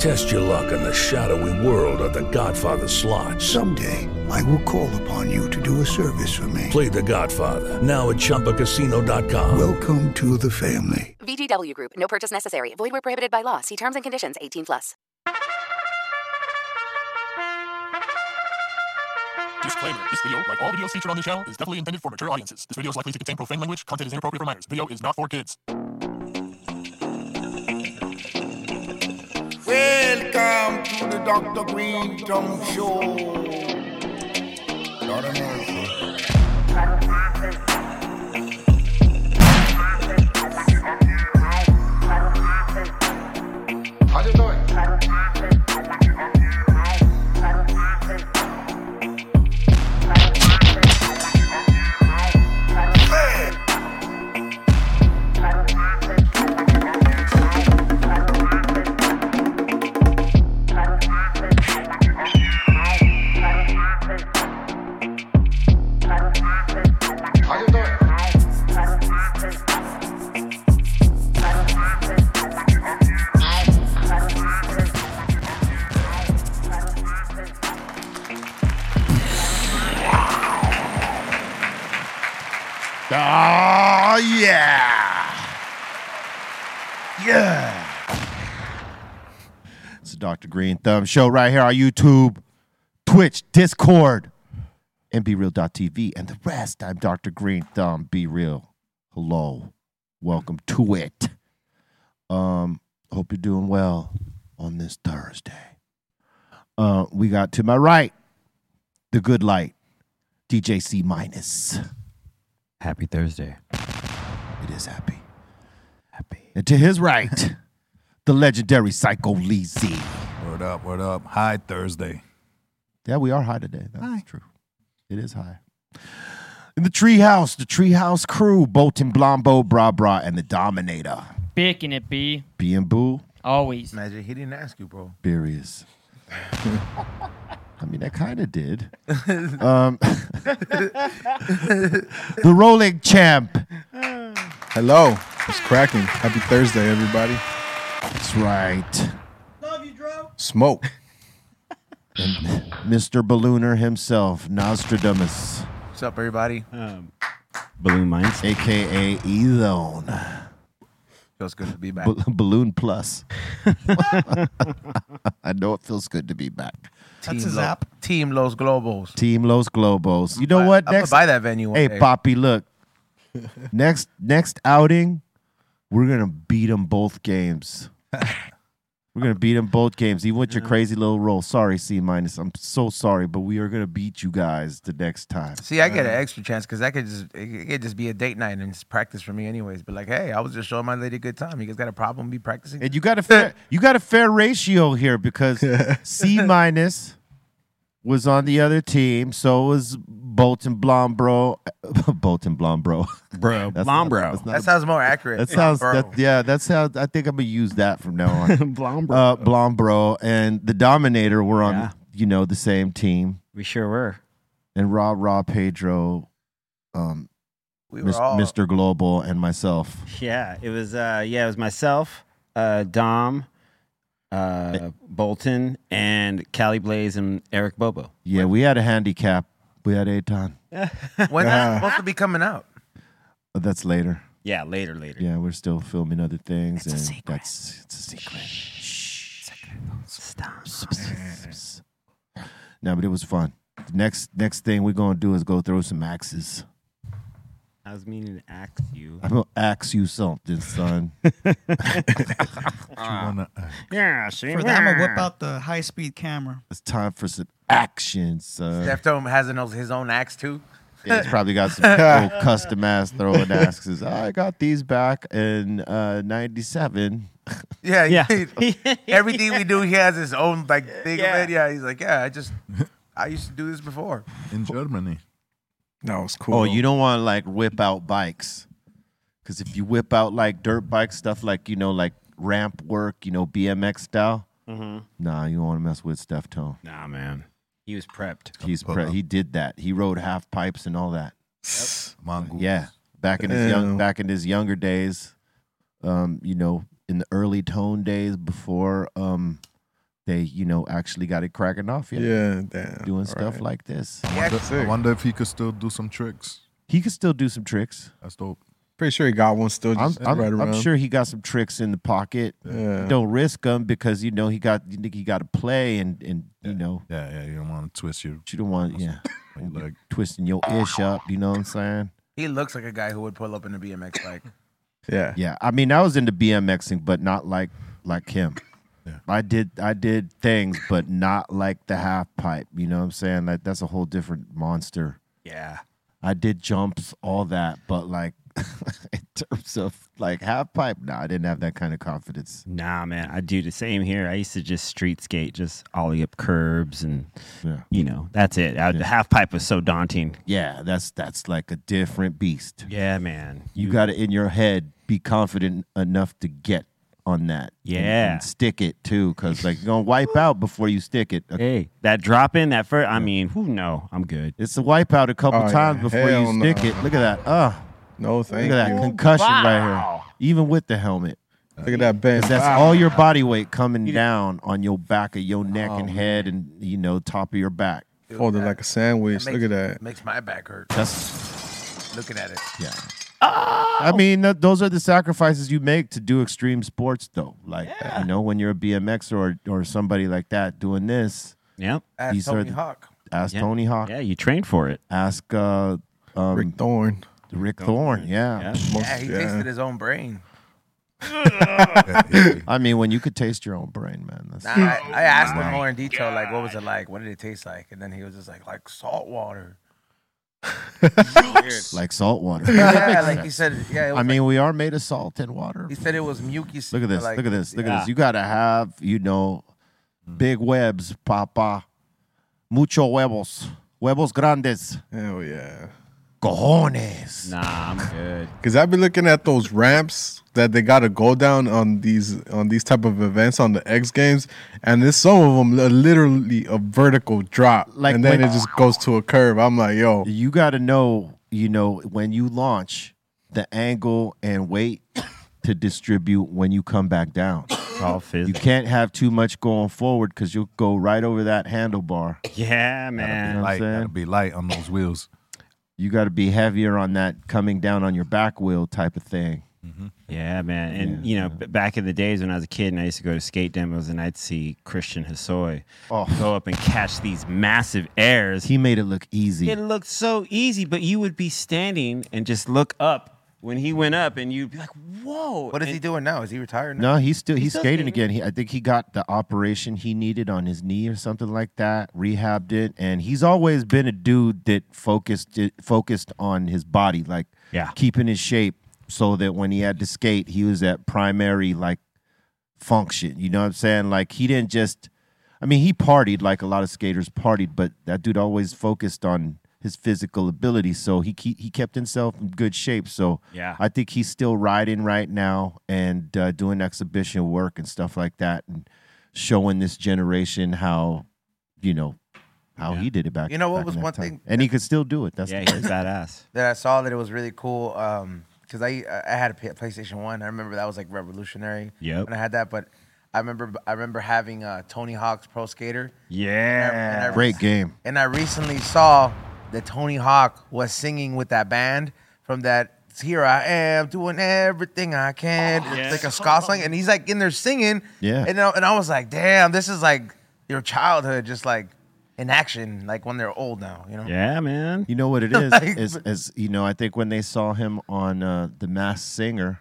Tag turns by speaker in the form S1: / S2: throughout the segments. S1: Test your luck in the shadowy world of The Godfather slot.
S2: Someday, I will call upon you to do a service for me.
S1: Play The Godfather now at ChumbaCasino.com.
S2: Welcome to the family.
S3: VGW Group. No purchase necessary. Void where prohibited by law. See terms and conditions. 18 plus.
S4: Disclaimer. This video, like all videos featured on this channel, is definitely intended for mature audiences. This video is likely to contain profane language. Content is inappropriate for minors. Video is not for kids.
S5: Welcome to the Dr. Green Drum Show. Lord of mercy.
S6: How's it doing?
S5: Man,
S6: How's it doing?
S7: Ah,
S5: Oh, yeah. Yeah.
S7: It's the Dr. Green Thumb Show right here on YouTube, Twitch, Discord, and BeReal.tv and the rest. I'm Dr. Green Thumb, Be Real. Hello. Welcome to it. Um, hope you're doing well on this Thursday. Uh, we got to my right, the good light, DJ C minus.
S8: Happy Thursday.
S7: It is happy.
S8: Happy.
S7: And to his right, the legendary Psycho Lee Z.
S9: Word up, word up. Hi, Thursday.
S7: Yeah, we are high today. That's true. It is high. In the treehouse, the treehouse crew, Bolton Blombo, Bra Bra, and the Dominator.
S10: Picking it, B.
S7: B and Boo,
S10: Always.
S6: Imagine he didn't ask you, bro.
S7: Berius. I mean, I kind of did. Um, the Rolling Champ.
S9: Hello. It's cracking. Happy Thursday, everybody.
S7: That's right.
S9: Smoke.
S7: Mr. Ballooner himself, Nostradamus,
S6: What's up, everybody?
S7: Um,
S8: Balloon Minds.
S7: a.k.a. Elon.
S6: Feels good to be back.
S7: Bal- Balloon Plus. I know it feels good to be back.
S6: Team Lo- Team Los Globos.
S7: Team Los Globos. You know what?
S6: I'm gonna buy that venue. One
S7: Hey,
S6: day.
S7: Poppy, look. next next outing, we're gonna beat them both games. we're gonna beat them both games, even with your crazy little roll. Sorry, C minus. I'm so sorry, but we are gonna beat you guys the next time.
S6: See, I get an extra chance because that could just it it could just be a date night and it's practice for me, anyways. But like, hey, I was just showing my lady a good time. You guys got a problem? Be practicing.
S7: And you got a fair, you got a fair ratio here because C minus was on the other team, so was Bolton Blombro. Bolton Blombro.
S9: Bro,
S7: That's not- that's
S9: Blombro.
S7: not
S6: that sounds more accurate.
S7: That sounds.
S6: Bro.
S7: That, yeah, that's how. I think I'm gonna use that from now on.
S8: Blombro.
S7: uh, Blombro and the Dominator were on,
S8: Yeah.
S7: you know, the same team,
S8: we sure were.
S7: and Rob, Rob, Pedro, um,
S6: we were
S7: Mis-
S6: all
S7: Mr. Global, and myself.
S8: Yeah, it was. Uh, yeah, it was myself, uh, Dom, uh, Bolton, and Cali Blaze and Eric Bobo.
S7: Yeah, we had a handicap. We had a ton.
S6: When's that supposed to be coming out?
S7: But Oh, that's later.
S8: Yeah, later, later.
S7: Yeah, we're still filming other things, and that's it's a secret.
S8: Stop.
S7: No, but it was fun. Next, next thing we're gonna do is go throw some axes.
S8: I was meaning to ask you.
S7: I'm gonna ask you something, son.
S8: Yeah, see.
S10: For that, I'm gonna whip out the high speed camera.
S7: it's time for some action, son.
S6: Steph Dome has an, his own axe too.
S7: Yeah, he's probably got some old custom ass throwing axes. I got these back in uh, '97.
S6: Yeah,
S8: Yeah.
S6: he- everything we do, he has his own like thing
S8: Yeah.
S6: of it. Yeah, he's like, yeah, I just, I used to do this before.
S9: in Germany. No, it's cool.
S7: Oh, you don't want to like whip out bikes, because if you whip out like dirt bike stuff, like you know, like ramp work, you know, BMX style. Nah, you don't want to mess with Steph Tone.
S8: Nah, man. Mm-hmm. He was prepped.
S7: He's pre- he did that. He rode half pipes and all that.
S9: Mongoose.
S7: Yeah, back in his young
S9: Ew.
S7: back in his younger days, um, you know, in the early tone days before um, they you know actually got it cracking off. Yeah,
S9: Yeah, damn.
S7: doing
S9: All
S7: stuff
S9: right.
S7: like this.
S6: He
S9: I
S6: actually-
S9: wonder- I wonder if he could still do some tricks.
S7: He could still do some tricks.
S9: That's dope.
S10: Pretty sure he got one
S9: still
S7: I'm,
S9: just
S7: I'm,
S9: right
S7: I'm
S9: around.
S7: sure he got some tricks in the pocket.
S9: Yeah.
S7: Don't risk them because you know he got you think he got to play and and you know
S9: Yeah, yeah. You don't want to twist your
S7: you don't want yeah
S9: your leg.
S7: twisting your ish up. You know what I'm saying?
S6: He looks like a guy who would pull up in a BMX bike.
S9: Yeah.
S7: Yeah, I mean I was into BMXing, but not like like him.
S9: Yeah.
S7: I did I did things, but not like the half pipe. You know what I'm saying? Like that's a whole different monster.
S6: Yeah,
S7: I did jumps, all that, but like in terms of like half pipe, no, nah, I didn't have that kind of confidence.
S8: Nah, man. I do the same here. I used to just street skate, just ollie up curbs, and
S7: Yeah.
S8: you know, that's it. I, The half pipe was so daunting.
S7: Yeah, that's that's like a different beast.
S8: Yeah, man.
S7: You got it in your head. Be confident enough to get on that. and-
S8: Yeah.
S7: and stick it too, because like you're gonna wipe out before you stick it. Uh,
S8: Hey, that drop in, that first. I mean, who no, I'm good.
S7: It's a wipeout a couple
S9: Oh, yeah.
S7: times before
S9: Hell
S7: you
S9: no.
S7: stick it. Look at that. Uh,
S9: Ah, No,
S7: look at
S9: thank
S7: that concussion right here. Even with the helmet.
S9: Look at that bend.
S7: 'Cause that's all your body weight coming down on your back of your neck and head and you know, top of your back.
S9: folded like a sandwich.
S6: Makes-
S9: Look at that.
S6: Makes my back hurt
S7: That's
S6: looking at it.
S7: yeah.
S6: Oh!
S7: I mean, th- those are the sacrifices you make to do extreme sports though. Like you know, when you're a BMX or or somebody like that doing this,
S8: Yep.
S6: Ask
S7: These are
S6: Tony
S7: the-
S6: Hawk.
S7: ask
S8: Yeah.
S7: Tony Hawk,
S8: Yeah, you trained for it.
S7: ask uh um,
S9: Rick Thorne.
S7: Rick Thorne, yeah.
S8: Yeah.
S9: Most-
S6: Yeah, he
S9: yeah.
S6: tasted his own brain.
S7: I mean, when you could taste your own brain, man. That's,
S6: Nah, I, I asked him more in detail, like what was it like? What did it taste like? And then he was just like, like salt water. Weird.
S7: like salt water.
S6: yeah, like he said, yeah. It was
S7: I
S6: like-
S7: mean, we are made of salt and water.
S6: he said it was mucus.
S7: Look at this.
S6: like-
S7: look at this. Look at
S8: Yeah.
S7: this. You gotta have, you know,
S6: Mm.
S7: big webs, papa. Mucho huevos. Huevos grandes.
S9: Hell yeah.
S7: Cojones.
S8: Nah, I'm good.
S9: Cause I've been looking at those ramps that they gotta go down on these on these type of events on the X Games, and there's some of them li- literally a vertical drop,
S7: Like
S9: and then
S7: when-
S9: it just goes to a curve. I'm like, yo,
S7: You gotta know, you know, when you launch, the angle and weight to distribute when you come back down.
S8: It's all
S7: You
S8: physics.
S7: can't have too much going forward because you'll go right over that handlebar.
S8: Yeah,
S7: You
S8: man.
S7: know what I'm
S9: light,
S7: saying?
S9: gotta be light on those wheels.
S7: You got to be heavier on that coming down on your back wheel type of thing.
S9: Mm-hmm.
S8: Yeah, man. And you know, b back in the days when I was a kid and I used to go to skate demos and I'd see Christian Hassoy
S7: Oh.
S8: go up and catch these massive airs.
S7: He made it look easy.
S8: it looked so easy, but you would be standing and just look up when he went up and you'd be like, whoa.
S6: What is he
S8: And-
S6: doing now? Is he retired? Now?
S7: No, he's still he's,
S8: still
S7: skating,
S8: skating.
S7: again. He, I think he got the operation he needed on his knee or something like that, rehabbed it, and he's always been a dude that focused it, focused on his body, like
S8: Yeah.
S7: keeping his shape, so that when he had to skate, he was at primary like function. You know what I'm saying? Like he didn't just. I mean, he partied like a lot of skaters partied, but that dude always focused on his physical ability, so he keep, he kept himself in good shape. So
S8: Yeah.
S7: I think he's still riding right now and uh, doing exhibition work and stuff like that, and showing this generation how, you know, how he did it back.
S6: You know what
S7: back in
S6: was
S7: that
S6: one
S7: time.
S6: thing-
S7: and he could still do it. That's
S8: Yeah,
S7: the
S8: he was
S7: crazy-
S8: badass.
S6: that I saw that it was really cool. Um, because I I had a P- PlayStation One. I remember that was like revolutionary.
S8: Yep.
S6: When I had that, but I remember I remember having uh, Tony Hawk's Pro Skater, And I-
S8: Yeah.
S6: and I-
S7: great game.
S6: and I recently saw that Tony Hawk was singing with that band from that. Here I am doing everything I can. it's
S8: yeah.
S6: like a ska song, and he's like in there singing.
S7: Yeah.
S6: And I, and I was like, damn, this is like your childhood, just like in action, like when they're old now, you know?
S8: man.
S7: You know what it is?
S6: Like-
S7: is, is you know, I think when they saw him on uh, The Masked Singer,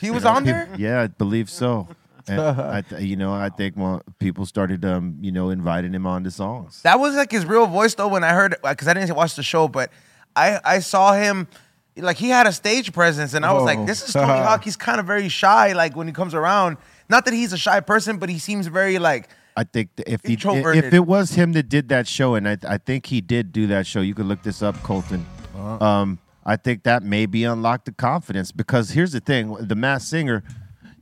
S6: He was
S7: you know,
S6: on
S7: peop-
S6: there?
S7: Yeah, I believe so. And I th- you know, I think well, people started, um, you know, inviting him onto songs.
S6: That was like his real voice though. When I heard, because I didn't watch the show, but I I saw him, like he had a stage presence, and I was
S9: Oh.
S6: like, this is Tony Hawk. He's kind of very shy. Like when he comes around, not that he's a shy person, but he seems very like
S7: I think that if he, if
S6: Introverted.
S7: it was him that did that show, and I, I think he did do that show, you could look this up, Colton.
S11: Uh-huh.
S7: Um, I think that maybe unlocked the confidence because here's the thing: the mass singer,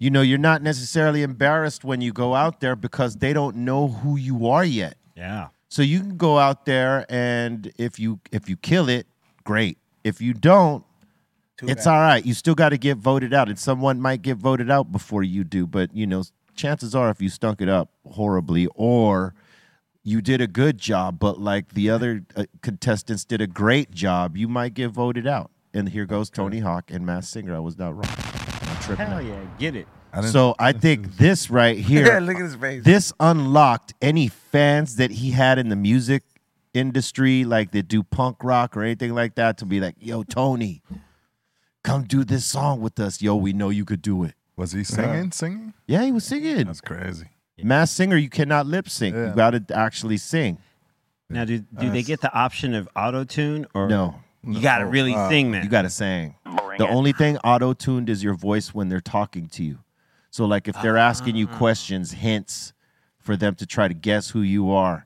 S7: you know, you're not necessarily embarrassed when you go out there because they don't know who you are yet.
S8: Yeah.
S7: So you can go out there and if you if you kill it, great. If you don't, it's all right. You still got to get voted out, and someone might get voted out before you do. But you know, chances are, if you stunk it up horribly, or you did a good job, but like the other uh, contestants did a great job, you might get voted out. And here goes Tony Hawk and Mass Singer. I was not wrong. I'm tripping
S8: Hell
S7: out.
S8: yeah, get it.
S7: so I think this right here,
S6: Yeah, look at his face.
S7: This unlocked any fans that he had in the music industry, like that do punk rock or anything like that, to be like, "Yo, Tony, come do this song with us, yo. We know you could do it."
S11: Was
S9: Uh-huh.
S11: he singing? Singing?
S7: Yeah, he was singing. That's
S11: crazy.
S7: Mass singer, you cannot lip sync.
S11: Yeah.
S7: You got to actually sing.
S8: Now, do, do they get the option of auto tune or
S7: No.
S8: You got to really
S7: Uh,
S8: sing, man.
S7: You got to sing. the only thing auto tuned is your voice when they're talking to you. So, like, if they're asking you questions, hints for them to try to guess who you are,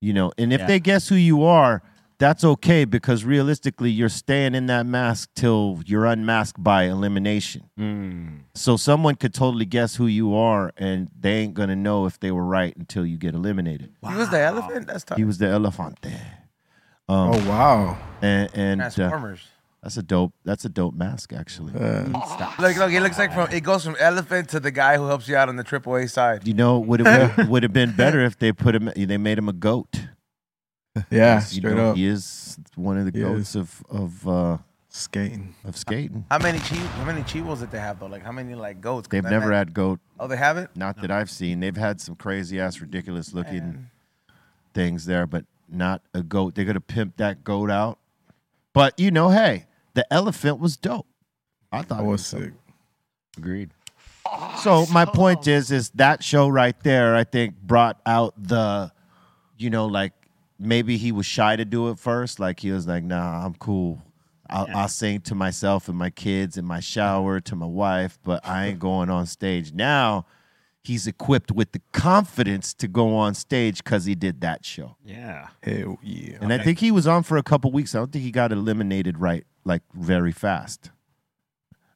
S7: you know, and if
S11: Yeah.
S7: they guess who you are, that's okay because realistically, you're staying in that mask till you're unmasked by elimination.
S8: Hmm.
S7: So, someone could totally guess who you are, and they ain't going to know if they were right until you get eliminated.
S6: he was the elephant. That's tough.
S7: He was the elephante. Um,
S9: Oh, wow!
S7: And, and uh,
S6: Transformers.
S7: that's a dope. That's a dope mask, actually. Stop.
S6: Look, look, it looks like from it goes from elephant to the guy who helps you out on the triple A side.
S7: You know, would it would have been better if they put him. They made him a goat.
S9: Yeah,
S7: Because, you
S9: straight
S7: know,
S9: up.
S7: He is one of the
S9: He
S7: goats of of uh,
S9: skating.
S7: Of skating,
S6: How many chi- how many chivos did they have though? Like how many like goats? 'Cause
S7: they've
S6: that-
S7: never
S6: that-
S7: had goat.
S6: Oh, they haven't.
S7: Not that I've seen. They've had some crazy ass, ridiculous looking things there, but not a goat. They're gonna pimp that goat out. But you know, hey, the elephant was dope. I thought it was sick.
S8: Agreed.
S7: So my point is, is that show right there, I think, brought out the, you know, like maybe he was shy to do it first. Like he was like, nah, I'm cool. I'll, I'll sing to myself and my kids in my shower to my wife, but I ain't going on stage. Now he's equipped with the confidence to go on stage because he did that show.
S8: Yeah.
S9: Hell yeah!
S7: And I think he was on for a couple weeks. I don't think he got eliminated right, like very fast.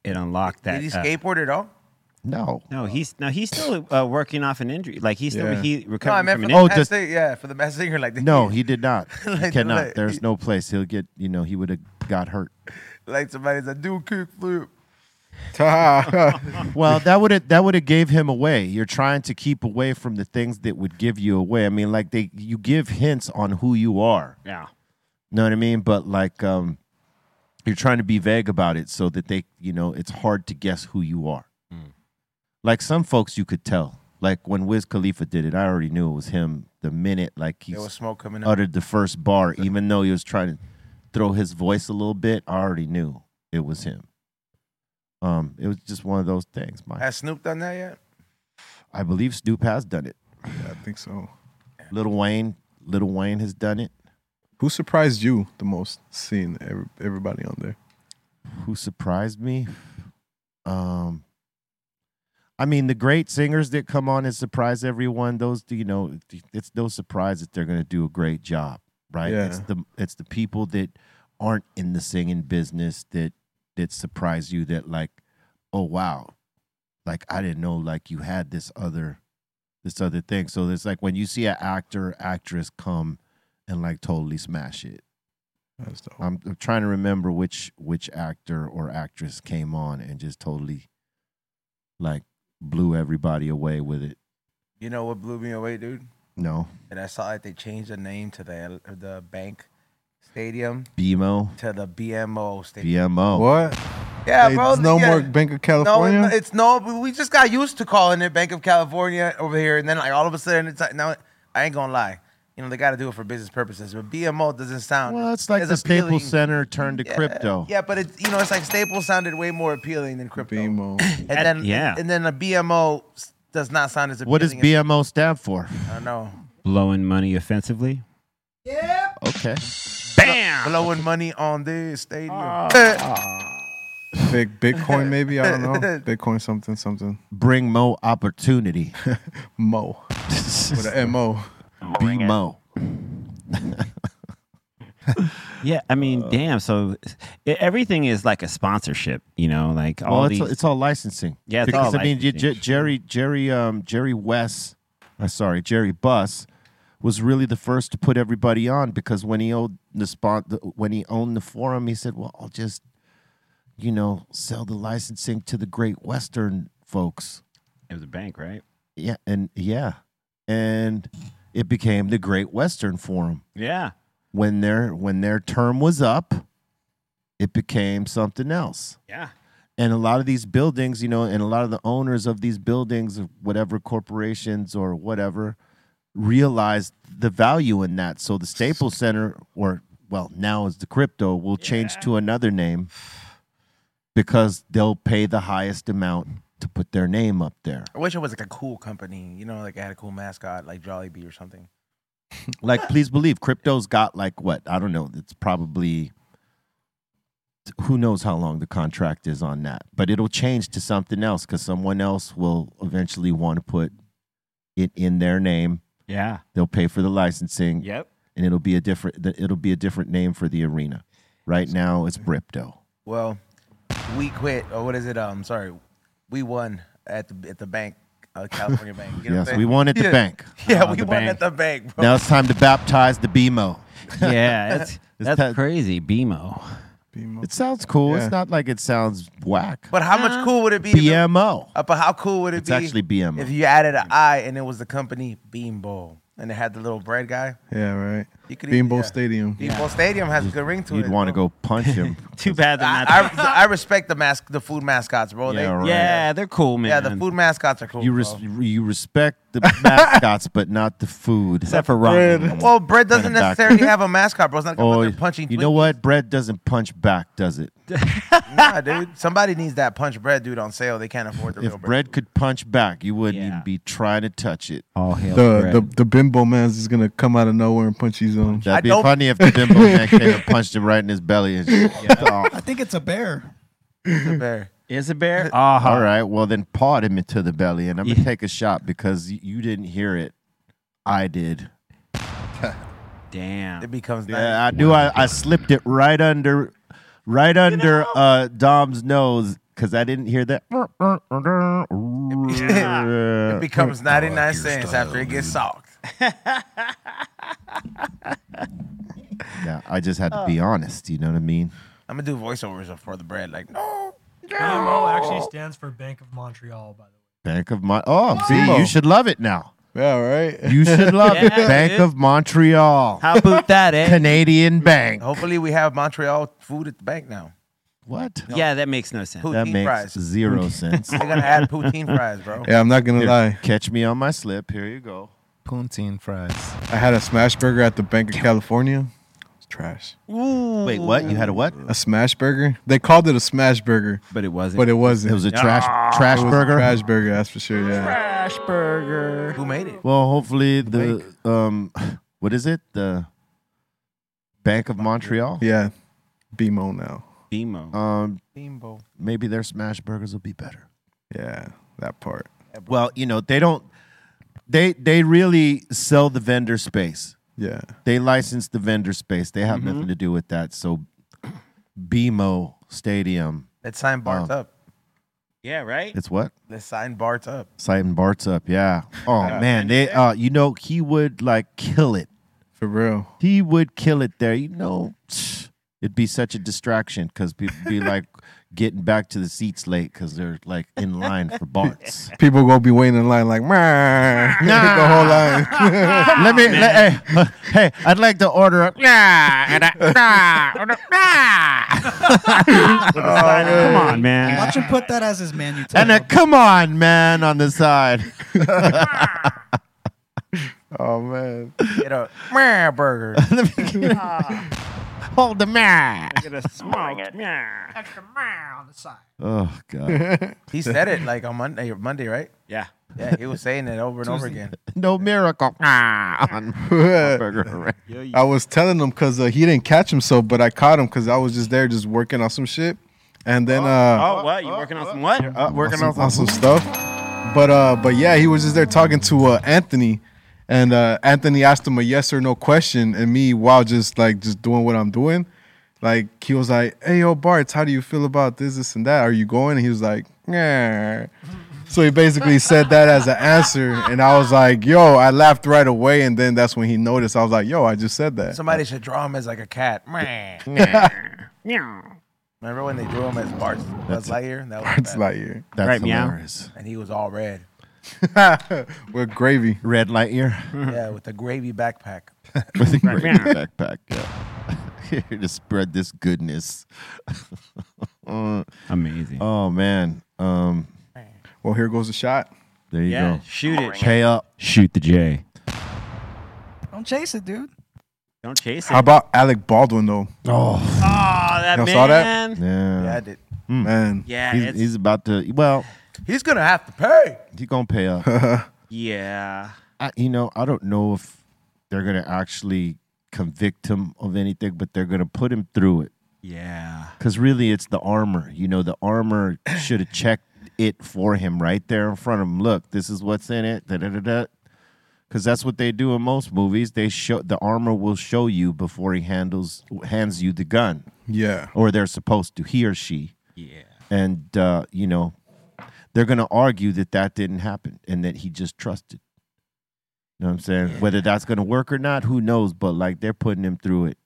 S8: It unlocked that.
S6: Did he
S8: uh,
S6: skateboard at all?
S7: no.
S8: No, he's now he's still uh, working off an injury. Like he's still
S7: Yeah.
S8: he
S6: No, I
S8: recovering
S6: meant
S8: from
S6: for
S8: an
S6: the
S7: Oh,
S6: oh,
S7: does-
S6: yeah, for the best singer. Like the,
S7: No, he did not.
S6: Like,
S7: He cannot.
S6: like-
S7: There's no place. He'll get, you know, he would have got hurt.
S6: like somebody's a do kickflip.
S7: well, that would have that would have gave him away. You're trying to keep away from the things that would give you away. I mean, like they you give hints on who you are.
S8: Yeah.
S7: Know what I mean? But like um you're trying to be vague about it so that they, you know, it's hard to guess who you are.
S6: Mm.
S7: Like some folks you could tell. Like when Wiz Khalifa did it, I already knew it was him the minute like he
S6: There was smoke coming out.
S7: uttered the first bar, even though he was trying to throw his voice a little bit, I already knew it was him. Um, it was just one of those things, Mike.
S6: Has Snoop done that yet?
S7: I believe Snoop has done it.
S9: Yeah, I think so.
S7: Little Wayne, Little Wayne has done it.
S9: Who surprised you the most? Seeing every, everybody on there.
S7: Who surprised me? Um, I mean, the great singers that come on and surprise everyone. Those, you know, it's no surprise that they're going to do a great job, right?
S9: Yeah.
S7: It's the it's the people that aren't in the singing business that that surprise you. That like, oh wow, like I didn't know like you had this other this other thing. So it's like when you see an actor actress come and like totally smash it. I'm, I'm trying to remember which which actor or actress came on and just totally like blew everybody away with it.
S6: You know what blew me away, dude?
S7: No,
S6: And I saw that they changed the name to the the bank stadium
S7: BMO,
S6: to the BMO stadium.
S7: BMO.
S9: What?
S6: Yeah,
S9: Hey,
S6: bro.
S9: it's no
S6: yeah.
S9: more Bank of
S6: No,
S9: California.
S6: it's no- it's no. We we just got used to calling it Bank of California over here, and then like all of a sudden it's like now I ain't gonna lie. You know, they got to do it for business purposes. But BMO doesn't sound.
S7: Well, it's like
S6: as
S7: the
S6: appealing.
S7: Staples Center turned to crypto.
S6: Yeah, but it's you know, it's like Staples sounded way more appealing than crypto. BMO. And then
S7: yeah.
S6: and then a BMO s- does not sound as appealing.
S7: What does
S6: as-
S7: BMO stand for?
S6: I don't know.
S8: Blowing money offensively.
S7: Okay.
S8: Bam! Ah.
S6: Blowing money on this stadium.
S9: Big Bitcoin, maybe I don't know. Bitcoin something something.
S7: Bring Mo opportunity.
S9: Mo. With a M O.
S7: BMO.
S8: Yeah, I
S7: Uh,
S8: mean, damn. So it, everything is like a sponsorship, you know, like all
S7: Well, it's,
S8: these.
S7: it's all licensing.
S8: Yeah, it's
S7: because
S8: all
S7: I mean, you-
S8: licensing.
S7: Jer- Jerry, Jerry, um, Jerry West, uh, sorry, Jerry Buss was really the first to put everybody on because when he owned the spot, the- when he owned the forum, he said, "Well, I'll just, you know, sell the licensing to the Great Western folks."
S8: it was a bank, right?
S7: Yeah, and yeah, and it became the Great Western Forum
S8: Yeah.
S7: when their when their term was up. It became something else
S8: Yeah.
S7: and a lot of these buildings you know and a lot of the owners of these buildings of whatever corporations or whatever realized the value in that so the staples center or well now is the crypto will change to another name because they'll pay the highest amount to put their name up there
S6: I wish it was like a cool company. You know, like it had a cool mascot, like Jollibee or something.
S7: like please believe crypto's got like what i don't know it's probably who knows how long the contract is on that but it'll change to something else because someone else will eventually want to put it in their name
S8: Yeah.
S7: they'll pay for the licensing
S8: Yep.
S7: and it'll be a different th- it'll be a different name for the arena right now it's bripto
S6: Well, we quit. Or what is it? Um, sorry, we won at the at the bank, uh, California bank. You know what I'm
S7: yes
S6: saying?
S7: we won at the
S6: Yeah.
S7: bank
S6: Yeah, we won at Uh, the bank. Bro.
S7: now it's time to baptize the bmo
S8: Yeah. That's,
S7: It's
S8: that's
S7: ta-
S8: crazy. BMO.
S7: it sounds cool
S9: Yeah.
S7: it's not like it sounds whack
S6: But how
S8: Ah.
S6: much cool would it be? if it-
S7: bmo
S6: Uh, but how cool would it
S7: It's
S6: be?
S7: actually BMO.
S6: If you added an I and it was the company Beanball, and it had the little bread guy.
S9: Yeah, right.
S6: You could even-
S9: Beanball
S6: yeah.
S9: Stadium.
S6: Beanball Stadium has a good ring to it.
S7: you'd want to
S6: bro.
S7: go punch him
S8: Too bad they're not.
S6: I, I, I respect the mask, the food mascots, bro. They-
S7: Yeah, right.
S8: yeah, they're cool, man.
S6: yeah, the food mascots are cool.
S7: You
S6: bro.
S7: res- you respect the mascots, but not the food.
S8: Except for Ron.
S6: well, bread doesn't
S7: Kinda back.
S6: necessarily have a mascot, bro. It's not gonna
S7: oh,
S6: be punching.
S7: you know what? Bread doesn't punch back, does it?
S6: nah, dude. Somebody needs that punch bread dude on sale. They can't afford the real
S7: If
S6: bread.
S7: bread could punch back, you wouldn't
S8: Yeah.
S7: even be trying to touch it.
S8: Oh, hell.
S9: The,
S8: Brett.
S9: the the bimbo man's just gonna come out of nowhere and punch you on.
S7: That'd be
S6: don't-
S7: funny if the bimbo man came and punched him right in his belly. And Oh,
S10: I think it's a bear.
S6: It's a bear.
S8: is a bear? Uh-huh.
S7: all right, well then, pawed him into the belly, and I'm gonna take a shot because y- you didn't hear it. I did.
S8: Damn.
S6: It becomes
S7: Yeah, I knew I, I slipped it right under, right under uh, Dom's nose because I didn't hear that.
S6: it
S7: Oh,
S6: becomes 99 cents after it gets socked.
S7: Yeah, I just had to
S6: Uh.
S7: be honest. You know what I mean?
S6: I'm gonna do voiceovers for the bread. Like, no,
S11: BMO actually stands for Bank of Montreal, by the way.
S7: Bank of Mon. Oh, see,
S9: Bimbo.
S7: you should love it now.
S9: Yeah, right.
S7: You should love it.
S8: Yeah,
S7: Bank
S8: dude.
S7: of Montreal,
S8: How about that, eh?
S7: Canadian bank.
S6: hopefully we have Montreal food at the bank now.
S7: What?
S8: Yeah, that makes no sense.
S6: Poutine
S7: That makes
S6: fries.
S7: zero sense.
S6: They're gonna add poutine fries, bro.
S9: Yeah, I'm not gonna
S7: Here,
S9: lie.
S7: catch me on my slip. Here you go.
S11: Poutine fries.
S9: I had a smash burger at the Bank of California. It's trash.
S7: Wait, what? You had a what?
S9: A smash burger? They called it a smash burger,
S8: But it wasn't.
S9: but it wasn't.
S7: It was a trash trash
S9: It was a
S7: burger.
S9: Trash burger, that's for sure. Yeah.
S8: trash burger.
S6: Who made it?
S7: Well, hopefully the um, what is it? The Bank of Montreal.
S9: Yeah. BMO now.
S8: BMO.
S7: Um,
S6: Steamboat.
S7: maybe their smash burgers will be better.
S9: Yeah, that part.
S7: Well, you know they don't. They they really sell the vendor space.
S9: Yeah.
S7: They license the vendor space. They have nothing to do with that. So, BMO Stadium.
S6: Let's sign Bart's
S7: Um,
S6: up.
S8: yeah, right?
S7: It's what
S6: Let's sign Bart's up.
S7: Sighting Bart's up. Yeah. Oh man, they. Uh, you know he would like kill it.
S9: For real.
S7: he would kill it there. You know, it'd be such a distraction because people be like getting back to the seats late because they're like in line for Bart's.
S9: People gonna be waiting in line like "Meh," the whole line.
S7: let me, let, hey, hey, I'd like to order a. Nah, and a nah, and a- nah. Ah.
S8: Come on, man.
S10: Watch him put that as his menu.
S7: And a come on, man, on the side.
S9: Oh man.
S6: Get a meh burger. Ah.
S7: Hold the meh.
S8: Get a smoked meh.
S11: Extra meh on the side.
S7: Oh god.
S6: he said it like on Monday. Monday, right?
S8: Yeah.
S6: Yeah, he was saying it over and over again.
S7: No miracle. Ah, on burger. Right.
S9: I was telling him because uh, he didn't catch himself, but I caught him because I was just there, just working on some shit, and then uh,
S8: oh, what? You working on some what?
S7: Uh, working
S9: on some, on some stuff. But uh, but yeah, he was just there talking to uh, Anthony, and uh, Anthony asked him a yes or no question, and me while just like just doing what I'm doing, like he was like, "Hey yo, Bartz, how do you feel about this, this, and that? Are you going?" And he was like, "Yeah." So he basically said that as an answer, and I was like, "Yo!" I laughed right away, and then that's when he noticed. I was like, "Yo, I just said that."
S6: Somebody should draw him as like a cat. Meh.
S8: Meow.
S6: Remember when they drew him as Bart Buzz Lightyear? That was
S9: Bart's
S6: bad.
S9: Lightyear.
S7: That's
S8: Right, meow.
S7: hilarious.
S6: And he was all red.
S9: with gravy.
S7: Red Lightyear
S6: yeah, with a gravy backpack.
S7: with a great
S8: meow.
S7: backpack. Yeah. Here to spread this goodness. Uh,
S8: Amazing.
S7: oh man. Um.
S9: Well, here goes a shot.
S7: There you
S8: yeah.
S7: go.
S8: Shoot it.
S7: Pay up.
S8: Shoot the J.
S10: Don't chase it, dude.
S8: Don't chase it.
S9: How about Alec Baldwin though?
S7: Oh
S8: oh, that
S9: Y'all
S8: man.
S9: saw that?
S7: yeah.
S6: Yeah, I did.
S9: Man,
S8: Yeah.
S7: He's,
S8: it's-
S7: he's about to. Well,
S6: He's gonna have to pay.
S7: he gonna pay up.
S8: yeah.
S7: I, you know, I don't know if they're gonna actually convict him of anything, but they're gonna put him through it.
S8: Yeah.
S7: Because really, it's the armor. You know, the armor should have checked it for him right there in front of him. Look, this is what's in it. Da da da da. Because that's what they do in most movies. They show the armor will show you before he handles hands you the gun,
S9: yeah.
S7: or they're supposed to. He or she.
S8: Yeah.
S7: and uh, you know they're going to argue that that didn't happen and that he just trusted you know what i'm saying whether that's going to work or not who knows but like they're putting him through it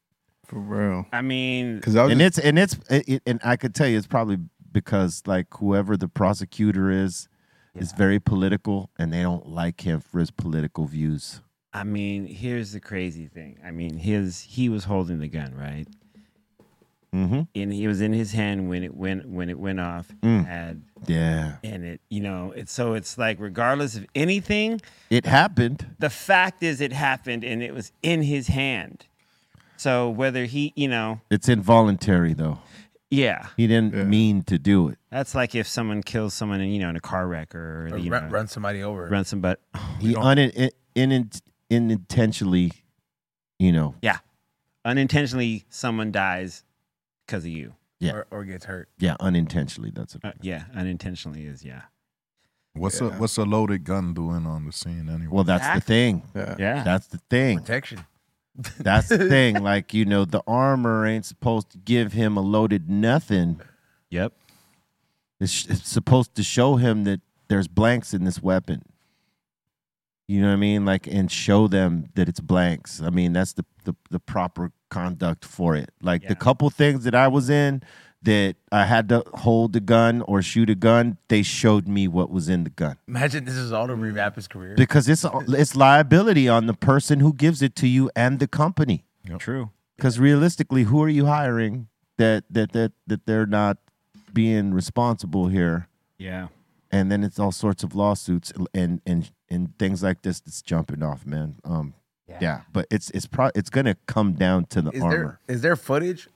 S9: For real.
S8: I mean,
S9: Because I was
S7: and
S9: just-
S7: it's and it's it, it- and i could tell you it's probably because like whoever the prosecutor is is very political and they don't like him for his political views
S8: I mean, here's the crazy thing. I mean, his he was holding the gun, right?
S7: mm-hmm
S8: And he was in his hand when it went when it went off.
S7: Mm.
S8: Had
S7: yeah
S8: and it, you know, it's so it's like regardless of anything,
S7: it happened
S8: the fact is it happened and it was in his hand. So whether he, you know,
S7: it's involuntary though
S8: yeah,
S7: he didn't
S9: Yeah.
S7: mean to do it
S8: that's like if someone kills someone in, you know, in a car wreck or,
S6: Or
S8: you
S6: run,
S8: know,
S6: run somebody over.
S8: run some butt.
S7: he un- in, in, unintentionally you know
S8: Unintentionally, someone dies because of you.
S7: yeah.
S6: Or, or gets hurt.
S7: Yeah, unintentionally. That's it.
S8: Uh, yeah, unintentionally is yeah.
S12: What's
S9: Yeah.
S12: a what's a loaded gun doing on the scene anyway?
S7: Well, that's the thing.
S9: yeah.
S8: Yeah.
S7: That's the thing.
S6: Protection.
S7: That's the thing. Like you know, the armor ain't supposed to give him a loaded nothing.
S8: yep.
S7: It's, it's supposed to show him that there's blanks in this weapon. You know what I mean? Like, and show them that it's blanks. I mean, that's the the, the proper conduct for it. Like
S8: Yeah.
S7: the couple things that I was in that I had to hold the gun or shoot a gun, they showed me what was in the gun.
S6: Imagine this is all to revamp his career.
S7: because it's it's liability on the person who gives it to you and the company.
S8: True.
S7: Because realistically, who are you hiring that that that that they're not being responsible here?
S8: Yeah.
S7: And then it's all sorts of lawsuits and and and things like this that's jumping off, man. Um, yeah. But it's it's pro- it's gonna come down to the
S6: Is there Uh,
S7: armor.
S6: is there footage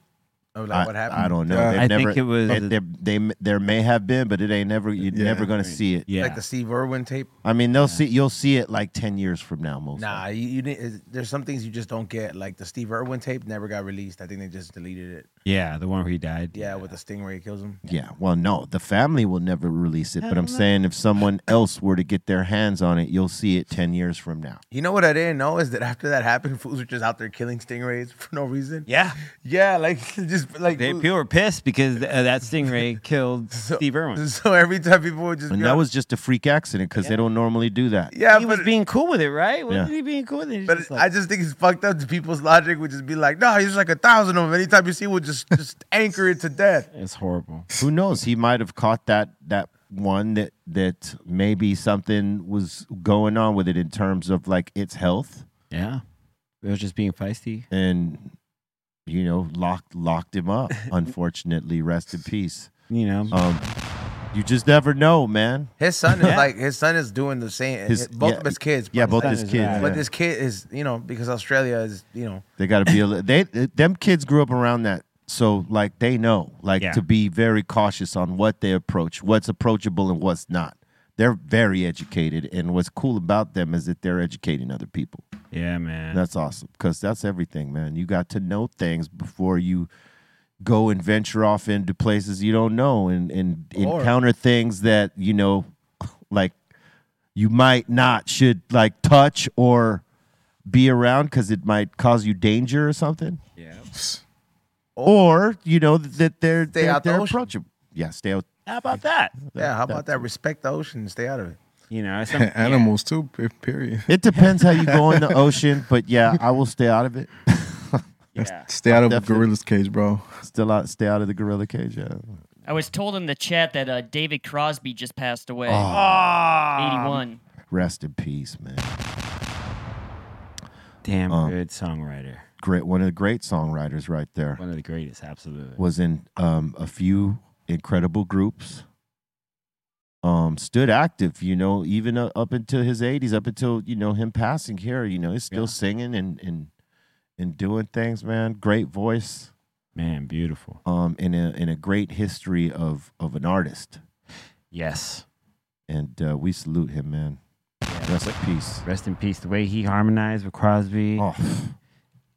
S6: of like
S7: I,
S6: what happened?
S7: I don't know.
S9: Yeah.
S7: They've
S8: I
S7: never,
S8: think it was-
S7: They, they- they- there may have been, but it ain't never. You're
S9: Yeah.
S7: never gonna see it.
S8: Yeah.
S6: Like the Steve Irwin tape.
S7: I mean, they'll see. You'll see it like ten years from now, most.
S6: Nah,
S7: likely.
S6: you, you didn't, is- there's some things you just don't get. Like the Steve Irwin tape never got released. I think they just deleted it.
S8: yeah, the one where he died.
S6: Yeah, with the stingray kills him.
S7: Yeah, well, no, the family will never release it, but I'm saying if someone else were to get their hands on it, you'll see it 10 years from now.
S6: You know what I didn't know is that after that happened, fools were just out there killing stingrays for no reason.
S8: Yeah.
S6: Yeah, like just like
S8: They
S6: fools-
S8: people were pissed because uh, that stingray killed Steve Irwin.
S6: So every time people would just
S7: And
S6: be
S7: that
S6: like,
S7: was just a freak accident because they don't normally do that.
S6: yeah,
S8: he
S6: but,
S8: was being cool with it, right?
S7: Yeah.
S8: Wasn't he being cool with it? He's
S6: but
S8: just
S6: I
S8: like,
S6: just think it's fucked up. that People's logic would just be like, no, he's like a thousand of them. Anytime you see one, just just anchor it to death.
S8: it's horrible.
S7: Who knows? He might have caught that that one that that maybe something was going on with it in terms of like its health
S8: Yeah. It was just being feisty.
S7: and you know locked locked him up. Unfortunately, rest in peace.
S8: You know,
S7: Um, You just never know, man.
S6: His son is
S7: Yeah.
S6: like his son is doing the same.
S7: His-
S6: both
S7: yeah,
S6: of his kids.
S7: yeah,
S6: but
S7: both
S6: son
S7: his
S6: is
S7: kids,
S6: bad. But
S7: yeah.
S6: this kid is, you know, because Australia is, you know,
S7: They got to be a li- they them kids grew up around that. So like they know like
S6: Yeah.
S7: to be very cautious on what they approach, what's approachable and what's not. They're very educated and what's cool about them is that they're educating other people.
S8: Yeah, man.
S7: That's awesome cuz that's everything, man. You got to know things before you go and venture off into places you don't know and and
S6: Or-
S7: encounter things that, you know, like you might not should like touch or be around because it might cause you danger or something.
S8: Yeah.
S7: Or you know that they're
S6: Stay
S7: they're,
S6: out the
S7: they're
S6: ocean.
S7: approachable. Yeah, stay out.
S8: How about that?
S6: Yeah, how about that? Respect the ocean, stay out of it.
S8: You know,
S9: animals too. pe- Period.
S7: It depends how you go in the ocean, but yeah, I will stay out of it.
S9: Stay out of a gorilla's cage, bro.
S7: Still out. Stay out of the gorilla cage. Yeah.
S13: I was told in the chat that uh, David Crosby just passed away.
S7: Oh.
S8: Ah.
S13: 81.
S7: Rest in peace, man. Um,
S8: Damn good songwriter.
S7: Great, one of the great songwriters right there.
S8: One of the greatest, absolutely.
S7: was in um, a few incredible groups. Um, stood active, you know, even uh, up until his 80s, up until you know him passing here. You know, he's still singing and and and doing things, man. Great voice,
S8: man, beautiful.
S7: Um, in a in a great history of of an artist.
S8: Yes,
S7: and uh, we salute him, man. Rest in peace. Oh.
S8: Rest in peace. The way he harmonized with Crosby.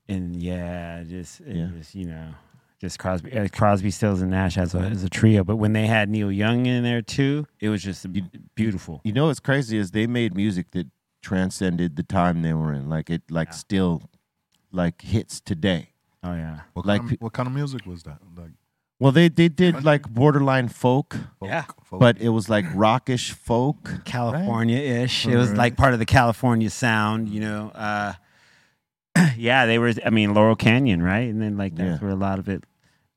S8: And yeah, just it was, you know, just Crosby, uh, Crosby, Stills, and Nash as a as a trio. But when they had Neil Young in there too, it was just beautiful.
S7: You know what's crazy is they made music that transcended the time they were in. Like it, like still, like hits today.
S8: Oh yeah.
S12: What
S7: Like
S12: kind
S7: pe-
S12: of, what kind of music was that? Like
S7: Well, they they did like borderline folk,
S8: Yeah.
S7: but it was like rockish folk,
S8: California ish. It was like part of the California sound, you know. Uh, yeah, they were. I mean, Laurel Canyon, right? And then like that's where a lot of it.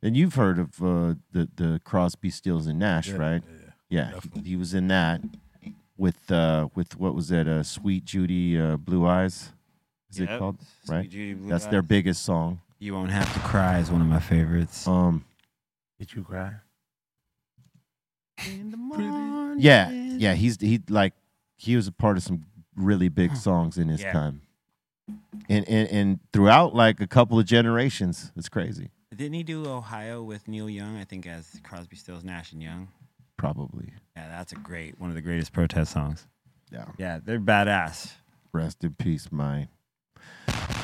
S7: And you've heard of uh, the the Crosby, Stills and Nash,
S8: Yeah,
S7: right? Yeah, he, he was in that with uh, with what was that? Uh, Sweet Judy, uh, Blue Eyes. Is it
S8: Yep.
S7: called
S8: Sweet
S7: right?
S8: Judy Blue
S7: That's their
S8: Eyes.
S7: biggest song.
S8: You won't have to cry is one of my favorites.
S7: Um,
S6: Did you cry?
S7: yeah, yeah. He's he like he was a part of some really big songs in his
S8: Yeah.
S7: time, and and and throughout like a couple of generations. It's crazy,
S8: Didn't he do Ohio with Neil Young? I think as Crosby, Stills, Nash, and Young.
S7: probably.
S8: Yeah, that's a great one of the greatest protest songs.
S7: Yeah,
S8: yeah, they're badass.
S7: Rest in peace, mine.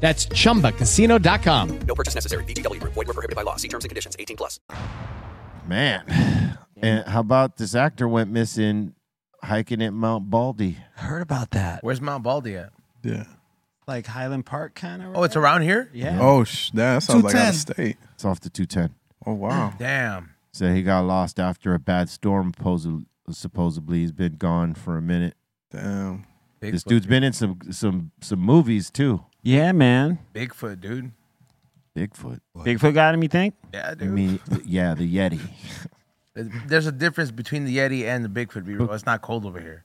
S14: That's chumbacasino.com.
S15: No purchase necessary. VGW Group. Void were prohibited by law. See terms and conditions. 18 plus.
S7: Man. And how about this actor went missing hiking at Mount Baldy?
S8: Heard about that.
S6: Where's Mount Baldy at?
S7: Yeah.
S8: Like Highland Park kind of.
S6: Oh, it's around here?
S8: Yeah.
S9: Oh, sh- that sounds like out of
S8: 210.
S9: state.
S7: It's off the 210.
S9: Oh wow.
S6: Damn.
S7: So he got lost after a bad storm, posi- supposedly. He's been gone for a minute.
S9: Damn.
S7: This dude's been in some some some movies too.
S8: Yeah, man.
S6: Bigfoot, dude.
S7: Bigfoot.
S8: Bigfoot got him, you think?
S6: Yeah,
S7: I
S6: dude.
S7: mean, yeah, the Yeti.
S6: There's a difference between the Yeti and the Bigfoot. Be real. It's not cold over here.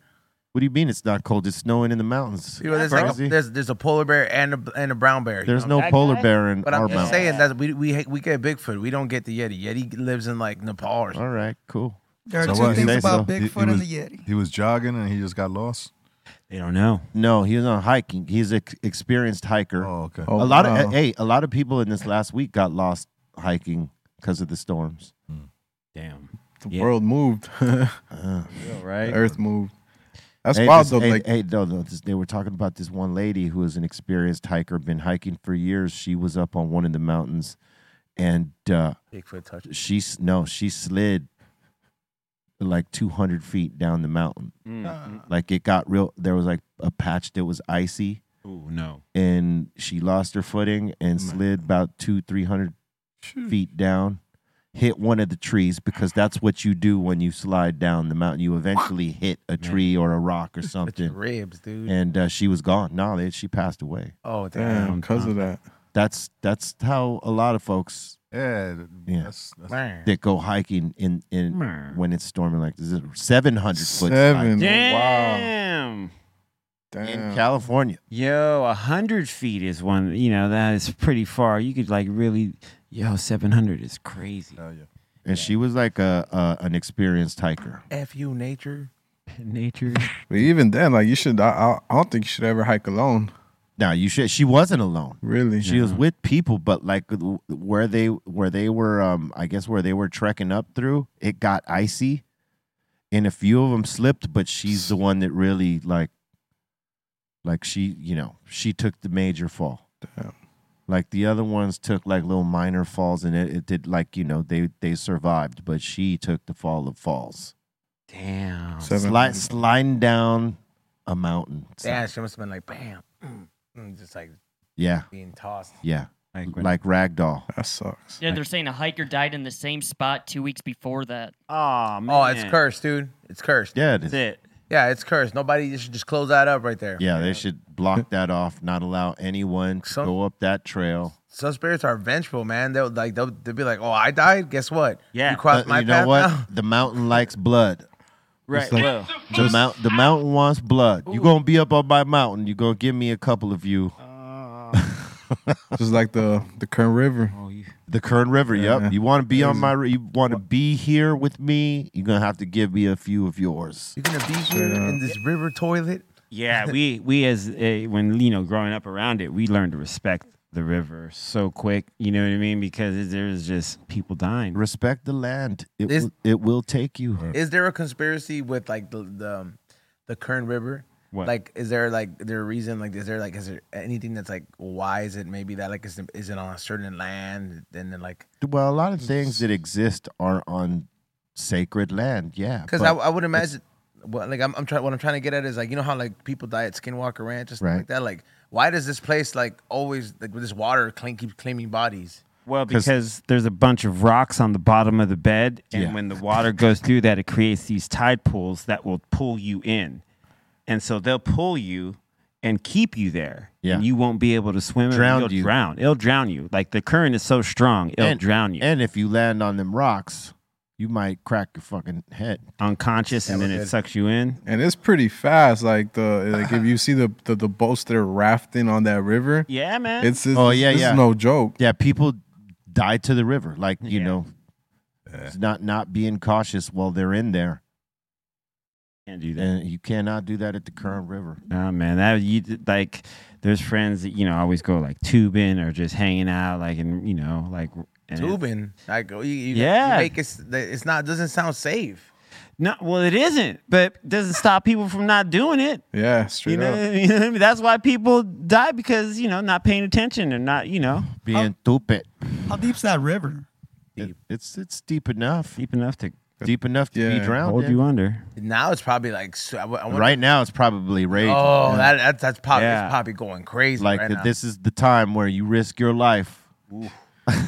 S7: What do you mean it's not cold? It's snowing in the mountains.
S6: You know, there's, like a, there's there's a polar bear and a and a brown bear. you
S7: There's
S6: know?
S7: no That polar guy? bear in
S6: But I'm
S7: our
S6: just
S7: mountain.
S6: saying that we we ha- we get Bigfoot. We don't get the Yeti. Yeti lives in like Nepal. Or something.
S7: All right, cool.
S6: There are So two what? things
S7: Say
S6: about
S7: so.
S6: Bigfoot He- he and was- the Yeti.
S7: He was jogging and he just got lost. They don't know. No, he was on hiking. He's an experienced hiker. Oh, okay.
S12: Oh,
S7: a lot of
S12: wow.
S7: hey, a lot of people in this last week got lost hiking because of the storms.
S8: Damn.
S9: The world moved.
S7: right?
S9: Earth moved. That's
S7: hey,
S9: wild
S7: this-
S9: though.
S7: Hey,
S9: like
S7: hey, no, no, this- they were talking about this one lady who is an experienced hiker, been hiking for years. She was up on one of the mountains, and uh,
S6: Bigfoot touched her.
S7: She s- no, she slid like 200 feet down the mountain.
S8: Mm. Ah.
S7: Like it got real. There was like a patch that was icy.
S8: Ooh, no.
S7: And she lost her footing and slid about two, three hundred feet down. Hit one of the trees because that's what you do when you slide down the mountain. You eventually hit a tree or a rock or something.
S6: ribs, dude.
S7: And uh, she was gone. No, they, she passed away.
S6: Oh, damn. Damn, 'cause of
S9: that.
S7: That's that's how a lot of folks
S12: Yeah, th-
S7: yeah.
S12: that's- that's-
S7: that go hiking in in when it's storming like this. Seven hundred foot
S9: Seven.
S7: slide.
S8: Damn.
S7: In California.
S8: Yo, a hundred feet is one. You know that is pretty far. You could like really. Yo, seven hundred is crazy.
S12: Oh yeah.
S7: And she was like a, a an experienced hiker.
S6: F you, nature.
S8: Nature.
S9: but even then, like you should. I, I, I don't think you should ever hike alone.
S7: No, you should. She wasn't alone.
S9: Really?
S7: She was with people, but like where they where they were, um, I guess where they were trekking up through, it got icy, and a few of them slipped. But she's the one that really like, like she, you know, she took the major fall.
S9: Damn.
S7: Like the other ones took like little minor falls, and it, it did like you know they they survived, but she took the fall of falls.
S8: Damn.
S7: Sli- sliding down a mountain.
S6: Damn, she must have been like bam, mm,
S8: Hmm,
S6: mm, just like
S7: Yeah.
S6: being tossed.
S7: Yeah.
S8: Like,
S7: ragdoll.
S9: That sucks.
S13: Yeah, they're saying a hiker died in the same spot two weeks before that.
S8: Oh, man.
S6: Oh, it's cursed, dude. It's cursed.
S7: Yeah, it is.
S8: That's it.
S6: Yeah, it's cursed. Nobody you should just close that up right there.
S7: Yeah, they should block that off. Not allow anyone to go up that trail.
S6: Some spirits are vengeful, man. They'll like they'll, they'll be like, "Oh, I died. Guess what? you crossed
S7: Uh,
S6: my
S7: you
S6: path."
S7: know what?
S6: now."
S7: The mountain likes blood.
S6: Right,
S7: It's like,
S6: well.
S7: the
S6: Just-
S7: mount, the mountain wants blood. You gonna be up on my mountain. You gonna give me a couple of you.
S9: Ah. Just like the the Kern River.
S6: Oh,
S7: The Kern River.
S9: Yeah.
S7: Yep. You want to be on
S9: Crazy.
S7: my. ri- You want to be here with me. You're gonna have to give me a few of yours.
S6: You're gonna be here in this river toilet.
S8: Yeah, we we as uh, when you know growing up around it, we learned to respect the river so quick. You know what I mean? Because there's just people dying.
S7: Respect the land. It
S6: Is-
S7: will, it will take you.
S6: Is there a conspiracy with like the the, um, the Kern River?
S7: What?
S6: Like, is there like there a reason? Like, is there like is there anything that's like why is it maybe that like is it, is it on a certain land and then like
S7: Well, a lot of things that exist are on sacred land. Yeah.
S6: because
S7: but
S6: I, I would
S7: it's-
S6: imagine well, like I'm, I'm trying what I'm trying to get at is like you know how like people die at Skinwalker Ranch and stuff
S7: Right.
S6: like that like why does this place like always like with this water clean, keep claiming bodies?
S8: Well, because there's a bunch of rocks on the bottom of the bed, and
S6: Yeah.
S8: when the water goes through that, it creates these tide pools that will pull you in, and so they'll pull you and keep you there.
S7: Yeah.
S8: and you won't be able to swim. and
S7: Drown
S8: you'll
S7: you.
S8: Drown. It'll drown you. Like the current is so strong, it'll
S7: and,
S8: drown you.
S7: And if you land on them rocks, you might crack your fucking head.
S8: Unconscious, and then it sucks you in.
S9: And it's pretty fast. Like the like if you see the the, the boats that are rafting on that river.
S8: Yeah, man.
S9: It's, it's oh yeah, this yeah. Is no joke.
S7: Yeah, people die to the river. Like you know, it's not not being cautious while they're in there.
S8: Can't do
S7: that. And you cannot do that at the current river.
S8: Nah, Oh, man, that you like. There's friends that you know always go like tubing or just hanging out, like and you know like and it-
S6: Tubing like oh, you, you
S8: Yeah.
S6: you make it s- it's not doesn't sound safe.
S8: No, well, it isn't, but doesn't stop people from not doing it.
S9: Yeah, straight
S8: You know,
S9: up.
S8: you know what I mean? that's why people die because you know not paying attention and not you know
S7: being stupid.
S8: How deep's that river?
S7: It- it's it's deep enough.
S8: Deep enough to
S7: deep enough to be drowned.
S8: Hold
S7: in.
S8: you under.
S6: Now it's probably like so- I, w- I wonder-
S7: Right now, it's probably raging.
S6: Oh, that, that that's probably
S7: Yeah.
S6: it's probably going crazy
S7: like
S6: right
S7: that
S6: now.
S7: this is the time where you risk your life.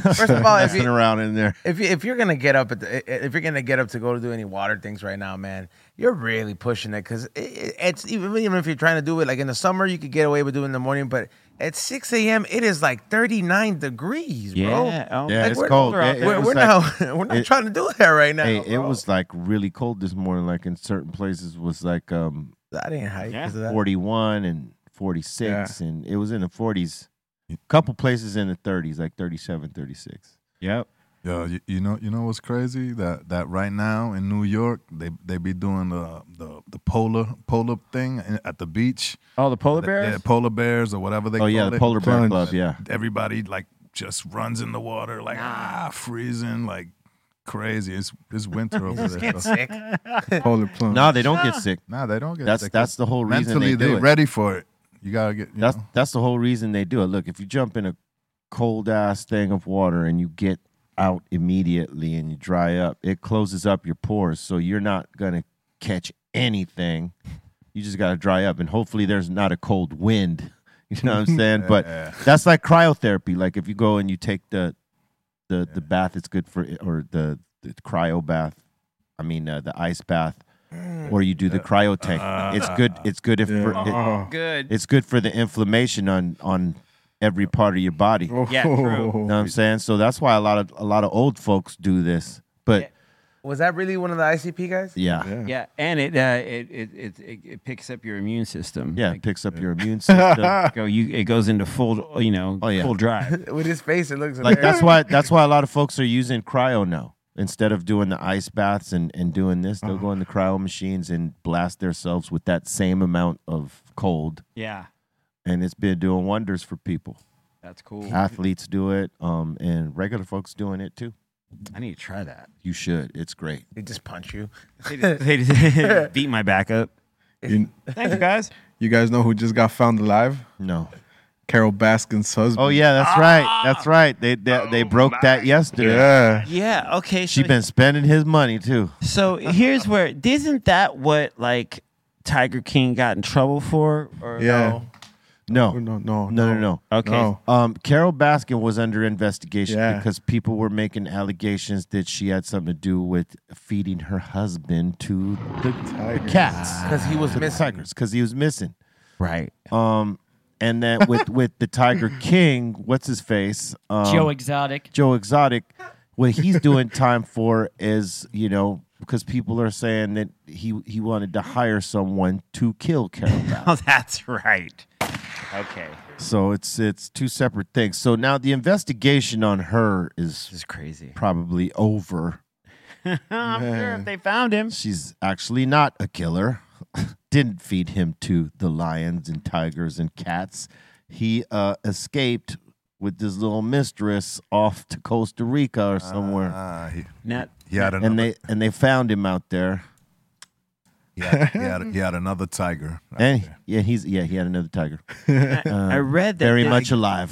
S6: First of all, if
S7: messing
S6: you,
S7: around in there.
S6: if you, if you're gonna get up at the, if you're gonna get up to go to do any water things right now, man, you're really pushing it because it, it, it's even even if you're trying to do it like in the summer, you could get away with doing it in the morning, but at 6 a.m. it is like 39 degrees, bro.
S8: Yeah,
S12: um,
S8: oh,
S7: Yeah,
S6: Like,
S7: it's
S6: we're-
S7: cold.
S6: We're,
S7: It- it
S6: we're,
S7: was
S6: we're
S7: like-
S6: not we're not
S7: it-
S6: trying to do that right now.
S7: Hey, it was like really cold this morning. Like in certain places was like um
S6: I didn't hike because of that.
S7: 41 and 46 and it was in the 40s a couple places in the 30s like 37 36 yep
S12: Yeah, you, you know, you know what's crazy that that right now in New York they they be doing the the, the polar polar thing in- at the beach.
S8: Oh, the polar
S12: The-
S8: bears?
S12: yeah, polar bears or whatever they.
S7: Oh,
S12: call
S7: yeah, the
S12: it.
S7: polar bear Plunge. club, yeah.
S12: everybody like just runs in the water like ah freezing like crazy. It's it's winter over
S6: Just
S12: there.
S6: get
S12: so-
S6: sick.
S12: Polar plunge.
S7: no they don't get sick
S12: No, Hmm. they don't get
S7: that's
S12: sick.
S7: that's the whole reason
S12: Mentally,
S7: they do
S12: they
S7: it.
S12: ready for it you gotta get
S7: that's that's the whole reason they do it look if you jump in a cold ass thing of water and you get out immediately and you dry up it closes up your pores so you're not gonna catch anything you just gotta dry up and hopefully there's not a cold wind you know what i'm saying but
S12: Yeah.
S7: that's like cryotherapy like if you go and you take the the the bath it's good for or the, the cryo bath i mean uh, the ice bath or you do the cryo tank it's good it's good if for, it-
S6: Oh. Good.
S7: it's good for the inflammation on on every part of your body
S6: Yeah, true.
S7: you know what i'm saying so that's why a lot of a lot of old folks do this but
S6: Was that really one of the ICP guys?
S7: yeah yeah,
S8: Yeah, and it, uh, it, it it it it picks up your immune system.
S7: it picks up your immune system
S8: So go you it goes into full you know
S7: Oh, yeah.
S8: full drive.
S6: With his face, it looks
S7: like that's
S6: hilarious.
S7: why that's why a lot of folks are using cryo now instead of doing the ice baths and, and doing this they'll
S8: Uh-huh.
S7: go in the cryo machines and blast themselves with that same amount of cold
S8: Yeah.
S7: and it's been doing wonders for people
S8: That's cool.
S7: athletes do it um, and regular folks doing it too
S8: I need to try that.
S7: you should it's great
S6: They just punch you.
S8: They just, they just beat my back up.
S9: You,
S8: Thank you guys.
S9: you guys know who just got found alive?
S7: No.
S9: Carol Baskin's husband.
S7: oh yeah that's right that's right they they,
S8: Oh
S7: they broke that yesterday
S9: Yeah.
S8: Yeah. Okay.
S7: she been spending his money too
S8: So here's where isn't that what like Tiger King got in trouble for? Or
S7: Yeah. No.
S9: No, no,
S7: no, no, no.
S8: Okay. No.
S7: Um, Carol Baskin was under investigation
S8: Yeah.
S7: because people were making allegations that she had something to do with feeding her husband to the, the cats
S6: Because Ah. he was
S7: to the
S6: missing.
S7: tigers because he was missing.
S8: Right.
S7: Um, and that with with the Tiger King, what's his face? Um,
S13: Joe Exotic.
S7: Joe Exotic. What he's doing time for is you know because people are saying that he he wanted to hire someone to kill Carol. Baskin.
S8: Oh, that's right. Okay.
S7: So it's it's two separate things. So now the investigation on her is
S8: is crazy.
S7: Probably over.
S8: I'm sure if they found him.
S7: She's actually not a killer. Didn't feed him to the lions and tigers and cats. He uh, escaped with his little mistress off to Costa Rica or somewhere.
S12: Ah, he,
S8: Not-
S12: he had
S7: and they and they found him out there.
S12: Yeah, he had, he had another tiger.
S7: And yeah, he's yeah he had another tiger.
S8: I read that
S7: Uh, very
S8: they-
S7: much alive.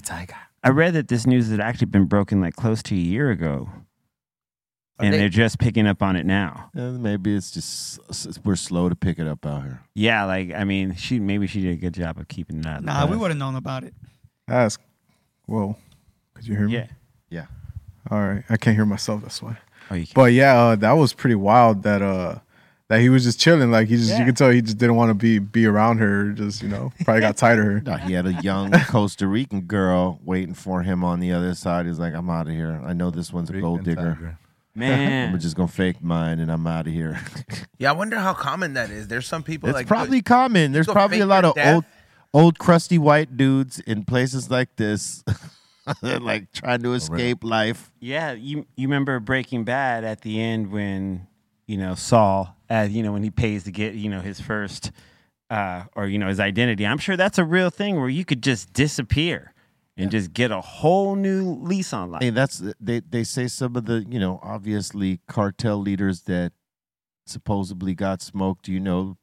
S8: tiger. I read that this news had actually been broken like close to a year ago, and
S7: they-
S8: they, are just picking up on it now.
S7: Uh, maybe it's just s- s- we're slow to pick it up out here.
S8: Yeah, like I mean, she maybe she did a good job of keeping it out. of the
S10: Nah, we
S8: press.
S10: would have known about it.
S9: Ask. Whoa. Could you hear me?
S8: Yeah.
S7: Yeah.
S9: All right. I can't hear myself. That's why.
S8: Oh, you
S9: But yeah, uh, that was pretty wild. That uh, that he was just chilling. Like he just, you could tell he just didn't want to be be around her. Just you know, probably got tired of her.
S7: No, he had a young Costa Rican girl waiting for him on the other side. He's like, I'm out of here. I know this one's a gold digger.
S6: Man.
S7: I'm just going to fake mine and I'm out of here.
S6: Yeah, I wonder how common that is. There's some people
S7: it's
S6: like
S7: probably common. There's
S6: go
S7: probably a
S6: fake
S7: lot
S6: your
S7: of
S6: death?
S7: old, old, crusty white dudes in places like this, like trying
S9: Oh,
S7: to escape life.
S8: Yeah, you you remember Breaking Bad at the end when you know Saul, uh, you know when he pays to get you know his first uh, or you know his identity. I'm sure that's a real thing where you could just disappear and just get a whole new lease on life.
S7: Hey, that's they. They say some of the you know obviously cartel leaders that supposedly got smoked. You know,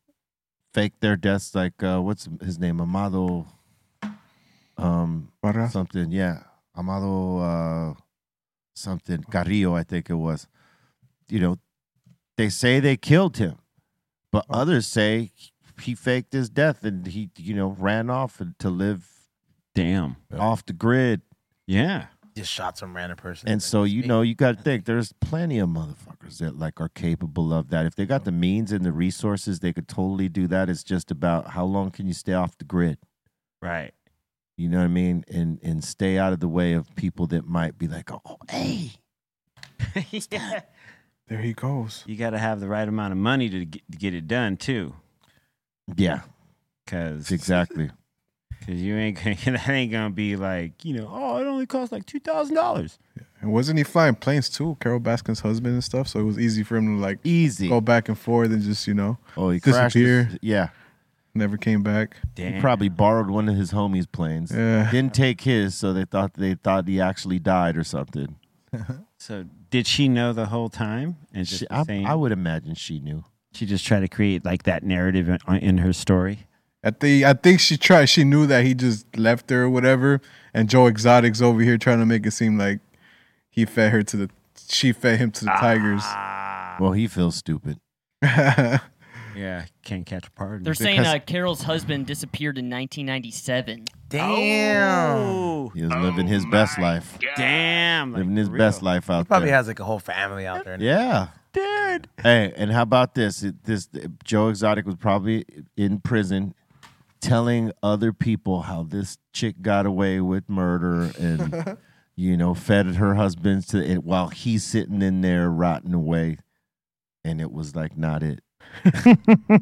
S7: faked their deaths. Like uh, what's his name? Amado. Um, something. Yeah, Amado. Uh, something Carrillo, I think it was. You know, they say they killed him, but
S8: Oh.
S7: others say he faked his death and he you know ran off and- to live.
S8: Damn.
S7: Off the grid.
S8: Yeah.
S6: just shot some random person.
S7: And so you know, you got to think there's plenty of motherfuckers that like are capable of that. If they got the means and the resources, they could totally do that. It's just about how long can you stay off the grid,
S8: right?
S7: You know what I mean, and and stay out of the way of people that might be like, oh, hey,
S8: yeah.
S9: There he goes.
S8: You got to have the right amount of money to get, to get it done too.
S7: Yeah.
S8: Cause
S7: exactly.
S8: Cause you ain't gonna that ain't gonna be like you know oh it only costs like two thousand dollars.
S9: And wasn't he flying planes too? Carol Baskin's husband and stuff. So it was easy for him to like
S7: easy
S9: go back and forth and just you know
S7: Oh, he crashed
S9: disappear.
S7: his- yeah.
S9: never came back.
S7: He probably borrowed one of his homies' planes.
S9: Yeah.
S7: Didn't take his, so they thought they thought he actually died or something.
S8: So did she know the whole time? And
S7: She-
S8: just
S7: I-
S8: the same?
S7: I would imagine she knew.
S8: She just tried to create like that narrative in, in her story.
S9: I think I think she tried. She knew that he just left her or whatever. And Joe Exotic's over here trying to make it seem like he fed her to the. She fed him to the tigers.
S7: Ah. Well, he feels stupid.
S8: Yeah, can't catch a pardon.
S13: They're saying uh, Carol's husband disappeared in 1997.
S6: Damn.
S7: He was living his best life.
S8: Damn.
S7: Living his best life
S6: He
S7: out
S6: probably
S7: there.
S6: has like a whole family out there.
S7: Yeah.
S8: Dude.
S7: Hey, and how about this? It- This uh, Joe Exotic was probably in prison telling other people how this chick got away with murder and you know, fed her husband to it while he's sitting in there rotting away and it was like not it.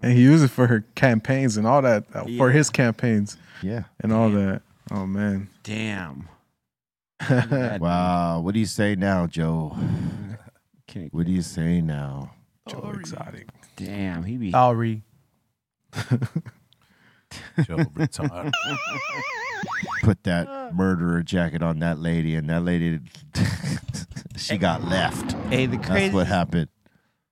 S9: And he used it for her campaigns and all that. uh, For
S7: Yeah.
S9: his campaigns.
S7: Yeah.
S9: And all that. Oh man.
S8: Damn.
S7: wow. What do you say now, Joe?
S8: Can't-
S7: What do you say now?
S9: Joe Exotic.
S8: Damn, he be
S6: Sorry.
S7: Joe retired. Put that murderer jacket on that lady, and that lady, she got left.
S8: Hey, the
S7: That's what
S8: craziest-
S7: happened.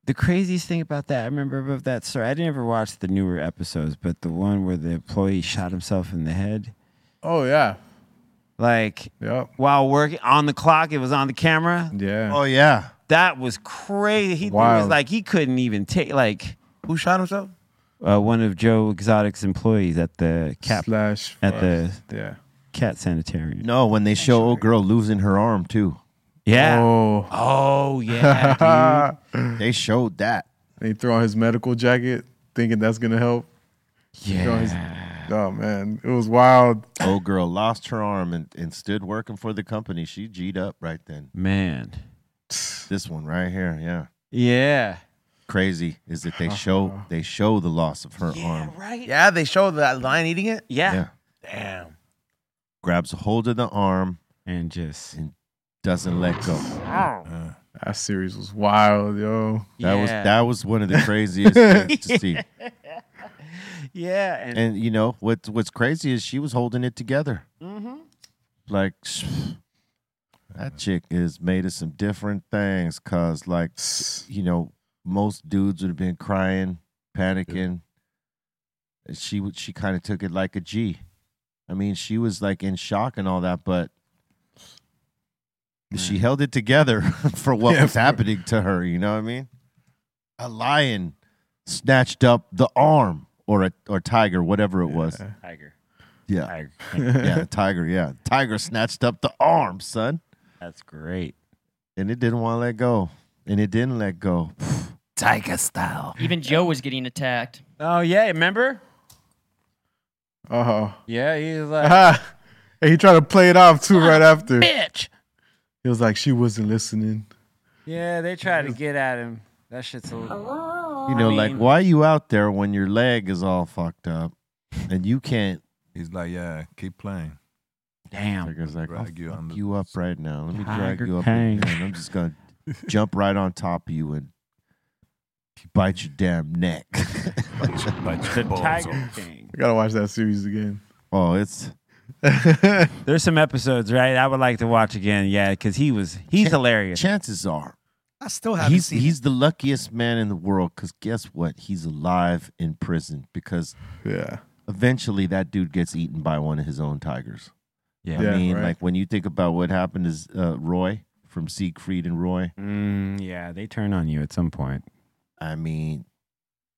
S8: The craziest thing about that, I remember of that story. I never watched the newer episodes, but the one where the employee shot himself in the head.
S9: Oh yeah.
S8: Like while working on the clock, it was on the camera.
S9: Yeah.
S7: Oh yeah.
S8: That was crazy. He it was
S6: Wild.
S8: like he couldn't even take like
S6: Who shot himself?
S8: uh, one of Joe Exotic's employees at the cat
S9: Slash
S8: at the
S9: yeah.
S8: cat sanitarium.
S7: No, when they show old girl losing her arm too.
S8: Yeah.
S9: Oh.
S8: Oh yeah, dude.
S7: they showed that.
S9: And he threw on his medical jacket, thinking that's gonna help. He threw on his- oh man, it was wild.
S7: Old girl lost her arm and, and stood working for the company. She G'd up right then.
S8: Man.
S7: This one right here, yeah.
S8: Yeah.
S7: Crazy is that they
S9: Uh-huh.
S7: show they show the loss of her arm.
S6: Right. Yeah, they show that lion eating it.
S7: Yeah.
S6: Damn.
S7: Grabs a hold of the arm
S8: and just
S7: and doesn't let go.
S9: Uh, That series was wild, yo.
S7: That was
S8: Yeah.
S7: that was one of the craziest things to see.
S8: Yeah, and,
S7: And you know what? What's crazy is she was holding it together.
S6: Mm-hmm.
S8: Mhm.
S7: Like
S9: Mm-hmm.
S7: that chick is made of some different things. Cause like you know, most dudes would have been crying, panicking. And She would. She kind of took it like a G. I mean, she was like in shock and all that, but she held it together for what
S9: Mm. Yeah,
S7: was
S9: for-
S7: happening to her. You know what I mean? A lion snatched up the arm or a or tiger, whatever it was.
S8: Tiger.
S7: Yeah.
S8: Tiger.
S7: yeah, tiger. Yeah. Tiger snatched up the arm, son.
S8: That's great.
S7: And it didn't want to let go. And it didn't let go.
S13: Tiger style. Even Joe was getting attacked.
S8: Oh yeah, remember?
S9: Uh huh.
S8: Yeah, he was uh,
S7: Uh-huh.
S9: and he tried to play it off too right after.
S8: bitch.
S9: He was like, she wasn't listening.
S8: Yeah, they tried to get at him. That shit's a little.
S7: You know,
S8: I
S7: like
S8: mean,
S7: why you out there when your leg is all fucked up and you can't
S12: He's like, yeah, keep playing.
S8: Damn.
S7: Tiger's like, I'll
S12: Drag you
S7: fuck
S12: under
S7: you up right now. Let me drag
S8: Tiger
S7: you up
S8: King.
S7: again. I'm just gonna jump right on top of you and bite your damn neck.
S8: the Tiger King.
S9: I gotta watch that series again.
S7: Oh, it's
S8: There's some episodes, right? I would like to watch again. Yeah, because he was he's hilarious.
S7: Chances are
S10: I still haven't
S7: he's
S10: seen
S7: he's the luckiest man in the world because guess what? He's alive in prison because
S9: yeah,
S7: eventually that dude gets eaten by one of his own tigers.
S8: Yeah.
S7: I
S8: Yeah,
S7: mean,
S8: right.
S7: like when you think about what happened to uh, Roy from Siegfried and Roy.
S8: Mm, yeah, they turn on you at some point.
S7: I mean,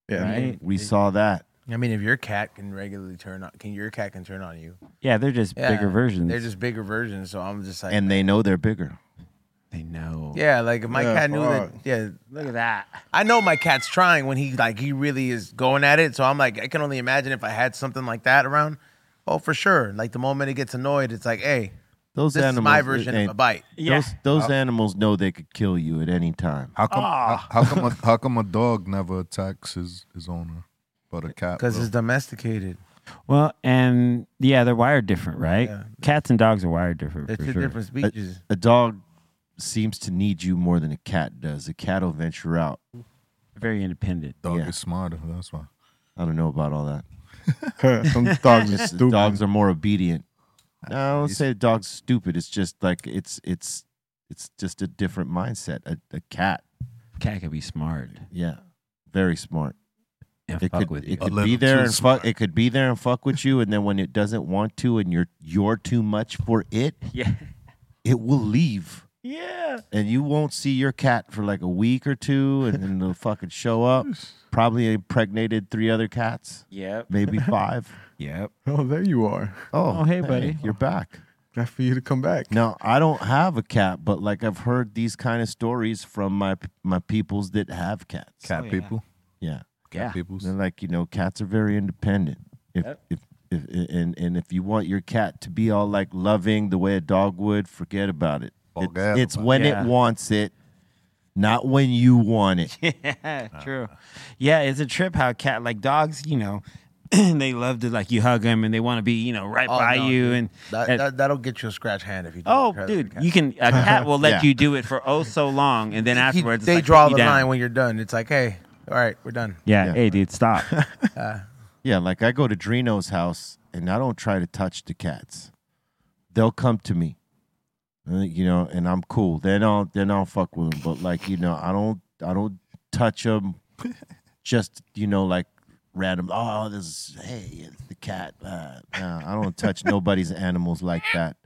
S9: Yeah.
S8: Right?
S7: we saw that.
S6: I mean, if your cat can regularly turn on, can your cat can turn on you?
S8: Yeah, they're just
S6: Yeah,
S8: bigger versions.
S6: They're just bigger versions. So I'm just like,
S7: and they know they're bigger.
S8: They know.
S6: yeah, like if my
S8: Yeah,
S6: cat knew that.
S8: fuck.
S6: Yeah,
S8: look at that.
S6: I know my cat's trying when he like he really is going at it. So I'm like, I can only imagine if I had something like that around. Oh, for sure. Like the moment it gets annoyed, it's like, hey,
S7: Those
S6: This is
S7: animals,
S6: my version of
S7: and
S6: a bite. Oh. Yeah.
S7: Those, those
S6: How-
S7: animals know they could kill you at any time.
S12: How come?
S6: Ah.
S7: Ah.
S12: How, how come? A, how come a dog never attacks his, his owner, but a cat?
S6: because
S12: will?
S6: it's domesticated.
S8: Well, and yeah, they're wired different, right?
S6: Yeah.
S8: Cats and dogs are wired different.
S6: They're
S8: for
S6: two
S8: sure.
S6: different
S7: A-
S6: species.
S7: A, dog seems to need you more than a cat does. A cat will venture out.
S8: Very independent.
S12: Dog is smarter. That's why.
S7: I don't know about all that.
S9: Some dogs are
S7: Just
S9: stupid.
S7: Dogs are more obedient. No, I don't say the dog's stupid. It's just like it's it's it's just a different mindset. A, a cat,
S8: cat could be smart.
S7: Yeah, very smart.
S8: And
S7: it
S8: fuck
S7: could
S8: with you.
S7: it
S8: A
S7: could be
S8: little
S7: there
S8: too
S7: and fuck. It could be there and fuck with you, and then when it doesn't want to, and you're you're too much for it,
S8: yeah,
S7: it will leave.
S8: Yeah.
S7: and you won't see your cat for like a week or two, and then they'll fucking show up. Probably impregnated three other cats.
S8: Yep.
S7: Maybe five.
S8: yep.
S9: Oh, there you are.
S7: Oh,
S8: Oh, hey, buddy.
S7: You're back.
S9: Glad for you to come back.
S7: Now, I don't have a cat, but like I've heard these kind of stories from my my peoples that have cats.
S12: Cat Oh, yeah. people?
S7: Yeah.
S12: Cat Yeah. peoples?
S7: They're like, you know, cats are very independent. If,
S12: Yep.
S7: if if and and if you want your cat to be all like loving the way a dog would, forget about it. It's-
S8: Forget
S7: it's
S8: about
S7: when
S8: it.
S7: it
S8: Yeah.
S7: wants it, not when you want it.
S8: yeah, true. Yeah, it's a trip how cat like dogs, you know, they love to like you hug them and they want to be, you know, right
S6: Oh,
S8: by
S6: no,
S8: you
S6: dude.
S8: and
S6: that,
S8: and-
S6: that that'll get you a scratch hand if you. do
S8: Oh,
S6: that to
S8: dude,
S6: a cat.
S8: you can a cat will let
S6: Yeah.
S8: you do it for oh so long and then
S6: He-
S8: afterwards it's
S6: they
S8: like,
S6: draw
S8: put
S6: the
S8: you down.
S6: line when you're done. It's like, hey, all right, we're done. Uh,
S8: Yeah, hey dude, stop.
S7: Yeah, like I go to Drino's house and I don't try to touch the cats. They'll come to me, uh, you know, and I'm cool. Then I'll then I'll fuck with them. But like you know, I don't I don't touch them. Just you know, like random. Oh, this is hey, it's the cat. Uh, nah, I don't touch nobody's animals like that.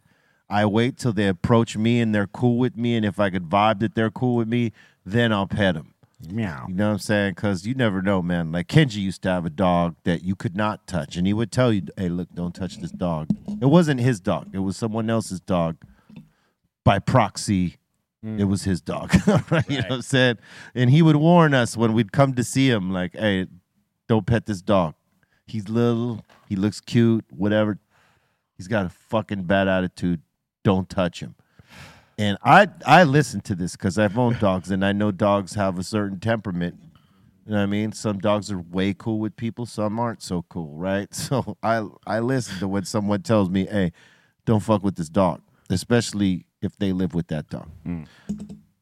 S7: I wait till they approach me and they're cool with me, and if I could vibe that they're cool with me, then I'll pet them.
S8: Meow.
S7: You know what I'm saying? Because you never know, man. Like Kenji used to have a dog that you could not touch, and he would tell you, "Hey, look, don't touch this dog." It wasn't his dog; it was someone else's dog. By proxy, it was his dog. right? You know what I'm saying? And he would warn us when we'd come to see him, like, "Hey, don't pet this dog. He's little. He looks cute. Whatever. He's got a fucking bad attitude. Don't touch him." And I I listen to this because I've owned dogs and I know dogs have a certain temperament. You know what I mean? Some dogs are way cool with people, some aren't so cool, right? So I I listen to when someone tells me, hey, don't fuck with this dog, especially if they live with that dog.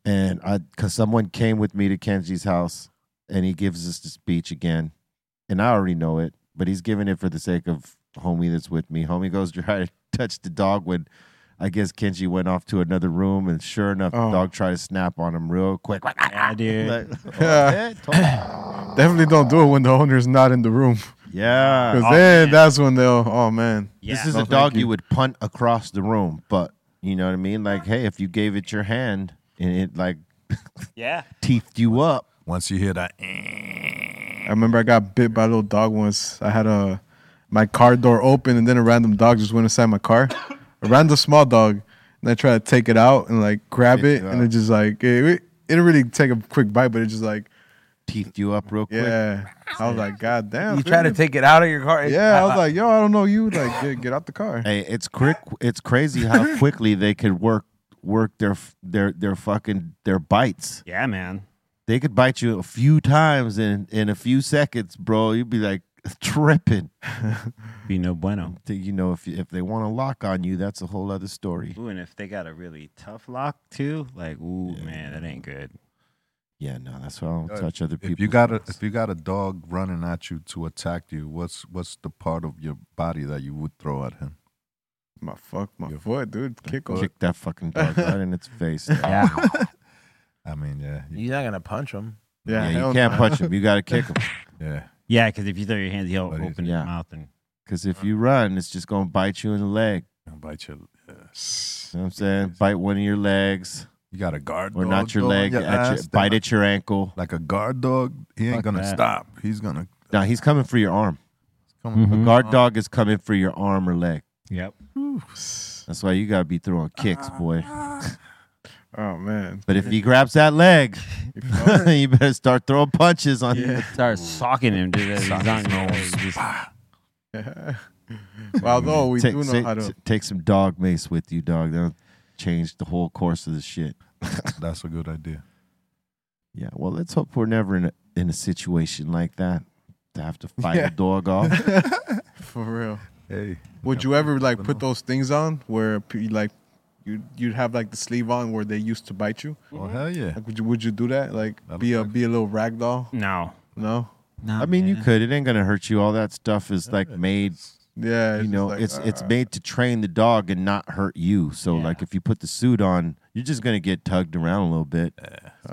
S7: And I cause someone came with me to Kenji's house and he gives us the speech again. And I already know it, but he's giving it for the sake of homie that's with me. Homie goes to try to touch the dog when I guess Kenji went off to another room, and sure enough, the dog tried to snap on him real quick. oh, I
S8: did.
S9: Yeah.
S12: Oh,
S9: Definitely don't do it when the owner's not in the room.
S7: Yeah.
S9: Because
S7: Oh,
S9: then that's when they'll, oh man.
S7: This is a dog you. would punt across the room, but you know what I mean? Like, hey, if you gave it your hand and it like
S8: yeah
S7: teethed you up.
S12: Once you hear that, eh.
S9: I remember I got bit by a little dog once. I had a my car door open, and then a random dog just went inside my car. a random small dog, and I tried to take it out and like grab
S7: Spit
S9: it,
S7: you
S9: and
S7: out.
S9: it just like it, it didn't really take a quick bite, but it just like
S7: teethed you up real
S9: quick. Yeah, I was like, God damn!
S6: You try to take it out of your car.
S9: Yeah, I was like, Yo, I don't know you. Like, get, get out the car.
S7: Hey, it's quick. It's crazy how quickly they could work work their f- their their fucking their bites.
S8: Yeah, man.
S7: They could bite you a few times in in a few seconds, bro. You'd be like tripping.
S8: be no bueno.
S7: You know, if if they want to lock on you, that's a whole other story.
S8: Ooh, and if they got a really tough lock too, like ooh man, that ain't good.
S7: Yeah, no, that's why I don't touch other
S12: If
S7: people.
S12: you got a if you got a dog running at you to attack you, what's what's the part of your body that you would throw at him?
S9: My fuck, my foot, dude. Kick
S12: foot.
S9: off.
S7: Kick that fucking dog right in its face.
S9: Yeah.
S12: I mean, yeah.
S6: You're not gonna punch him.
S7: Yeah, you can't punch him. You got to kick him.
S12: Yeah.
S8: Yeah, because if you throw your hands, he'll open
S7: yeah.
S8: his mouth and
S7: Because if you run, it's just gonna bite you in the leg.
S12: Bite your.
S7: You know what I'm saying? Bite one of your legs.
S12: You got a guard
S7: or
S12: dog
S7: not your
S12: going
S7: leg.
S12: your
S7: at
S12: ass,
S7: your, bite at your ankle.
S12: Like a guard dog, he ain't
S7: Fuck
S12: gonna
S7: that.
S12: stop. He's gonna.
S7: Now he's coming for your arm.
S12: coming for
S7: A
S12: your
S7: guard
S12: arm.
S7: dog is coming for your arm or leg.
S8: Yep.
S7: That's why you gotta be throwing kicks,
S12: Ah.
S7: boy.
S9: Oh man.
S7: But if he grabs that leg, you better start throwing punches on him.
S8: start socking him, dude. He's
S7: Socking
S8: not gonna
S7: him.
S8: just-
S9: Well, no, we
S7: take,
S9: do know
S7: say-
S9: how to-
S7: take some dog mace with you, dog. That'll change the whole course of the shit.
S12: That's a good idea.
S7: Yeah. Well, let's hope we're never in a, in a situation like that to have to fight
S9: Yeah.
S7: a dog off.
S9: For real.
S12: Hey.
S9: Would you ever like put those things on where p- like you you'd have like the sleeve on where they used to bite you?
S12: Oh hell yeah.
S9: Like, would you would you do that? Like be a be a little rag doll?
S8: No.
S9: No.
S7: I mean, you could. It ain't gonna hurt you. All that stuff is like made.
S9: Yeah,
S7: you know, it's it's
S9: uh,
S7: made to train the dog and not hurt you. So like, if you put the suit on, you're just gonna get tugged around a little bit.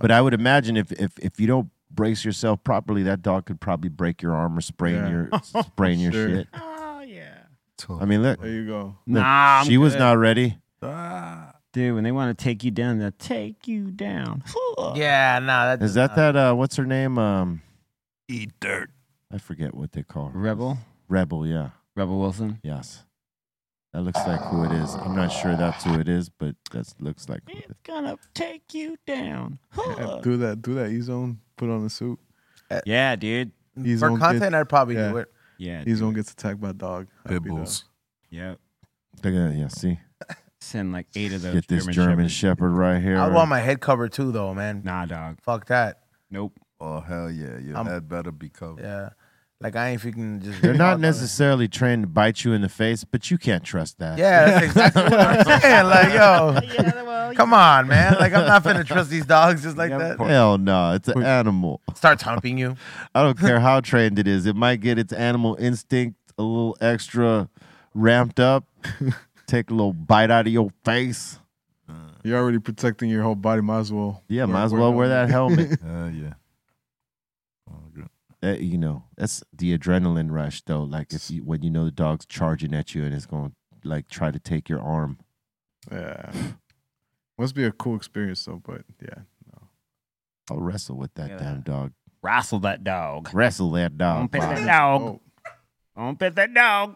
S7: But I would imagine if if if you don't brace yourself properly, that dog could probably break your arm or sprain
S9: Yeah.
S7: your sprain your
S9: Sure.
S7: shit. Oh yeah. I mean, look.
S9: There you go.
S7: Look,
S8: Nah, I'm
S7: she was
S8: good.
S7: not ready.
S6: Ah.
S8: Dude, when they want to take you down, they'll take you down.
S6: Yeah, nah. That
S7: Is that that? Uh, what's her name? Um,
S12: Eat dirt.
S7: I forget what they call her.
S8: Rebel?
S7: Rebel, yeah.
S8: Rebel Wilson?
S7: Yes. That looks like who it is. I'm not sure that's who it is, but that looks like who it is.
S8: Gonna take you down.
S9: yeah, do that. Do that. E-zone. Put on a suit.
S8: Yeah, dude.
S9: He's
S6: For
S9: gonna
S6: content, I'd probably do it.
S8: Yeah,
S9: He's gonna get attacked by a dog. Pit bulls.
S8: Yep.
S7: Look at that. Yeah, see?
S8: Send like eight of those.
S7: Get this German Shepherd right here.
S6: I want my head covered too, though, man.
S8: Nah, dog.
S6: Fuck that.
S8: Nope.
S12: Oh hell yeah. Your
S6: I'm-
S12: head better be covered.
S6: Yeah. Like I ain't freaking just.
S7: They're not
S6: fuck
S7: necessarily trained to bite you in the face, but you can't trust that.
S6: Yeah, that's exactly what I'm saying. Like, yo, come on, man. Like, I'm not finna trust these dogs just like that.
S7: Hell no, it's an animal.
S6: Starts humping you.
S7: I don't care how trained it is. It might get its animal instinct a little extra ramped up, take a little bite out of your face.
S9: You're already protecting your whole body. Might as well.
S7: Yeah, might as well wear that helmet.
S12: Uh, yeah.
S7: That, Eh, you know, that's the adrenaline rush though. Like if you, when you know the dog's charging at you and it's going to like try to take your arm.
S9: yeah. Must be a cool experience though. But yeah.
S7: I'll Oh, wrestle with that damn dog.
S8: Wrestle that dog.
S7: Wrestle that dog.
S8: Don't pet
S7: Bob.
S8: that dog. Don't pet that dog.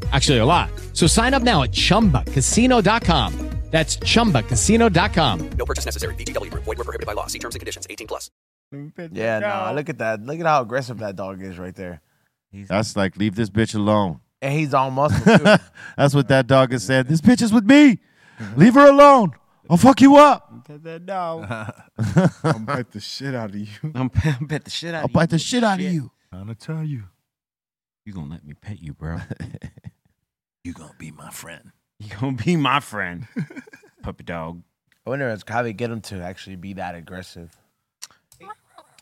S14: Actually, a lot. So sign up now at chumbacasino.com. That's chumbacasino.com.
S15: No purchase necessary. VGW Group. Void were prohibited by law. See terms and conditions. 18 plus.
S6: Yeah, nah. Look at that. Look at how aggressive that dog is right there.
S7: That's like leave this bitch alone.
S6: And he's all muscle too.
S7: That's what that dog has said. This bitch is with me. Leave her alone. I'll fuck you up.
S8: Pet that dog.
S9: I'll bite the shit out of you.
S8: I'm pet the shit out
S7: I'll
S8: of you.
S7: bite the shit out of
S8: Shit.
S7: you.
S12: Trying to tell you.
S8: You gonna let me pet you, bro?
S12: You gonna be my friend.
S8: you gonna be my friend, puppy dog.
S6: I wonder if- how they get them to actually be that aggressive.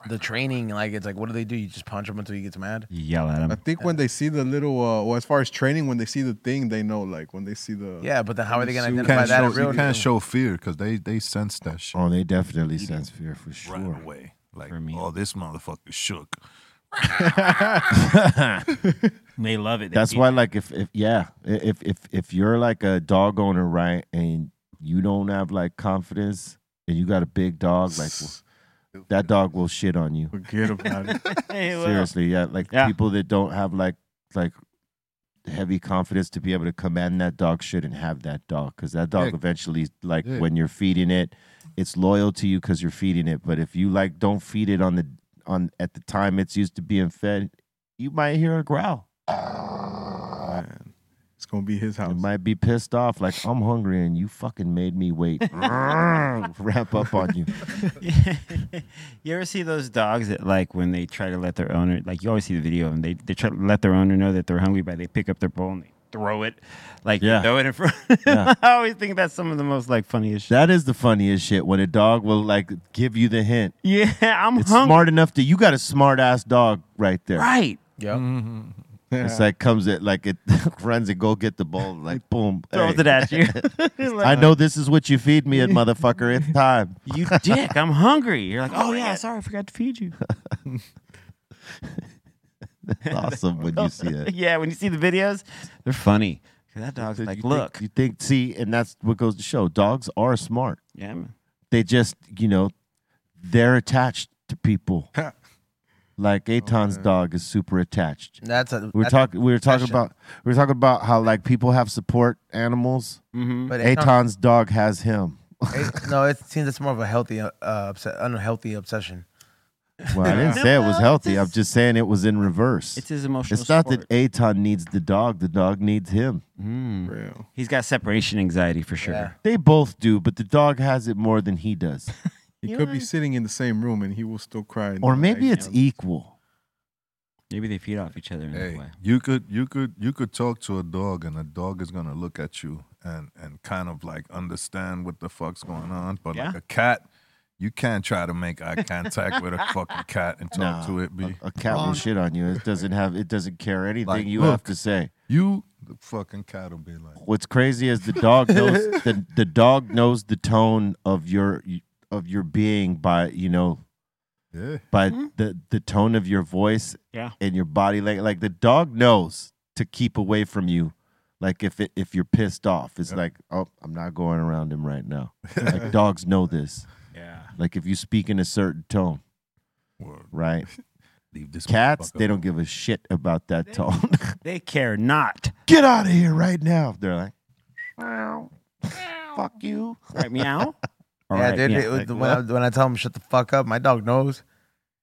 S6: The training, like, it's like, what do they do? You just punch them until he gets mad?
S8: You yell at him.
S9: I think when they see the little, uh, well, as far as training, when they see the thing, they know. Like when they see the.
S6: Yeah, but then how are they gonna
S9: suit.
S12: You
S6: identify
S12: can't,
S6: that
S12: show,
S6: in real
S12: you can't
S6: life?
S12: show fear because they, they sense that shit.
S7: Oh, they definitely sense fear for sure.
S12: Right away. Like, oh, this motherfucker shook.
S8: They love it. They
S7: That's
S8: keep
S7: why,
S8: it.
S7: like, if, if yeah, if if if you're like a dog owner, right, and you don't have like confidence, and you got a big dog, like w- that dog will shit on you.
S9: Forget about it.
S8: Hey, well,
S7: Seriously, yeah, like people that don't have like like heavy confidence to be able to command that dog shouldn't have that dog because that dog
S9: Yeah.
S7: eventually, like,
S9: Yeah.
S7: when you're feeding it, it's loyal to you because you're feeding it. But if you like don't feed it on the on at the time it's used to being fed, you might hear a growl.
S9: Man, Uh, it's gonna be his house.
S7: It might be pissed off, like I'm hungry and you fucking made me wait. Wrap up on you.
S8: You ever see those dogs that like when they try to let their owner like you always see the video and they they try to let their owner know that they're hungry but they pick up their bowl and they throw it, like
S7: Yeah.
S8: you throw it in front.
S7: Yeah.
S8: I always think that's some of the most like funniest. Shit.
S7: That is the funniest shit when a dog will like give you the hint.
S8: Yeah, I'm
S7: It's
S8: hungry.
S7: smart enough to you got a smart ass dog right there.
S8: Right.
S6: Yep.
S8: Mm-hmm.
S7: It's like comes at like it runs and go get the ball like boom
S8: Throws it at you.
S7: I know this is what you feed me, it motherfucker. It's time.
S8: You dick, I'm hungry. You're like, oh yeah, sorry, I forgot to feed you.
S7: It's awesome when you see it.
S8: yeah, when you see the videos, they're funny. 'Cause That dog's like,
S7: You think-
S8: look,
S7: you think see, and that's what goes to show dogs are smart.
S8: Yeah, man.
S7: They just you know they're attached to people. like Aton's dog is super attached.
S6: That's a-
S7: we're
S6: that's a
S7: talking. We were talking
S6: profession.
S7: about we were talking about how like people have support animals.
S8: Mm-hmm.
S6: Mhm. But Eitan-
S7: Aton's dog has him.
S6: It- no, it seems it's more of a healthy, uh, obs- unhealthy obsession.
S7: Well, I didn't say it was healthy. I'm just saying it was in reverse.
S8: It's his emotional
S7: It's not that Aton needs the dog. The dog needs him.
S8: Mm. he's got separation anxiety for sure.
S7: They both do, but the dog has it more than he does.
S9: He could be sitting in the same room and he will still cry.
S7: or maybe it's equal.
S8: Maybe they feed off each other in
S12: Hey,
S8: that way.
S12: you could you could you could talk to a dog and a dog is gonna look at you and and kind of like understand what the fuck's going on. But like
S7: Yeah.
S12: a cat, you can't try to make eye contact with a fucking cat and talk
S7: Nah,
S12: to it. Be
S7: A, a cat will shit on you. It doesn't have. It doesn't care anything
S12: Like,
S7: you have
S12: look.
S7: to say.
S12: You the fucking cat will be like
S7: What's crazy is the dog knows the, the dog knows the tone of your of your being by you know
S12: Yeah.
S7: by
S8: Mm-hmm.
S7: the the tone of your voice
S8: Yeah.
S7: and your body like like the dog knows to keep away from you like if it if you're pissed off it's like oh i'm not going around him right now like dogs know this
S8: Yeah.
S7: like if you speak in a certain tone right
S12: Leave this
S7: cats they don't give a shit about that tone
S8: They care not.
S7: get out of here right now they're like fuck you
S8: Right, meow. All
S6: yeah,
S8: right,
S6: dude.
S8: yeah.
S6: it was-
S8: Like,
S6: when, I,
S8: what?
S6: when I tell him shut the fuck up, my dog knows.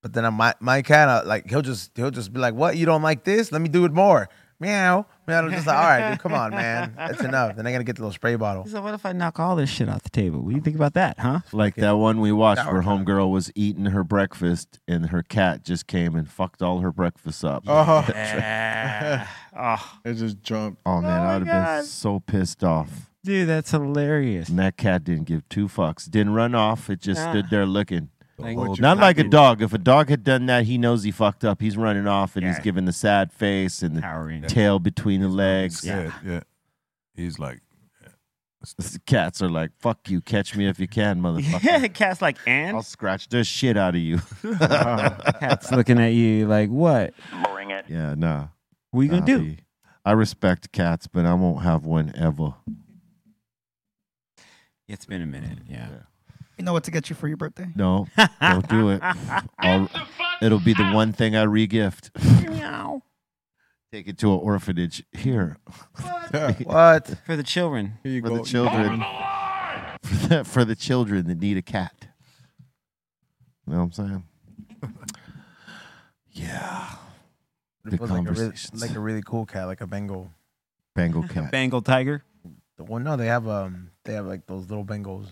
S6: But then I, my my cat, uh, like he'll just he'll just be like, "What? You don't like this? Let me do it more." Meow. Meow. I'm just like, "All right, dude. Come on, man. That's enough." Then I gotta get the little spray bottle.
S8: So what if I knock all this shit off the table? What do you think about that, huh?
S7: Like that one we watched
S8: Sour
S7: where homegirl was eating her breakfast and her cat just came and fucked all her breakfast up.
S9: Oh.
S8: oh.
S9: It just jumped.
S7: Oh, man, I would have
S9: God.
S7: been so pissed off.
S8: Dude, that's hilarious.
S7: And that cat didn't give two fucks. Didn't run off. It just
S8: Nah.
S7: stood there looking.
S8: Like, what you
S7: Not
S8: got
S7: like a
S8: did.
S7: dog. If a dog had done that, he knows he fucked up. He's running off and he's
S12: Yeah.
S7: giving the sad face and the
S8: Towering.
S7: tail between the legs.
S12: yeah yeah. He's like
S7: The cats are like, fuck you, catch me if you can, motherfucker.
S8: Yeah, cat's like and
S7: I'll scratch the shit out of you.
S8: cat's looking at you like what?
S7: Bring it. Yeah, nah.
S8: What you gonna
S7: Nah,
S8: do?
S7: B. I respect cats, but I won't have one ever.
S8: It's been a minute. Yeah.
S10: You know what to get you for your birthday?
S7: No, don't do it. I'll- it'll be the one thing I regift.
S8: Meow.
S7: Take it to an orphanage. Here.
S6: What?
S8: For the children.
S9: Here you
S7: For the children. For the, for the children that need a cat. You know what I'm saying? Yeah. Good
S6: It was like a, really,
S7: conversations.
S6: like a really cool cat, like a Bengal.
S7: Bengal cat.
S8: Bengal tiger.
S6: Well, no, they have um, they have like those little Bengals.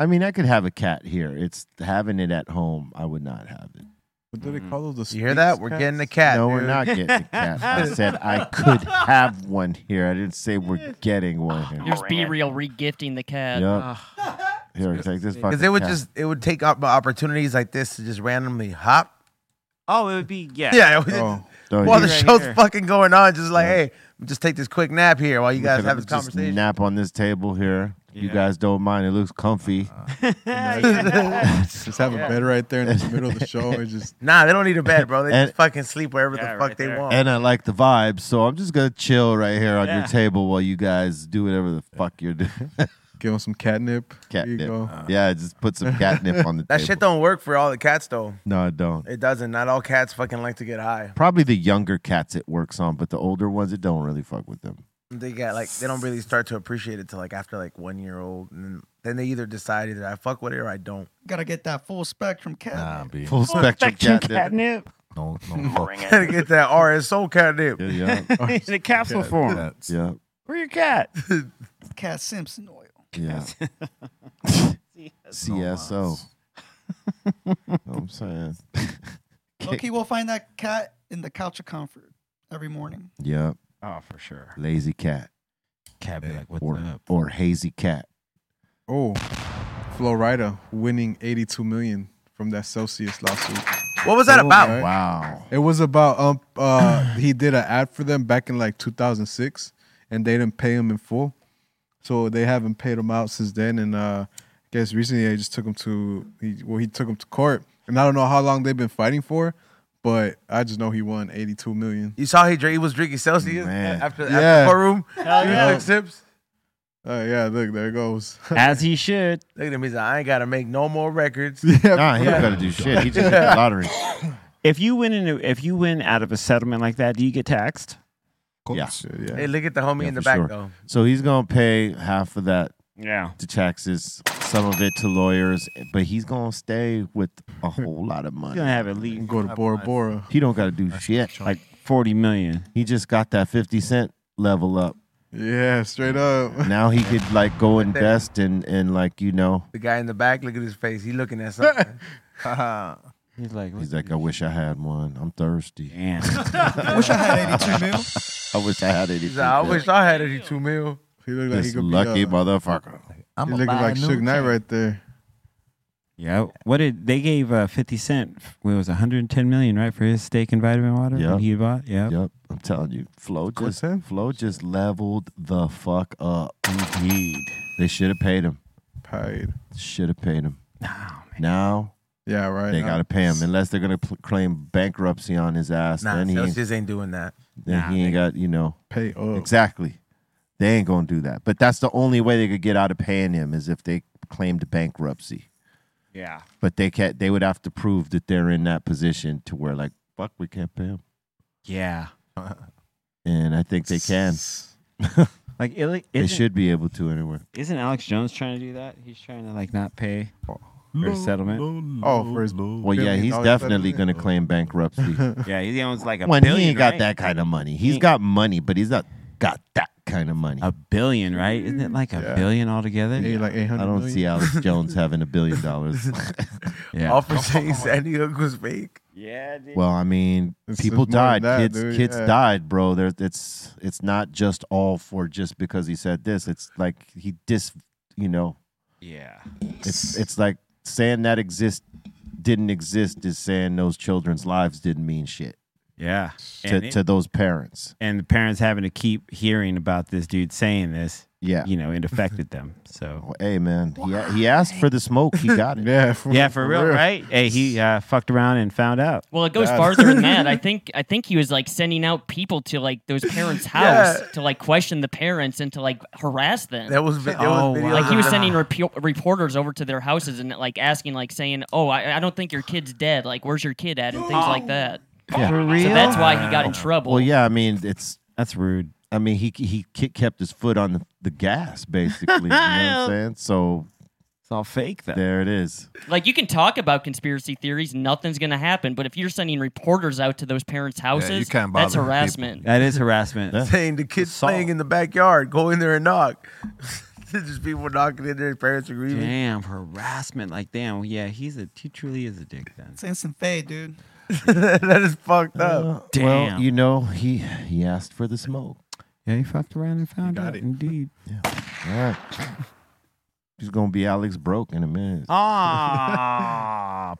S7: I mean, I could have a cat here. It's having it at home. I would not have it.
S9: What do they call those? The
S6: You hear that?
S9: Sphinx
S6: We're
S9: cats?
S6: getting a cat.
S7: Mm. no, we're
S6: dude.
S7: not getting a cat. I said I could have one here. I didn't say we're getting one here.
S13: There's Be Real regifting the cat.
S7: Yup.
S8: Ah.
S13: Ugh.
S7: Here, take this fucking
S6: Because it would
S7: cat.
S6: just it would take up opportunities like this to just randomly hop.
S8: Oh, it would be yeah.
S6: Yeah. it would-
S7: Oh,
S6: while the
S7: yeah. Right
S6: show's
S7: here.
S6: fucking going on, just like, hey, just take this quick nap here while you guys
S7: Look,
S6: have
S7: I'ma
S6: this
S7: just
S6: conversation.
S7: Nap on this table here. You
S6: Yeah.
S7: guys don't mind. It looks comfy.
S9: Just have a bed right there in the middle of the show and just
S6: Nah, they don't need a bed, bro. They
S7: And-
S6: just fucking sleep wherever the fuck they want.
S7: and I like the vibe, so I'm just gonna chill right here on
S6: Yeah.
S7: your table while you guys do whatever the fuck you're doing.
S9: give them some catnip.
S7: catnip. Uh,
S9: go.
S7: Yeah, just put some catnip on the
S6: that
S7: table.
S6: shit don't work for all the cats though.
S7: no, I don't.
S6: It doesn't. Not all cats fucking like to get high.
S7: Probably the younger cats it works on, but the older ones it don't really fuck with them.
S6: They get like they don't really start to appreciate it till like after like one year old, and then, then they either decide either I fuck with it or I don't.
S10: Gotta get that full spectrum cat.
S7: Full spectrum catnip.
S12: No,
S6: Gotta get that RSO catnip.
S7: Yeah,
S8: In a capsule form.
S7: yeah,
S8: Where your cat?
S10: Cat Simpson oil.
S7: yeah. CSO. know what I'm saying.
S10: Okay, we'll find that cat in the couch of comfort every morning.
S7: Yeah.
S8: Oh, for sure.
S7: Lazy cat.
S8: Cat be like, what's
S7: or,
S8: up?
S7: Or hazy cat.
S9: Oh, Florida winning 82 million from that Celsius lawsuit.
S6: What was that
S9: Oh,
S6: about?
S9: right.
S7: Wow.
S9: It was about um uh he did an ad for them back in like 2006 and they didn't pay him in full. So they haven't paid him out since then and uh I guess recently they just took him to he well he took him to court and I don't know how long they've been fighting for but I just know he won 82 million.
S6: You saw he, drink, he was drinking Celsius
S9: Man.
S6: after, after
S9: Yeah.
S6: the courtroom.
S9: Hell
S6: he was
S9: yeah.
S6: like sips.
S9: Uh, yeah, look, there it goes.
S8: As he should.
S6: Look at him. He's like, I ain't got to make no more records.
S7: Nah, he don't gotta do shit. He just hit the lottery.
S8: If you win in a, if you win out of a settlement like that, do you get taxed?
S7: Yeah.
S6: Hey, look at the homie
S7: Yeah,
S6: in the
S7: for
S6: back,
S7: sure.
S6: though.
S7: So he's gonna pay half of that.
S8: Yeah.
S7: To taxes, some of it to lawyers, but he's gonna stay with a whole lot of money.
S8: He's gonna have at least
S9: go to Bora Bora.
S7: He don't gotta do shit.
S8: Like forty million.
S7: He just got that fifty cent level up.
S9: Yeah, straight
S6: Uh,
S9: up.
S7: Now he could like go invest and and like you know
S6: The guy in the back, look at his face. He looking at something.
S8: He's like,
S7: he's like I wish I had one. I'm thirsty.
S8: Damn.
S6: I wish I had 82 mil.
S7: I wish I had eighty
S6: He's
S7: two.
S6: like, I wish I had 82 mil.
S9: He looked
S7: This lucky motherfucker.
S9: he looking like Suge Knight right there.
S8: Yeah. What did they gave uh, fifty cent? Well, it was one hundred and ten million, right, for his steak and vitamin water.
S7: Yep.
S8: He bought. Yeah.
S7: Yep. I'm telling you, Flo just Flo just leveled the fuck up.
S8: Indeed.
S7: They should have paid him.
S9: Paid.
S7: Should have paid him. Now.
S9: Yeah, right.
S7: They
S9: now.
S7: gotta pay him unless they're gonna pl- claim bankruptcy on his ass.
S6: Nah,
S7: then he ain't-
S6: Celsius ain't doing that.
S7: then he ain't got you know
S9: pay up.
S7: exactly. They ain't gonna do that. But that's the only way they could get out of paying him is if they claimed bankruptcy.
S8: Yeah.
S7: But they can't. They would have to prove that they're in that position to where like fuck, we can't pay him.
S8: Yeah.
S7: And I think they can.
S8: Like it,
S7: they should be able to anyway.
S8: Isn't Alex Jones trying to do that? He's trying to like not pay for a settlement.
S9: Oh, for his
S7: Well, yeah, he's definitely going to claim bankruptcy.
S8: yeah, he owns like a
S7: when
S8: billion.
S7: he ain't got
S8: right?
S7: that kind of money, he's got money, but he's not got that kind of money. A
S8: billion, right? Isn't it like a billion altogether?
S9: Yeah, like 800
S7: I don't see
S9: million.
S7: Alex Jones having a billion dollars.
S8: yeah.
S6: All for saying Sandy Hook was fake.
S8: Yeah, dude.
S7: Well, I mean,
S6: It's-
S7: people
S6: it's more than
S7: died.
S6: that,
S7: kids,
S6: dude,
S7: kids
S6: yeah.
S7: died, bro. There, it's it's not just all for just because he said this. It's like he dis, you know.
S8: Yeah.
S7: It's it's like saying that exist didn't exist is saying those children's lives didn't mean shit
S8: Yeah.
S7: to,
S8: And it-
S7: to those parents.
S8: and the parents having to keep hearing about this dude saying this.
S7: Yeah.
S8: You know, it affected them. So
S7: Hey man, he he asked for the smoke. He got it. yeah,
S8: yeah, for real, right? Hey, he uh, fucked around and found out.
S13: Well, it goes
S8: That-
S13: farther than that. I think I think he was like sending out people to like those parents' house
S6: Yeah.
S13: to like question the parents and to like harass them.
S6: That was vi- that was
S13: oh,
S6: videos
S13: like he was
S6: of-
S13: sending repu- reporters over to their houses and like asking like saying, "Oh, I, I don't think your kid's dead. Like, where's your kid at?" and things like that.
S7: Yeah.
S13: So that's why he got in trouble.
S7: Well, yeah, I mean, it's
S8: that's rude.
S7: I mean, he he ki- kept his foot on the, the gas basically. you know what I'm saying? So
S8: it's all fake. Though.
S7: There it is.
S13: Like you can talk about conspiracy theories, nothing's gonna happen. But if you're sending reporters out to those parents' houses, that's harassment.
S8: That is harassment.
S6: Saying the kids playing in the backyard, go in there and knock. There's just people knocking in there, parents are grieving.
S8: Damn, harassment. Like, damn, yeah, he's a he truly is a dick then.
S10: It's instant fade, dude.
S6: that is fucked
S8: Uh,
S6: up.
S7: Well, you know, he he asked for the smoke.
S8: Yeah, he fucked around and found out. Indeed.
S7: All right. He's gonna be Alex broke in a minute.
S8: Ah.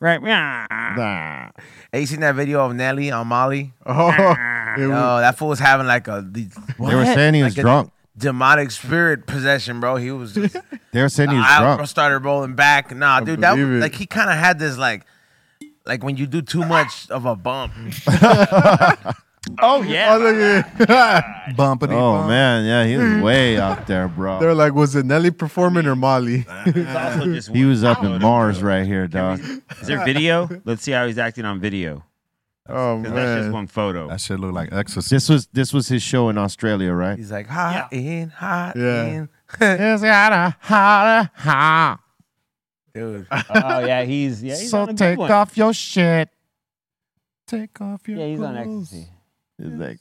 S8: right.
S7: Hey,
S6: you seen that video of Nelly on Molly?
S9: Oh,
S6: Yo, that fool was having like a. They
S7: They were saying he was drunk.
S6: Demonic spirit possession, bro. He was. Just,
S7: They were saying he was
S6: I
S7: drunk.
S6: started rolling back. Nah, dude, that
S7: believe it.
S6: was, like he kind of had this like, like when you do too much of a bump.
S8: oh yeah.
S9: Bumpity
S7: oh
S9: bump.
S7: man, yeah, he was way out there, bro.
S9: They're like, was it Nelly performing or Molly?
S7: he was up in Mars right here, dog.
S8: Is there video? Let's see how he's acting on video.
S9: Oh
S8: man, that's just one photo. That
S12: should look like exorcist.
S7: This was this was his show in Australia, right?
S6: He's like hot in, hot
S7: Yeah.
S6: in.
S7: It's gotta, hotter, hot.
S6: Dude.
S8: Oh yeah, he's yeah. He's
S7: so
S8: on a good
S7: take
S8: one.
S7: off your shit.
S12: Take off your
S8: Yeah, he's on
S12: clothes.
S8: ecstasy.
S7: It's like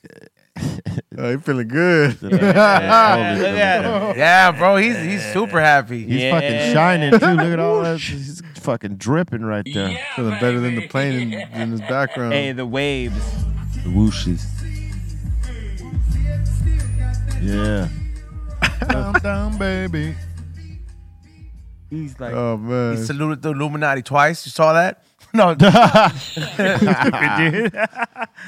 S9: Oh, you feeling good?
S6: yeah, bro, he's he's super happy.
S7: He's fucking shining too. Look at all that. He's fucking dripping right there.
S9: Feeling better than the plane in, in his background.
S8: Hey, the waves.
S7: The whooshes. Yeah.
S9: Calm down, baby.
S6: He's like,
S9: Oh, man.
S6: he saluted the Illuminati twice. You saw that? No,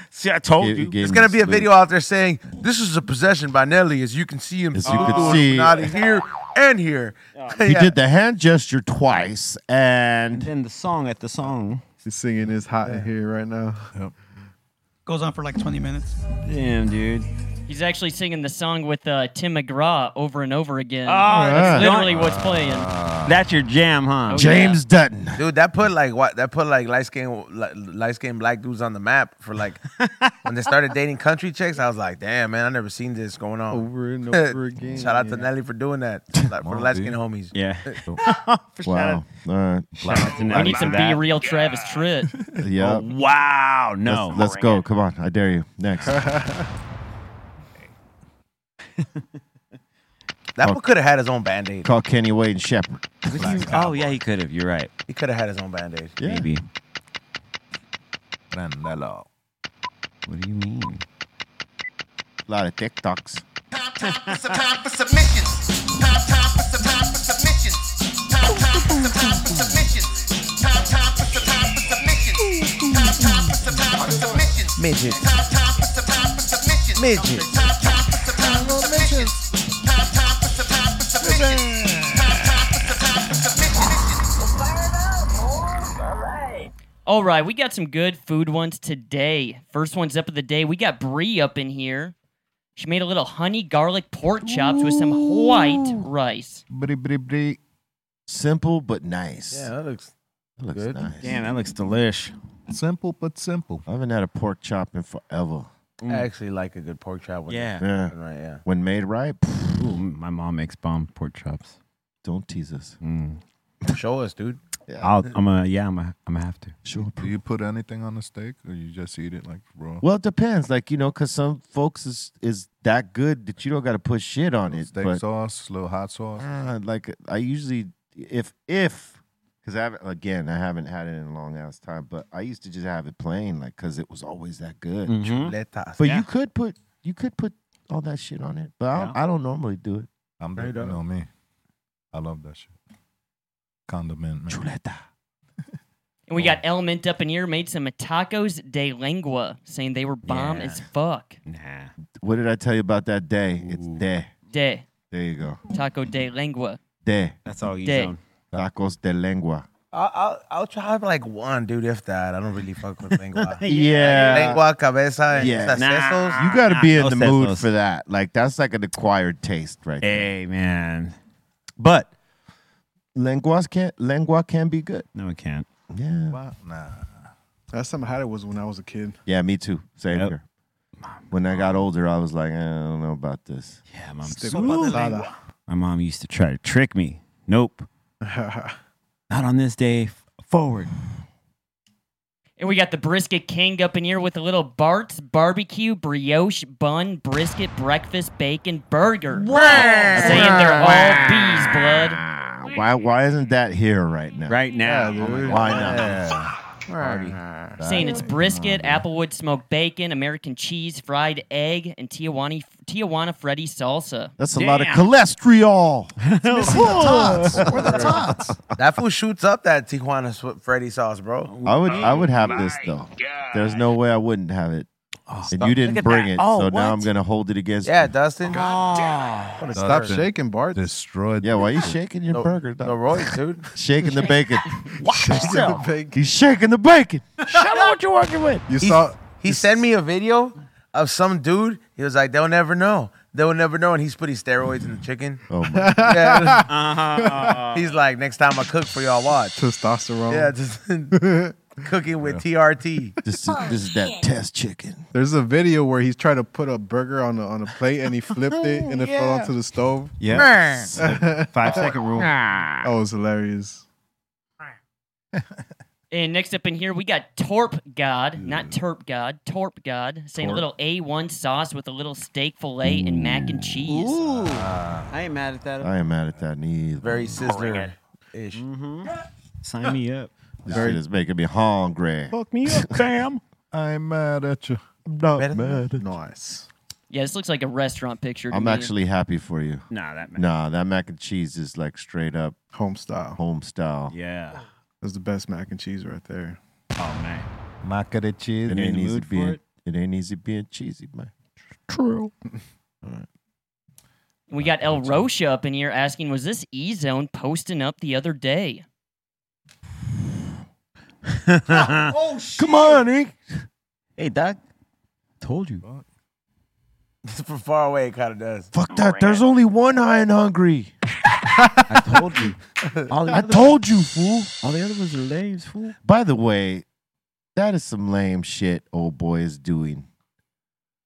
S6: See, I told
S7: Gave-
S6: you.
S7: gave
S6: There's
S7: me
S6: gonna be a
S7: salute.
S6: video out there saying this is a possession by Nelly, as you can see him.
S7: As you
S6: salute
S7: can
S6: the
S7: see.
S6: Illuminati here and here.
S7: He
S6: Yeah.
S7: did the hand gesture twice, and
S8: then the song at the song.
S9: He's singing his hot in here right now.
S10: Goes on for like 20 minutes.
S8: Damn, dude.
S13: He's actually singing the song with uh, Tim McGraw over and over again.
S8: Oh,
S13: that's
S8: that's
S13: literally
S8: nice.
S13: what's playing.
S6: Ah.
S8: That's your jam, huh?
S6: Oh,
S7: James
S6: yeah.
S7: Dutton.
S6: Dude, that put like what that put like light skin light skin black dudes on the map for like when they started dating country chicks. I was like, damn man, I never seen this going on
S9: Over and over again,
S6: Shout out to
S9: yeah.
S6: Nelly for doing that like, for
S9: on,
S6: light skin
S9: dude.
S6: homies.
S8: Yeah.
S7: wow. All right.
S8: We
S13: We need some B real Travis Tritt.
S7: Yeah.
S8: Oh, wow. No.
S7: Let's, let's go. Come on. I dare you. Next.
S6: That one could have had his own band aid.
S7: Call Kenny Wade and Shepard.
S8: oh yeah, he could have. You're right.
S6: He could have had his own band aid.
S7: Maybe.
S6: Brandelo.
S7: What do you mean? A lot of TikToks.
S16: Time for some time for submissions. Time, time for some time for submissions. Time, time for some time for submissions. Time, time for some time for submissions. Time, time for some time for submissions.
S6: Midget.
S16: Time, time for some time for submissions.
S6: Midget.
S16: Time, time for some time for submissions. Time, time for some time for submissions. Time, time for some time for submissions.
S13: All right, we got some good food ones today. First one's up of the day. We got Brie up in here. She made a little honey garlic pork chops with some white rice.
S7: Simple but nice.
S6: Yeah, that looks
S7: That looks
S6: good.
S7: nice.
S8: Damn, that looks delish.
S7: Simple but simple. I haven't had a pork chop in forever.
S6: I actually like a good pork chop. With
S8: Yeah.
S7: Yeah.
S6: Right. Yeah.
S7: When made right, pff,
S8: Ooh, my mom makes bomb pork chops. Mm.
S7: don't tease us.
S6: Show us, dude.
S8: I'll, I'm a Uh, yeah. I'm a I'm a have to.
S7: Sure.
S12: Do you put anything on the steak, or you just eat it like raw?
S7: Well, it depends. Like you know, because some folks is is that good that you don't got to put shit on it.
S12: Steak
S7: but-
S12: sauce, little hot sauce.
S7: Uh, like I usually, if if, because I haven't again, I haven't had it in a long ass time. But I used to just have it plain, like because it was always that good.
S8: Mhm.
S6: Chuletas.
S7: But
S6: Yeah.
S7: you could put you could put all that shit on it. But I, don't-
S12: Yeah.
S7: I don't normally do it.
S12: I'm the,
S7: Straight
S12: you
S7: up.
S12: know me. I love that shit. Condiment, man. Chuleta.
S13: And we got Element up in here made some tacos de lengua, saying they were bomb
S7: Yeah.
S13: as fuck.
S8: Nah.
S7: What did I tell you about that day? It's day.
S13: De
S7: There you go.
S13: taco de lengua.
S7: Day.
S8: That's all
S13: you Day. own.
S7: Tacos de lengua.
S6: I'll, I'll I'll try like one, dude. If that, I don't really fuck with lengua.
S7: Yeah.
S6: lengua, cabeza,
S7: Yeah.
S6: and sesos.
S7: You got to be in
S8: no
S7: the mood
S8: sesos.
S7: for that. Like that's like an acquired taste, right? there.
S8: Hey man. But
S7: Lenguas can lengua can be good.
S8: no, it can't.
S7: Yeah.
S12: Nah.
S9: Last time I had it was when I was a kid.
S7: Yeah, me too. Same here. When I got older, I was like, eh, I don't know about this.
S8: Yeah, mom's
S9: Stick with the lengua.
S8: My mom used to try to trick me. Nope. Not on this day. F- Forward.
S13: And we got the brisket king up in here with a little Bart's barbecue brioche bun brisket breakfast bacon burger. Saying they're all bees, blood.
S7: Why? Why isn't that here right now?
S8: Right now.
S7: Yeah,
S8: Oh my
S7: dude.
S8: God.
S7: Why not?
S8: Party.
S13: Saying it's brisket, applewood smoked bacon, American cheese, fried egg, and Tijuana Tijuana Freddy salsa.
S7: That's a lot of cholesterol.
S6: Where the tots? That food shoots up that Tijuana sw- Freddy sauce, bro.
S7: I would. I would have
S13: Oh
S7: this though. There's no way I wouldn't have it. and you
S6: Look
S7: didn't
S6: at
S7: bring
S6: that.
S7: it,
S6: Oh,
S7: so now
S6: what?
S7: I'm gonna hold it against.
S6: Yeah,
S7: you.
S6: Dustin.
S9: Stop shaking, Bart.
S12: Destroyed.
S7: Yeah. Why you shaking your
S6: No-
S7: burger? dog?
S6: No, Roy's, dude.
S7: Shaking the bacon.
S9: Shaking the bacon.
S7: He's shaking the bacon.
S6: Shout out what you're working with.
S9: You saw-
S6: He sent me a video of some dude. He was like, "They'll never know. They'll never know." And he's putting steroids in the chicken.
S7: Oh
S6: my. Yeah. He's like, "Next time I cook for y'all, watch."
S9: Testosterone.
S6: Yeah, just cooking with TRT.
S7: This is, this is that test chicken.
S9: There's a video where he's trying to put a burger on a, on a plate and he flipped it and it fell
S6: Yeah.
S9: onto the stove.
S8: Yeah. Five second rule.
S9: Oh, it's hilarious.
S13: And next up in here, we got Torp God, not Terp God, Torp God, saying a
S8: Torp.
S13: little A1 sauce with a little steak fillet and mac and cheese.
S8: Ooh. I ain't mad at that.
S7: I ain't mad at that neither.
S6: Very sizzler ish.
S8: Sign me up.
S7: This shit is making me hungry.
S8: Fuck me up, fam.
S12: I'm mad at you. I'm not mad. Nice.
S13: Yeah, this looks like a restaurant picture. to
S7: I'm
S13: me.
S7: actually happy for you.
S13: Nah, that mac-
S7: Nah, that mac and cheese is like straight up home style. Home style.
S8: Yeah.
S9: That's the best mac and cheese right there.
S8: Oh man.
S7: Mac and cheese. It
S9: You in
S7: ain't
S9: the
S7: easy
S9: mood for
S7: being.
S9: it?
S7: It? ain't easy being cheesy, man.
S9: True.
S13: We got El Rocha up in here asking, was this E Zone posting up the other day?
S6: oh, shit. Come on, Ink. Hey, Doc. Told you. From far away, it kind of does.
S7: Fuck that. There's only one high and hungry. I told you. I told you, fool.
S8: All the other ones are lames, fool.
S7: By the way, that is some lame shit old boy is doing.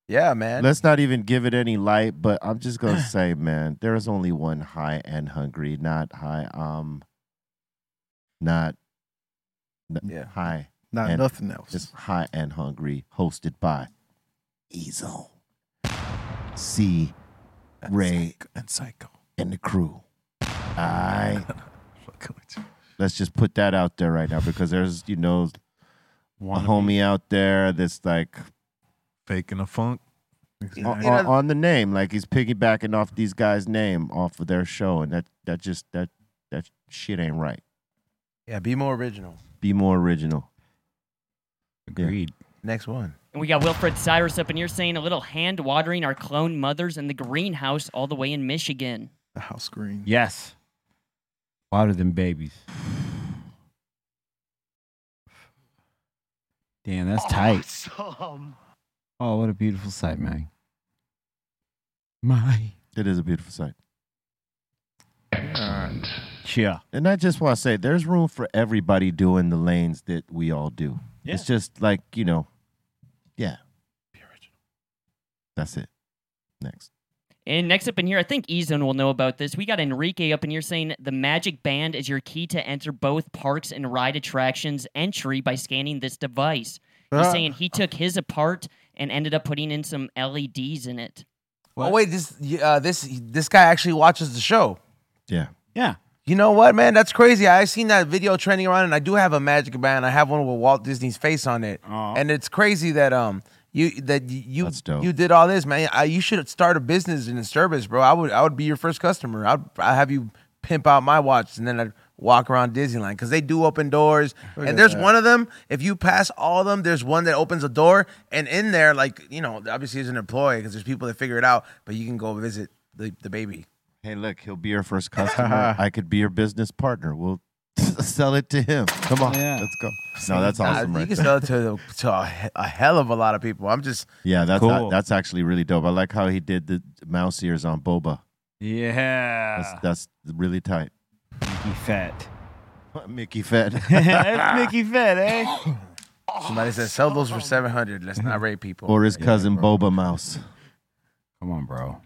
S6: Yeah, man.
S7: Let's not even give it any light, but I'm just gonna say, man, there is only one high and hungry, not high um not n- high.
S9: Not
S7: and-
S9: nothing else.
S7: Just high and hungry, hosted by Ezo. C Ray and Psycho. And the crew. I let's just put that out there right now because there's, you know, a homie out there that's like
S12: faking a funk.
S7: on, on- on the name, like he's piggybacking off these guys' name off of their show, and that that just that that shit ain't right.
S6: Yeah, be more original.
S7: Be more original.
S8: Agreed.
S6: Next one.
S13: And we got Wilfred Cyrus up in here saying a little hand watering our clone mothers in the greenhouse all the way in Michigan.
S9: The house green.
S8: Yes. Wilder than babies. Damn, that's tight. Oh, what a beautiful sight, man. My.
S7: It is a beautiful sight.
S8: Excellent. Yeah.
S7: And I just want to say, there's room for everybody doing the lanes that we all do. It's just like you know, yeah. Be original. That's it. Next.
S13: And next up in here, I think Ezone will know about this. We got Enrique up in here saying the magic band is your key to enter both parks and ride attractions entry by scanning this device. He's
S6: Ah.
S13: saying he took his apart and ended up putting in some LEDs in it.
S6: Oh wait, this uh, this this guy actually watches the show.
S7: Yeah.
S8: Yeah.
S6: You know what, man? That's crazy. I seen that video trending around, and I do have a magic band. I have one with Walt Disney's face on it, and it's crazy that um you that y- you
S7: dope.
S6: you did all this, man. I, you should start a business in the service, bro. I would I would be your first customer. I'd I have you pimp out my watch, and then I'd walk around Disneyland because they do open doors.
S17: Look at
S6: and there's
S17: that.
S6: one of them. If you pass all of them, there's one that opens a door, and in there, like you know, obviously it's an employee because there's people that figure it out, but you can go visit the, the baby.
S7: Hey, look, he'll be your first customer. I could be your business partner. We'll sell it to him. Come on, let's go. No, that's
S6: Nah,
S7: awesome,
S6: You
S7: right?
S6: can
S7: there.
S6: sell it to, to a, he- a hell of a lot of people. I'm just
S7: Yeah, that's
S6: Cool.
S7: that's actually really dope. I like how he did the mouse ears on Boba.
S8: Yeah.
S6: Ah.
S7: That's that's really tight.
S8: Mickey Fat.
S7: Mickey Fat.
S8: That's Mickey Fat, eh?
S6: somebody said sell those for seven hundred. Let's not rate people.
S7: or his
S6: Yeah,
S7: cousin
S6: bro.
S7: Boba Mouse.
S8: Come on, bro.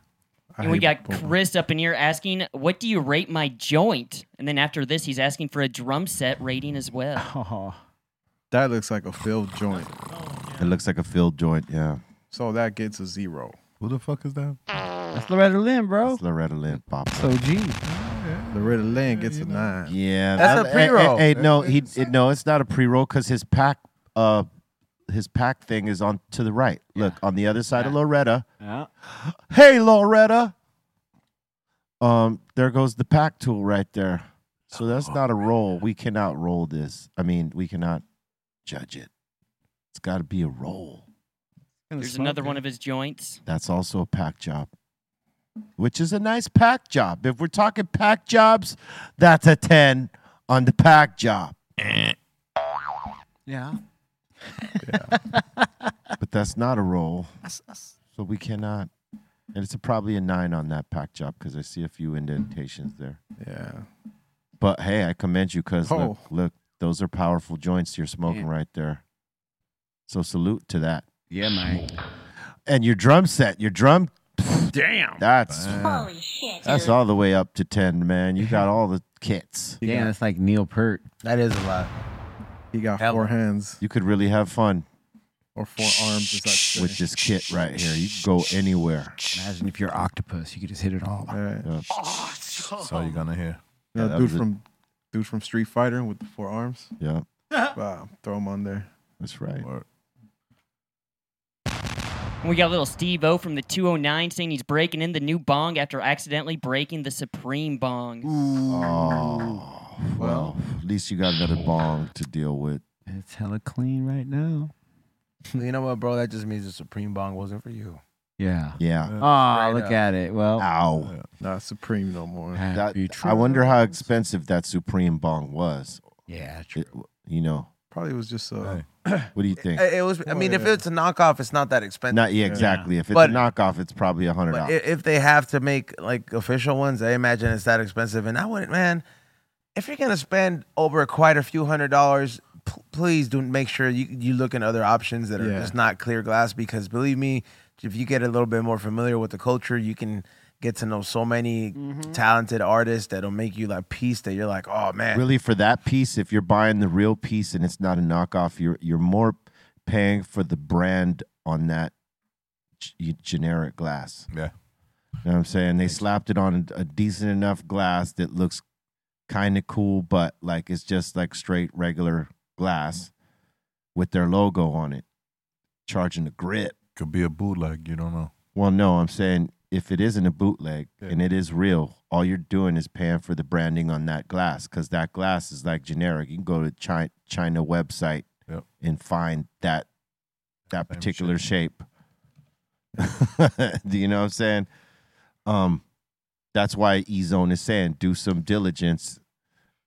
S13: And we got Chris up in here asking, What do you rate my joint? And then after this, he's asking for a drum set rating as well.
S9: That looks like a filled joint.
S7: It looks like a filled joint. Yeah,
S9: So that gets a zero.
S12: Who the fuck is that?
S8: That's Loretta Lynn, bro.
S7: it's Loretta Lynn Bob.
S8: So G.
S9: Loretta Lynn gets a nine.
S7: Yeah,
S9: That's
S7: that-
S9: a pre-roll.
S7: Hey, hey, no, he it, no, it's not a pre roll because his pack, uh, his pack thing is on to the right. Look on the other side of Loretta.
S8: Yeah.
S7: Hey, Loretta. Um, there goes the pack tool right there. So
S8: Oh,
S7: that's not a roll. We cannot roll this. I mean, we cannot judge it. It's got to be a roll.
S13: There's another one of his joints.
S7: That's also a pack job, which is a nice pack job. If we're talking pack jobs, that's a 10 on the pack job.
S8: Yeah.
S7: but that's not a roll. So we cannot. And it's a, probably a nine on that pack job because I see a few indentations there.
S9: Yeah.
S7: But hey, I commend you because look,
S9: Oh.
S7: look, those are powerful joints you're smoking
S8: Yeah.
S7: right there. So salute to that.
S8: Yeah, man.
S7: And your drum set, your drum.
S8: Damn.
S7: That's
S8: Holy shit,
S7: That's
S8: dude.
S7: all the way up to ten, man. You got all the kits.
S8: Damn, that's like Neil Pert.
S6: That is a lot.
S9: He got four hands
S7: You could really have fun
S9: or four arms. Is that
S7: with this kit right here. You can go anywhere.
S8: Imagine if you're octopus, you could just hit it all.
S12: That's all you're gonna hear.
S9: You know,
S12: Yeah, that
S9: dude
S12: was a-
S9: from dude from Street Fighter with the four arms.
S7: Yeah.
S9: wow, throw him on there.
S7: That's right.
S13: And we got little Steve O from the 209 saying he's breaking in the new bong after accidentally breaking the Supreme bong.
S7: Oh, well, at least you got another bong to deal with.
S8: It's hella clean right now.
S6: you know what, bro? That just means the Supreme Bong wasn't for you.
S8: Yeah.
S7: Yeah.
S9: Uh,
S8: Oh, look at it. Well,
S7: Ow.
S9: Not Supreme no
S8: Oh,
S9: more.
S7: That- I wonder how expensive that Supreme bong was.
S8: Yeah,
S7: true. you know,
S9: Probably was just uh,
S7: what do you think?
S6: It, it was. I mean, if
S9: Yeah.
S6: it's a knockoff, it's not that expensive.
S7: Not yeah, exactly. If it's
S6: But-
S7: a knockoff, it's probably a hundred
S6: But
S7: dollars.
S6: i- if they have to make like official ones, I imagine it's that expensive. And I wouldn't, man. If you're gonna spend over quite a few hundred dollars, p- please do make sure you you look in other options that are
S9: Yeah.
S6: just not clear glass. Because believe me, if you get a little bit more familiar with the culture, you can get to know so many talented artists that'll make you like peace that you're like, oh man,
S7: Really, for that piece, if you're buying the real piece and it's not a knockoff, you're you're more paying for the brand on that g- generic glass.
S12: Yeah.
S7: You know what I'm saying? They slapped it on a decent enough glass that looks kind of cool, but like it's just like straight regular glass with their logo on it, charging the grip.
S12: Could be a bootleg. You don't know.
S7: Well, no, I'm saying if it isn't a bootleg and it is real, all you're doing is paying for the branding on that glass because that glass is like generic. You can go to China, China website
S12: Yep.
S7: and find that that particular shape. Do you know what I'm saying? Um, that's why Ezone is saying do some diligence,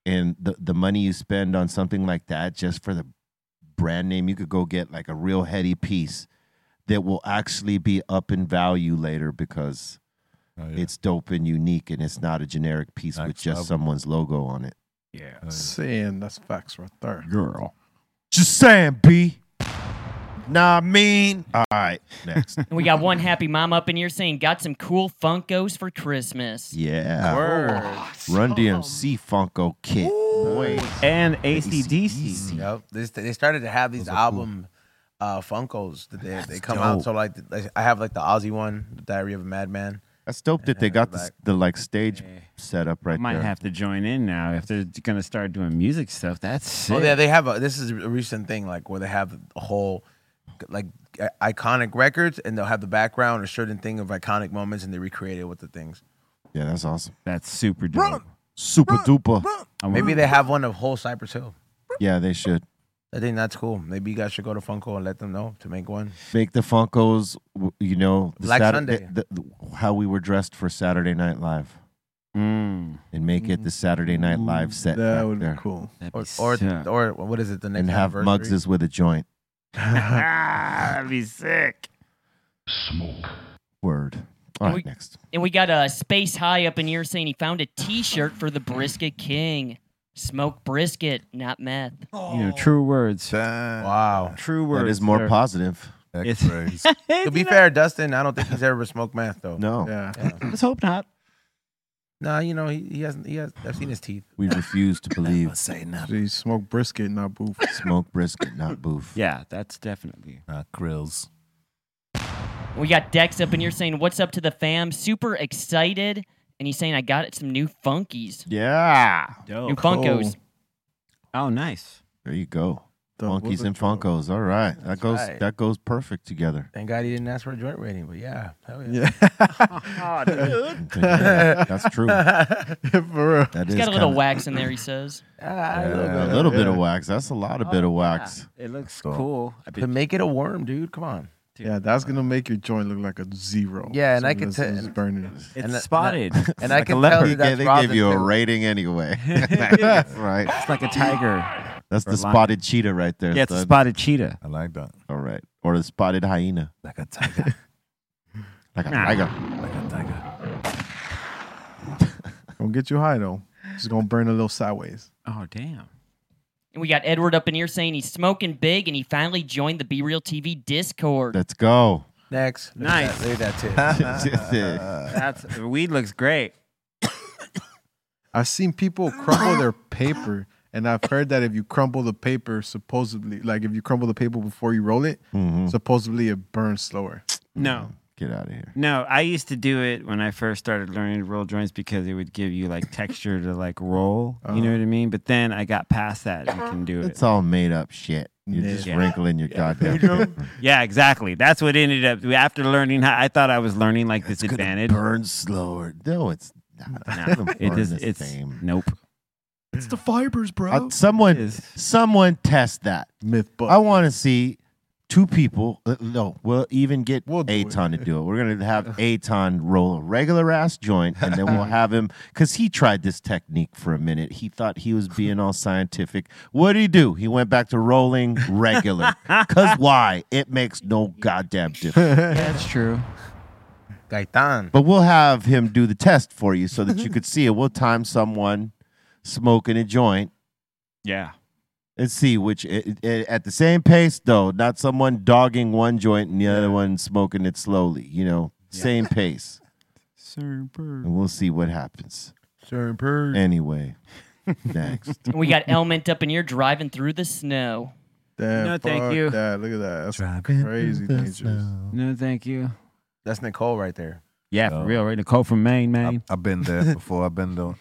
S7: and the the money you spend on something like that just for the brand name, you could go get like a real heady piece that will actually be up in value later because it's dope and unique and it's not a generic piece with
S9: Oh, Next
S7: just
S9: level.
S7: someone's logo on it.
S9: yeah. Saying that's facts right there.
S7: Girl. Just saying, B. Nah, I mean. All right, next.
S13: And we got one happy mom up in here saying, got some cool Funkos for Christmas.
S7: yeah.
S13: Word.
S6: Oh,
S7: Run DMC Funko Kit. Boy.
S8: And ACDC.
S6: Yep. They, st- they started to have these album uh, Funkos that they, they come
S7: dope.
S6: out. So like, like, I have like the Aussie one, the Diary of a Madman. Oh,
S7: That's dope that they got the, the like stage setup
S8: I
S7: right
S8: might
S7: there.
S8: have to join in now if they're gonna start doing music stuff. That's sick.
S6: Oh yeah, they have a. This is a recent thing like where they have a whole like i- iconic records, and they'll have the background or certain thing of iconic moments, and they recreate it with the things.
S7: yeah, that's awesome.
S8: That's super dope.
S7: Super duper.
S6: Maybe they have one of whole Cypress Hill.
S7: Yeah, they should.
S6: I think that's cool. Maybe you guys should go to Funko and let them know to make one.
S7: Make the Funkos, w- you know, the
S6: Black
S7: Satur-
S6: Sunday.
S7: the- the- how we were dressed for Saturday Night Live.
S8: Mm.
S7: And make it the Saturday Night Live set.
S9: That
S7: back
S9: would be
S7: there.
S9: cool.
S6: Or or, or what is it? The next
S7: And have
S6: anniversary?
S7: Muggses with a joint.
S8: That'd be sick.
S7: Smoke. Word. All
S13: And
S7: right,
S13: we-
S7: next.
S13: And we got a uh, space high up in here saying he found a T-shirt for the Brisket King. Smoke brisket, not meth.
S8: You know, true words.
S6: Wow.
S8: True words.
S7: That is more
S8: sir.
S7: positive.
S8: It's-
S6: to be fair, Dustin, I don't think he's ever smoked meth though.
S7: No.
S6: Yeah.
S8: Let's hope not.
S6: Nah, you know he, he hasn't. He has. I've seen his teeth.
S7: We refuse to believe.
S8: say
S9: He smoked brisket, not boof.
S7: Smoke brisket, not boof.
S8: Yeah, that's definitely.
S12: Not grills.
S13: We got Dex up in here saying, What's up to the fam? Super excited. And he's saying, I got some new funkies.
S7: Yeah.
S13: New Funkos.
S8: Oh, nice.
S7: There you go.
S9: The
S7: Monkeys
S6: Wizard
S7: and Funkos. All right. that goes
S6: right.
S7: that goes perfect together.
S6: Thank God he didn't ask for a joint rating, but yeah, hell yeah.
S9: Yeah. Oh,
S6: Yeah.
S7: Yeah, that's true.
S9: For real.
S7: That
S13: He's
S7: is
S13: got a
S7: kinda-
S13: little wax in there, he says.
S6: Ah,
S7: Yeah,
S6: a little
S7: a
S6: bit.
S7: little bit of wax. That's a lot of bit of wax.
S8: Oh, It looks
S7: Cool.
S8: cool. I
S6: But make it a worm, dude. Come on.
S9: Yeah, that's gonna make your joint look like a zero.
S6: Yeah, and I could
S9: it's-
S6: tell-
S9: it's burning.
S8: It's
S6: And that-
S8: spotted.
S6: and
S8: It's
S6: I
S8: like a
S6: can tell
S8: leopard.
S6: you that-
S7: Yeah,
S6: That's
S7: they
S6: Robin
S7: gave you a
S6: too.
S7: rating anyway. That's right.
S8: It's like a tiger.
S7: That's
S8: Or
S7: the
S8: lion.
S7: spotted cheetah right there.
S8: Yeah, it's a
S7: son.
S8: spotted cheetah.
S12: I like that.
S7: All right. Or the spotted hyena. Like a tiger. like a
S8: Nah.
S7: tiger.
S9: Gonna get you high though. It's gonna burn a little sideways.
S8: Oh, damn.
S13: And we got Edward up in here saying he's smoking big and he finally joined the Be Real TV Discord.
S7: Let's go.
S6: Next. Look at
S8: Nice.
S6: that- Look at that tip.
S8: That's the weed looks great.
S9: I've seen people crumble their paper And I've heard that if you crumple the paper, supposedly, like if you crumple the paper before you roll it,
S8: Mhm.
S9: supposedly it burns slower.
S8: No.
S7: Mm-hmm. Get out of here.
S8: No, I used to do it when I first started learning to roll joints because it would give you like texture to like roll. You know what I mean? But then I got past that and can do it.
S7: It's all made up shit. You're
S8: Yeah.
S7: just
S8: Yeah.
S7: wrinkling your goddamn. paper.
S8: yeah, exactly. That's what ended up after learning how I thought I was learning like this advantage.
S7: Burn slower. No, it's not. It's
S8: No,
S7: gonna
S8: it
S7: burn
S8: is.
S7: the
S8: It's
S7: same.
S8: nope.
S11: It's the fibers, bro.
S7: Uh, someone, someone test that.
S9: Myth
S7: I want to see two people. uh, No, we'll even get Aton to do it. We're gonna have Aton roll a regular ass joint, and then we'll have him because he tried this technique for a minute. He thought he was being all scientific. What did he do? He went back to rolling regular. Cause why? It makes no goddamn difference.
S6: That's
S8: true.
S6: Gaitan.
S7: But we'll have him do the test for you so that you could see it. We'll time someone smoking a joint
S8: Yeah.
S7: and see which i i at the same pace though, not someone dogging one joint and the other one smoking it slowly. You know, same pace, and we'll see what happens.
S9: Sir Bird.
S7: Anyway, next.
S13: we got Element up in here driving through the snow.
S9: That,
S13: No, thank
S9: fuck
S13: you.
S9: That. Look at that. That's crazy
S8: through the
S9: dangerous.
S8: No, thank you.
S6: That's Nicole right there.
S8: Yeah, for real. Right, Nicole from Maine, man.
S12: I've been there before. I've been there,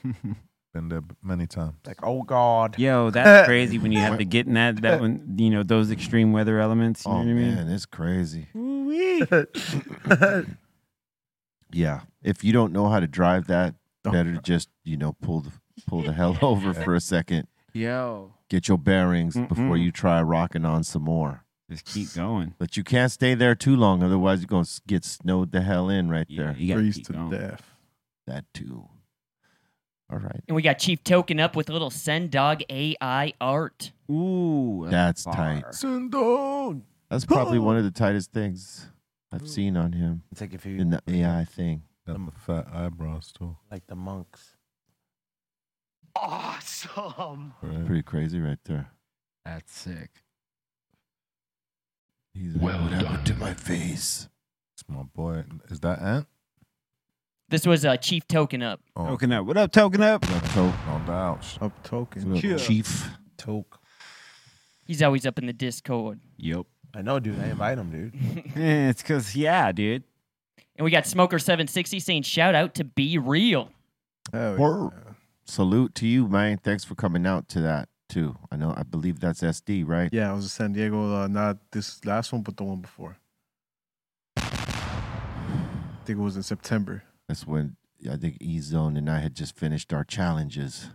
S12: been there many times.
S6: Like, oh God.
S8: Yo, that's crazy when you have to get in that that one. You know those extreme weather elements. You
S7: Oh,
S8: know what I mean?
S7: man, it's crazy.
S6: Ooh-wee.
S7: Yeah, if you don't know how to drive that, better just you know pull the pull the hell over for a second.
S8: Yo.
S7: Get your bearings before
S8: Mm-mm.
S7: you try rocking on some more.
S8: Just keep going.
S7: But you can't stay there too long, otherwise you're gonna s- get snowed the hell in right there.
S8: you gotta Freeze keep to going.
S9: death.
S7: That too. All right,
S13: And we got Chief Token up with a little Send Dog AI art.
S8: Ooh.
S7: that's tight.
S9: Sundog.
S7: That's probably one of the tightest things I've seen on him.
S6: It's like if you-
S7: in the AI thing.
S12: Got the fat eyebrows too.
S6: like the monks.
S11: Awesome.
S7: Pretty crazy right there.
S8: That's sick.
S7: He's well done to my face.
S12: It's my boy. Is that Ant?
S13: This was uh, Chief Token up.
S6: Oh.
S8: Token up. What up, token up?
S7: Toke.
S12: No doubt.
S9: Up token.
S13: Yeah.
S7: Chief.
S6: Toke.
S13: He's always up in the Discord.
S8: Yep.
S6: I know, dude. I invite him, dude.
S8: it's because, yeah, dude.
S13: And we got Smoker760 saying, shout out to Be Real.
S7: Brr. Salute to you, man. Thanks for coming out to that too. I know. I believe that's SD, right?
S9: Yeah, I was in San Diego. Uh, not this last one, but the one before. I think it was in September.
S7: That's when I think E Zone and I had just finished our challenges.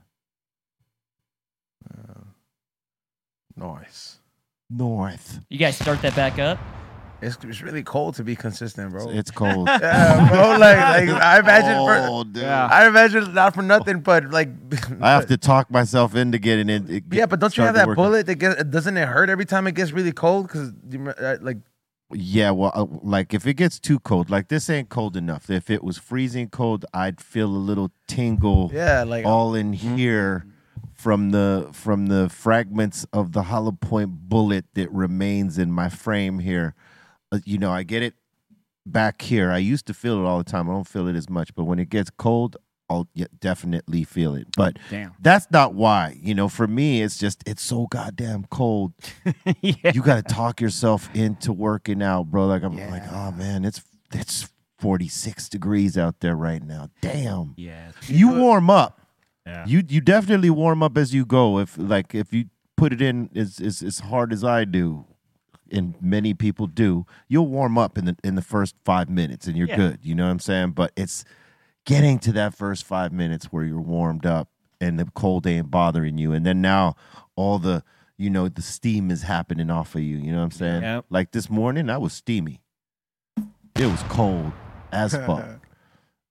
S6: Uh,
S9: Nice.
S7: North.
S13: You guys start that back up.
S6: It's, it's really cold to be consistent, bro.
S7: It's cold.
S6: yeah, bro. Like, like I imagine.
S7: Oh,
S6: for,
S7: dude.
S6: I imagine not for nothing, but like.
S7: I have to talk myself into getting it. it
S6: Yeah, but don't you have
S7: started
S6: that
S7: working.
S6: bullet that gets? Doesn't it hurt every time it gets really cold? Because uh, like,
S7: Yeah, well, uh, like if it gets too cold, like this ain't cold enough. If it was freezing cold, I'd feel a little tingle.
S6: Yeah, like- mm-hmm.
S7: all in here from the from the fragments of the hollow point bullet that remains in my frame here. Uh, you know, I get it back here. I used to feel it all the time. I don't feel it as much, but when it gets cold, I'll yeah, definitely feel it. But
S8: Damn.
S7: that's not why. You know, for me, it's just it's so goddamn cold. You got to talk yourself into working out, bro. Like I'm like, oh man, it's it's 46 degrees out there right now. Damn.
S8: Yeah.
S7: You warm up.
S8: Yeah.
S7: You you definitely warm up as you go. If like if you put it in as as, as hard as I do, and many people do, you'll warm up in the in the first five minutes and you're
S8: Yeah.
S7: good. You know what I'm saying? But it's getting to that first five minutes where you're warmed up and the cold ain't bothering you. And then now all the you know, the steam is happening off of you. You know what I'm saying?
S8: Yep.
S7: Like this morning I was steamy. It was cold as fuck.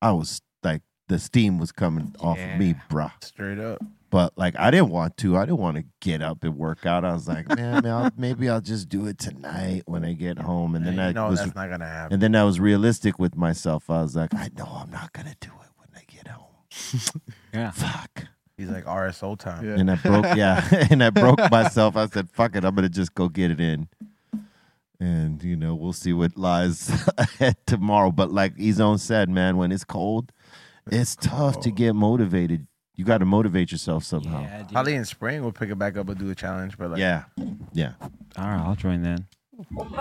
S7: I was like the steam was coming off of me, bruh.
S6: Straight up.
S7: But like I didn't want to. I didn't want to get up and work out. I was like, man, I'll, maybe I'll just do it tonight when I get home. And then I
S6: No,
S7: was,
S6: that's not gonna happen.
S7: And then I was realistic with myself. I was like, I know I'm not gonna do it when I get home.
S8: yeah.
S7: Fuck.
S6: He's like RSO time.
S7: And I broke, yeah, and I broke myself. I said, fuck it, I'm gonna just go get it in. And you know, we'll see what lies ahead tomorrow. But like Ezone said, man, when it's cold, it's tough to get motivated. You got to motivate yourself somehow.
S6: Probably in spring we'll pick it back up and do a challenge. But like,
S7: Yeah. Yeah.
S8: All right, I'll join then.
S13: And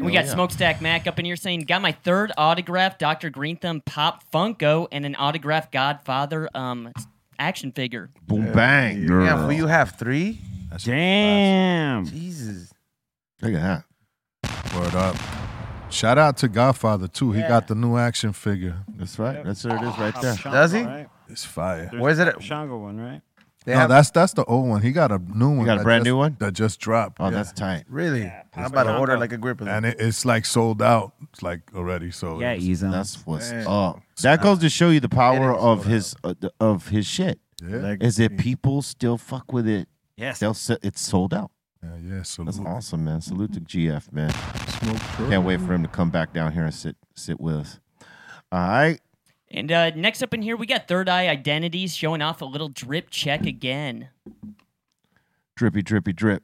S6: Oh,
S13: we got Smokestack Mac up in here saying, "Got my third autograph, Dr. Green Thumb Pop Funko, and an autograph Godfather um action figure."
S7: Boom bang.
S6: Yeah, will you have three?
S8: Damn.
S6: Jesus.
S7: Look at
S12: that. Word up. Shout out to Godfather too. He got the new action figure.
S7: That's right. That's where it is right
S8: there. Does he?
S12: It's fire.
S6: Where's it?
S8: Shango one, right?
S12: no, that's that's the old one. He got a new one.
S7: got a
S12: that
S7: brand
S12: just-
S7: new one?
S12: that just dropped.
S7: Oh, that's tight.
S6: Really? I'm about to order like a grip of them.
S12: And it, it's like sold out. It's like already. So
S6: Yeah,
S12: it's-
S6: he's um, on.
S7: That's what's
S12: Man.
S7: up. That goes to show you the power of his uh, the- of his shit.
S12: Yeah. Like-
S7: Is that people still fuck with it?
S8: Yes.
S7: They'll se- it's sold out.
S12: Yeah, yeah. Salute.
S7: That's awesome, man. Salute to GF, man.
S12: Smoke Pro.
S7: Can't wait for him to come back down here and sit sit with us. All right.
S13: And uh, next up in here, we got Third Eye Identities showing off a little drip check again.
S7: Drippy, drippy, drip.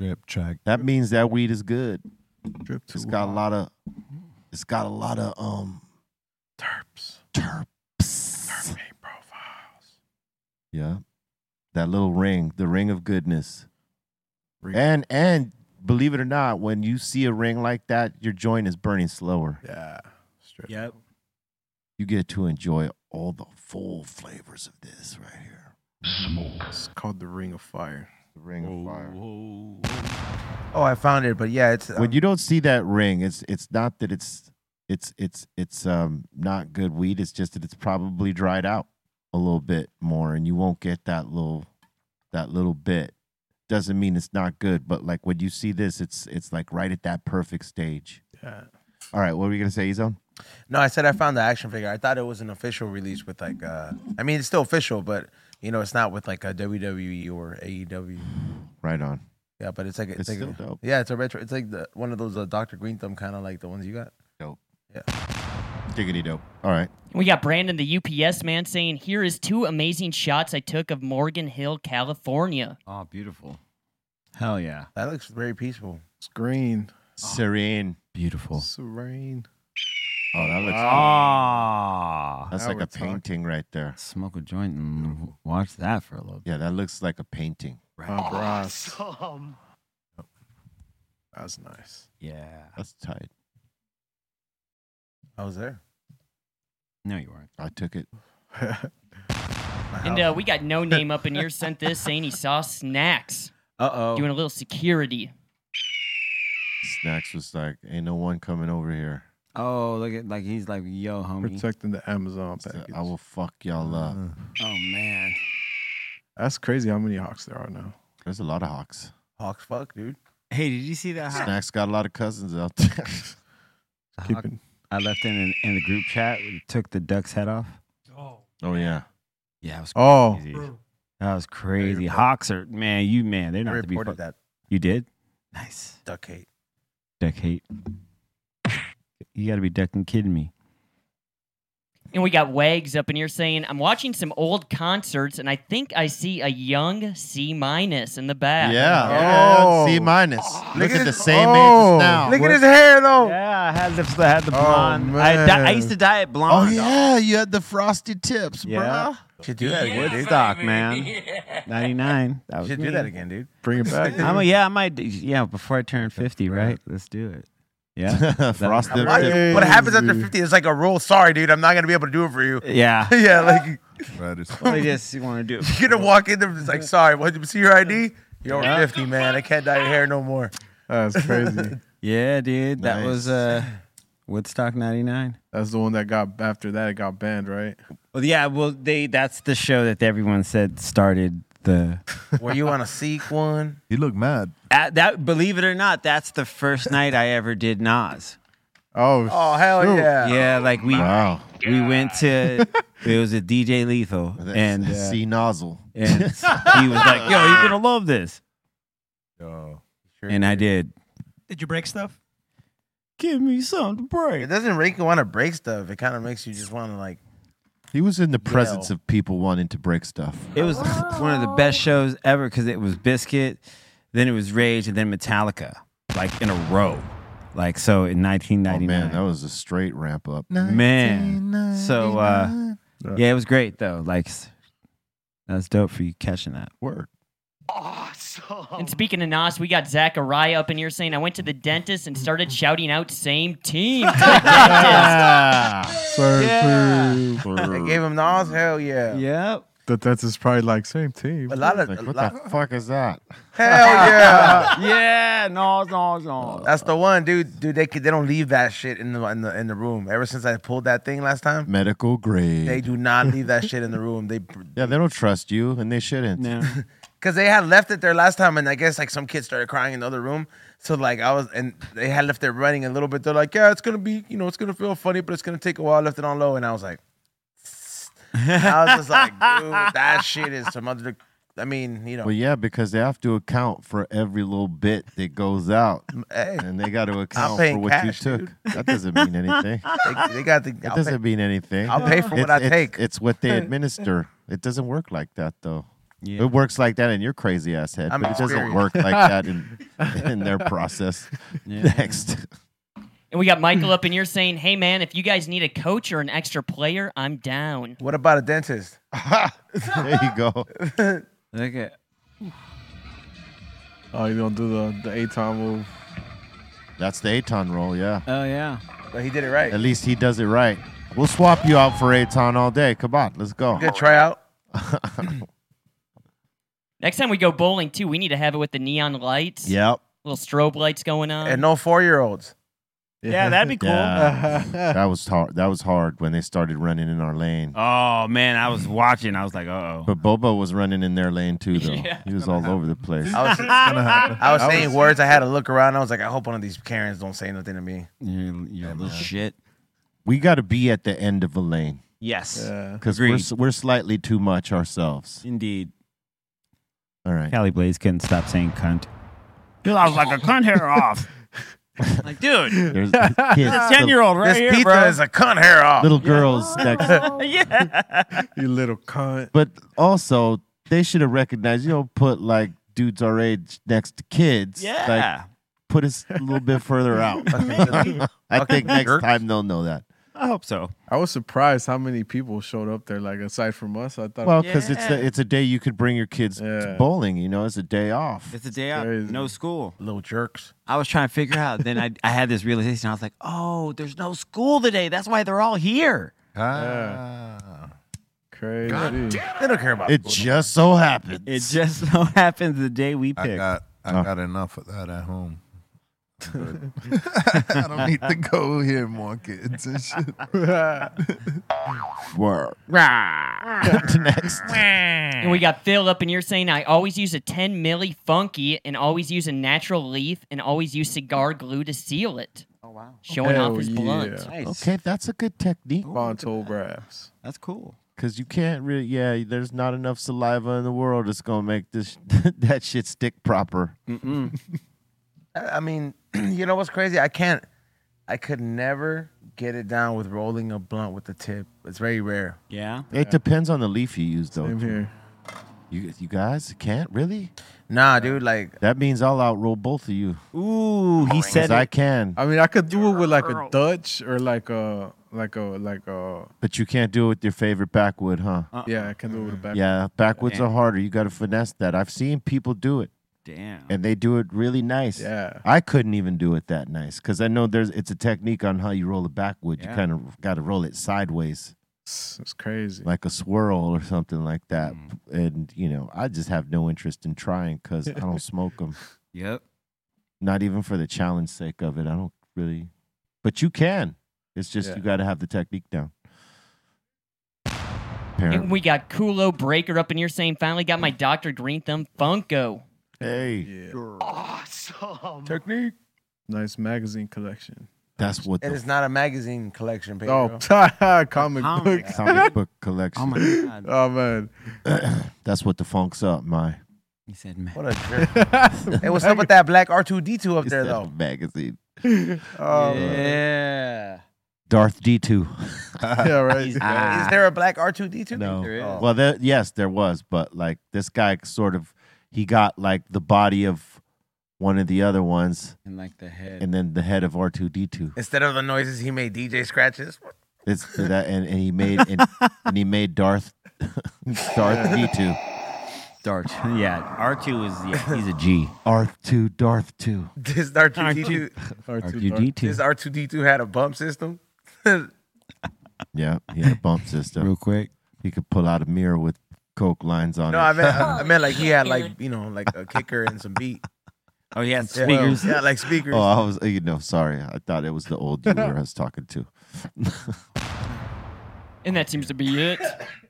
S12: Drip track.
S7: That means that weed is good. Drip. It's got a lot of. It's got a lot of um. Terps. Terps. Terpene profiles. Yeah, that little ring, the ring of goodness. And and believe it or not, when you see a ring like that, your joint is burning slower.
S12: Yeah.
S8: Yep.
S7: You get to enjoy all the full flavors of this right here.
S9: Smoke. It's called the Ring of Fire.
S7: The Ring of Fire.
S6: Oh, I found it, but yeah, it's. uh,
S7: when you don't see that ring, it's it's not that it's it's it's it's um not good weed. It's just that it's probably dried out a little bit more, and you won't get that little that little bit. Doesn't mean it's not good, but like when you see this, it's it's like right at that perfect stage.
S6: Yeah.
S7: All right, what were you gonna say, Ezone?
S6: No, I said I found the action figure. I thought it was an official release with like. uh I mean, it's still official, but you know, it's not with like a WWE or AEW.
S7: Right on.
S6: Yeah, but it's like it's,
S7: It's
S6: like
S7: still
S6: a,
S7: dope.
S6: Yeah, it's a retro. It's like the one of those uh, Dr. Green Thumb kind of like the ones you got.
S7: Dope.
S6: Yeah.
S7: Diggity dope. All right.
S13: We got Brandon the UPS man saying, "Here is two amazing shots I took of Morgan Hill, California."
S8: Oh, beautiful. Hell yeah.
S6: That looks very peaceful.
S9: It's green.
S7: Oh. Serene.
S8: Beautiful.
S9: Serene.
S7: Oh, that looks.
S8: Ah.
S7: That's
S9: Now
S7: like
S9: we're
S7: a painting right there. Mm.
S8: Smoke a joint and watch that for a little
S7: Yeah, that looks like a painting. Oh,
S17: Oh,
S9: Bob Ross.
S11: Awesome.
S9: That's nice.
S8: Yeah.
S7: That's tight.
S6: I was there.
S8: No, you weren't.
S7: I took it.
S13: And uh, we got no name up in here sent this saying he saw snacks
S6: Uh oh.
S13: doing a little security.
S7: Snacks was like, ain't no one coming over here.
S8: Oh, look at like he's like, yo, homie.
S9: Protecting the Amazon
S7: So
S9: package.
S7: I will fuck y'all up.
S8: Oh man.
S9: That's crazy how many hawks there are now.
S7: There's a lot of hawks.
S6: Hawks fuck, dude.
S8: Hey, did you see that? Hawk?
S7: Snacks got a lot of cousins out there.
S8: the hawk I left in, in in the group chat. We took the duck's head off.
S7: oh yeah.
S8: Yeah, it was
S9: Oh.
S8: crazy. That was crazy. Hawks are man, you man, they're not to be
S6: reported
S8: fuck-
S6: that.
S8: You did? Nice.
S6: Duck hate.
S8: Duck hate. You gotta be ducking kidding me.
S13: And we got Wags up in here saying, I'm watching some old concerts and I think I see a young C minus in the back.
S7: Yeah. e-
S9: Oh.
S7: C minus. Look at the same age
S9: Oh.
S7: as now.
S6: Look at his hair though.
S8: Yeah, I had the I had the
S9: Oh,
S8: blonde. I, di- I
S9: man.
S8: used to dye it
S7: Oh
S8: blonde.
S7: yeah, you had the frosty tips,
S8: Yeah.
S7: bro.
S6: Should do that again, dude.
S8: Woodstock, man. Ninety nine. That was
S6: Should
S8: me.
S6: do that again, dude.
S9: Bring it back.
S8: I'm a, yeah, I might. do- Yeah, before I turn fifty, right? Let's do it. Yeah, That-
S7: Frosted
S6: Why-
S7: tips.
S6: What happens after 50 is like a rule. Sorry, dude. I'm not gonna be able to do it for you.
S8: Yeah,
S6: yeah, like
S12: That is
S8: I just want to do.
S6: you're gonna walk in there. It's like, sorry, what? you See your ID? You're over
S8: Yeah.
S6: 50, man. I can't dye your hair no more.
S9: That's crazy.
S8: Yeah, dude, that was
S7: Nice.
S8: uh, Woodstock '99.
S9: That's the one that got after that it got banned, right?
S8: Well, yeah, well, they that's the show that everyone said started the.
S6: Were you on a seek one?
S12: He looked mad.
S8: At that believe it or not, that's the first night I ever did Nas.
S9: Oh,
S6: Oh hell
S9: shoot.
S6: yeah.
S8: Yeah, like we
S7: Wow.
S8: we went to it was a DJ Lethal and uh,
S7: C nozzle.
S8: and he was like, "Yo, you're gonna love this,"
S12: Yo.
S8: and I did.
S10: Did you break stuff?
S8: Give me something to
S6: It
S8: break.
S6: doesn't make you want to break stuff. It kind of makes you just want to like.
S7: He was in the presence of people wanting to break stuff.
S8: It was one of the best shows ever because it was Biscuit, then it was Rage, and then Metallica, like in a row, like so in
S7: Oh
S8: 1999.
S7: man, that was a straight ramp up.
S8: Man, so uh, Yeah, it was great though. Like s- that's dope for you catching that
S7: word.
S13: And speaking of Nas, we got Zachariah up in here saying, I went to the dentist and started shouting out same team. to the dentist."
S6: They gave him Nas. Hell yeah.
S8: Yep.
S9: That that's just probably like same team.
S6: A lot of
S9: Like,
S6: a
S9: what the
S6: lot-
S7: fuck is that?
S6: Hell yeah.
S8: yeah, no, no, no.
S6: That's the one, dude. Dude, they could- they don't leave that shit in the in the in the room. Ever since I pulled that thing last time,
S7: Medical grade.
S6: they do not leave that shit in the room. They
S7: yeah, they don't trust you, and they shouldn't.
S6: Cause they had left it there last time, and I guess like some kids started crying in the other room. So like I was, and they had left it running a little bit. They're like, yeah, it's gonna be, you know, it's gonna feel funny, but it's gonna take a while. I Left it on low, and I was like, I was just like, dude, that shit is some other. I mean, you know,
S7: Well, yeah, because they have to account for every little bit that goes out,
S6: Hey.
S7: and they got to account for
S6: paying
S7: what
S6: cash,
S7: you took.
S6: dude.
S7: That doesn't mean anything.
S6: they, they got the.
S7: That
S6: I'll
S7: doesn't
S6: pay-
S7: mean anything.
S6: I'll pay for what
S7: It's-
S6: I
S7: it's-
S6: take.
S7: It's what they administer. It doesn't work like that, though.
S8: Yeah.
S7: It works like that in your crazy ass head,
S8: I'm
S7: but it doesn't
S8: experienced.
S7: work like that in in their process. Next.
S13: and we got
S7: Hmm.
S13: Michael up in here saying, Hey man, if you guys need a coach or an extra player, I'm down.
S6: What about a dentist?
S7: there you go.
S8: okay.
S9: Oh, you don't do the the eight time move.
S7: That's the Aton roll, yeah.
S8: Oh yeah.
S6: But he did it right.
S7: At least he does it right. We'll swap you out for Aton all day. Come on, let's go.
S6: Good tryout.
S13: Next time we go bowling too, we need to have it with the neon lights.
S7: Yep.
S13: Little strobe lights going on.
S6: And no four year olds.
S13: Yeah, that'd be cool.
S7: Yeah. that was hard. That was hard when they started running in our lane.
S8: Oh man, I was watching. I was like, uh oh.
S7: But Bobo was running in their lane too, though.
S8: Yeah.
S7: He was all over the place.
S6: I was, I was saying words. I had to look around. I was like, I hope one of these Karens don't say nothing to me.
S8: You, you little shit.
S7: We got to be at the end of a lane
S8: Yes.
S7: because we're s- we're slightly too much ourselves.
S8: Indeed.
S7: All right.
S8: Callie Blaze couldn't stop saying cunt.
S17: Dude, I was like a cunt hair off. like, dude,
S7: There's
S17: this
S7: kids.
S17: a ten year old right
S6: this
S17: here,
S6: pizza
S17: bro.
S6: is a cunt hair off.
S7: Little girls next.
S17: yeah.
S9: You little cunt.
S7: But also, they should have recognized. You don't put like dudes our age next to kids.
S17: Yeah.
S7: Like, put us a little bit further out.
S9: Maybe.
S7: I think next
S9: Jerks.
S7: time they'll know that.
S8: I hope so.
S9: I was surprised how many people showed up there. Like aside from us, I thought.
S7: Well, because it's a, it's a day you could bring your kids to
S9: Yeah.
S7: bowling. You know, it's a day off.
S8: It's a day out, no school.
S6: Little jerks.
S8: I was trying to figure out. Then I, I had this realization. I was like, oh, there's no school today. That's why they're all here.
S6: Ah.
S9: Crazy.
S6: They don't care about
S7: It just so happened.
S8: It just so happened the day we
S12: I
S8: picked.
S12: got I
S7: Oh.
S12: got enough of that at home. Good. I don't need to go hear more kids and shit.
S7: Word. Next.
S13: And we got Phil up in here saying, I always use a 10 milli funky and always use a natural leaf and always use cigar glue to seal it. Oh, wow. Showing off his blunt.
S7: Okay, that's a good technique.
S9: Bonto brass.
S8: That's cool.
S7: Cause you can't really, yeah. There's not enough saliva in the world that's gonna make this that shit stick proper.
S8: Mm-mm.
S6: I I mean, you know what's crazy? I can't. I could never get it down with rolling a blunt with the tip. It's very rare.
S8: Yeah.
S7: It depends on the leaf you use, though.
S9: Same here.
S7: You you guys can't really.
S6: Nah, dude. Like
S7: That means I'll outroll both of you.
S8: Ooh, he
S7: 'Cause I can,
S9: I mean, I could do it with like a Dutch or like a like a like a.
S7: but you can't do it with your favorite backwood, huh?
S8: Uh-uh.
S9: Yeah, I can do it with a back.
S7: yeah, backwoods
S9: Damn.
S7: are harder. You got to finesse that. I've seen people do it.
S8: Damn.
S7: And they do it really nice.
S9: Yeah.
S7: I couldn't even do it that nice because I know there's it's a technique on how you roll a backwood.
S9: Yeah.
S7: You kind of got to roll it sideways.
S9: It's crazy. Mm.
S7: like a swirl or something like that. And you know, I just have no interest in trying because I don't smoke them.
S8: Yep.
S7: Not even for the challenge sake of it. I don't really. But you can. It's just
S13: Yeah.
S7: you got to have the technique down.
S13: And
S7: Apparently.
S13: we got Kulo Breaker up in here saying, finally got my Dr. Green Thumb Funko.
S7: Hey.
S13: Awesome.
S6: Technique.
S9: Nice magazine collection.
S7: That's what.
S6: It is not a magazine collection, Pedro.
S9: Oh, comic
S6: Comic.
S9: books.
S7: Comic book collection.
S9: Oh my God. Oh, man.
S7: That's what the funk's up, my.
S8: He said, man.
S6: What a jerk. hey, what's up with that black R2D2 up
S7: It's
S6: there,
S7: that
S6: though?
S7: Magazine.
S6: Oh,
S8: yeah.
S7: Darth D2.
S6: Is, is there a black R2D2?
S7: Ah. No.
S6: There is.
S7: Well, there, yes, there was, but like this guy sort of he got like the body of one of the other ones,
S8: And like the head.
S7: and then the head of R two D two.
S6: Instead of the noises he made, DJ scratches.
S7: It's that, and, and he made and, and he made Darth Darth D two.
S8: Dart. Yeah, R two is yeah, he's a G.
S7: R two Darth two.
S6: This R two D two.
S8: R2D2.
S6: This R two D two had a bump system. That's
S7: Yeah, he had a bump system. Real
S8: quick,
S7: he could pull out a mirror with coke lines on
S6: No,
S7: it.
S6: I meant I meant like he had like you know like a kicker and some beat.
S8: Oh yeah,
S6: Yeah,
S8: speakers.
S6: yeah, like speakers.
S7: Oh, I was you know sorry. I thought it was the old dude I was talking to.
S13: And that seems to be it.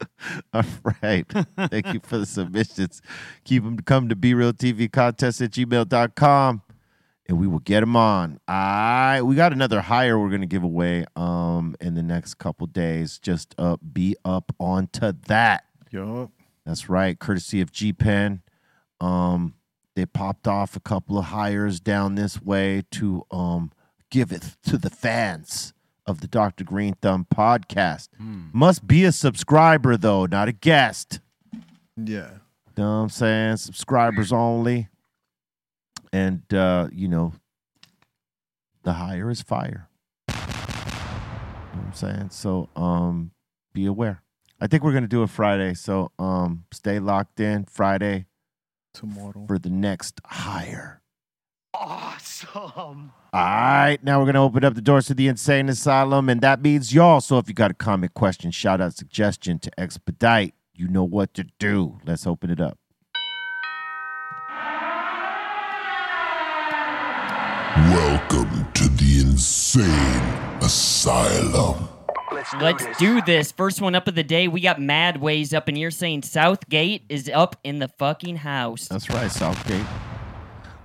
S7: All right. Thank you for the submissions. Keep them come to Be Real TV contest at gmail.com and we will get them on. I we got another hire we're gonna give away um in the next couple days. Just uh be up onto that.
S9: Yup.
S7: That's right, courtesy of G Pen. Um, they popped off a couple of hires down this way to um give it to the fans of the Dr. Green Thumb podcast.
S9: Hmm.
S7: Must be a subscriber though, not a guest.
S9: Yeah.
S7: You know what I'm saying? Subscribers only. And uh, you know, the higher is fire. You know what I'm saying? So um be aware. I think we're gonna do it Friday. So um stay locked in Friday
S9: tomorrow
S7: for the next hire.
S1: Awesome.
S7: All right, now we're gonna open up the doors to the insane asylum, and that means y'all. So if you got a comment, question, shout out, suggestion to expedite, you know what to do. Let's open it up.
S18: Welcome to the insane asylum.
S13: Let's do this. First one up of the day. We got Mad Ways up in here saying Southgate is up in the fucking house.
S7: That's right, Southgate.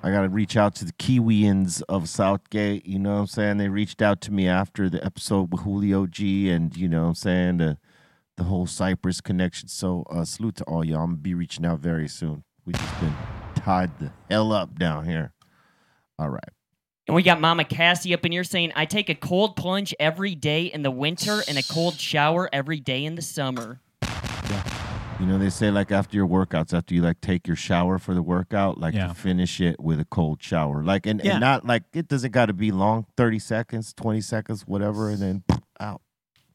S7: I got to reach out to the Kiwians of Southgate. You know what I'm saying? They reached out to me after the episode with Julio G and, you know what I'm saying, the, the whole Cyprus connection. So, uh, salute to all y'all. I'm going to be reaching out very soon. we just been tied the hell up down here. All right.
S13: And we got Mama Cassie up in here saying, I take a cold plunge every day in the winter and a cold shower every day in the summer.
S7: You know, they say like after your workouts, after you like take your shower for the workout, like
S13: Yeah.
S7: to finish it with a cold shower. Like, and,
S13: Yeah.
S7: and not like it doesn't got to be long 30 seconds, 20 seconds, whatever, and then out.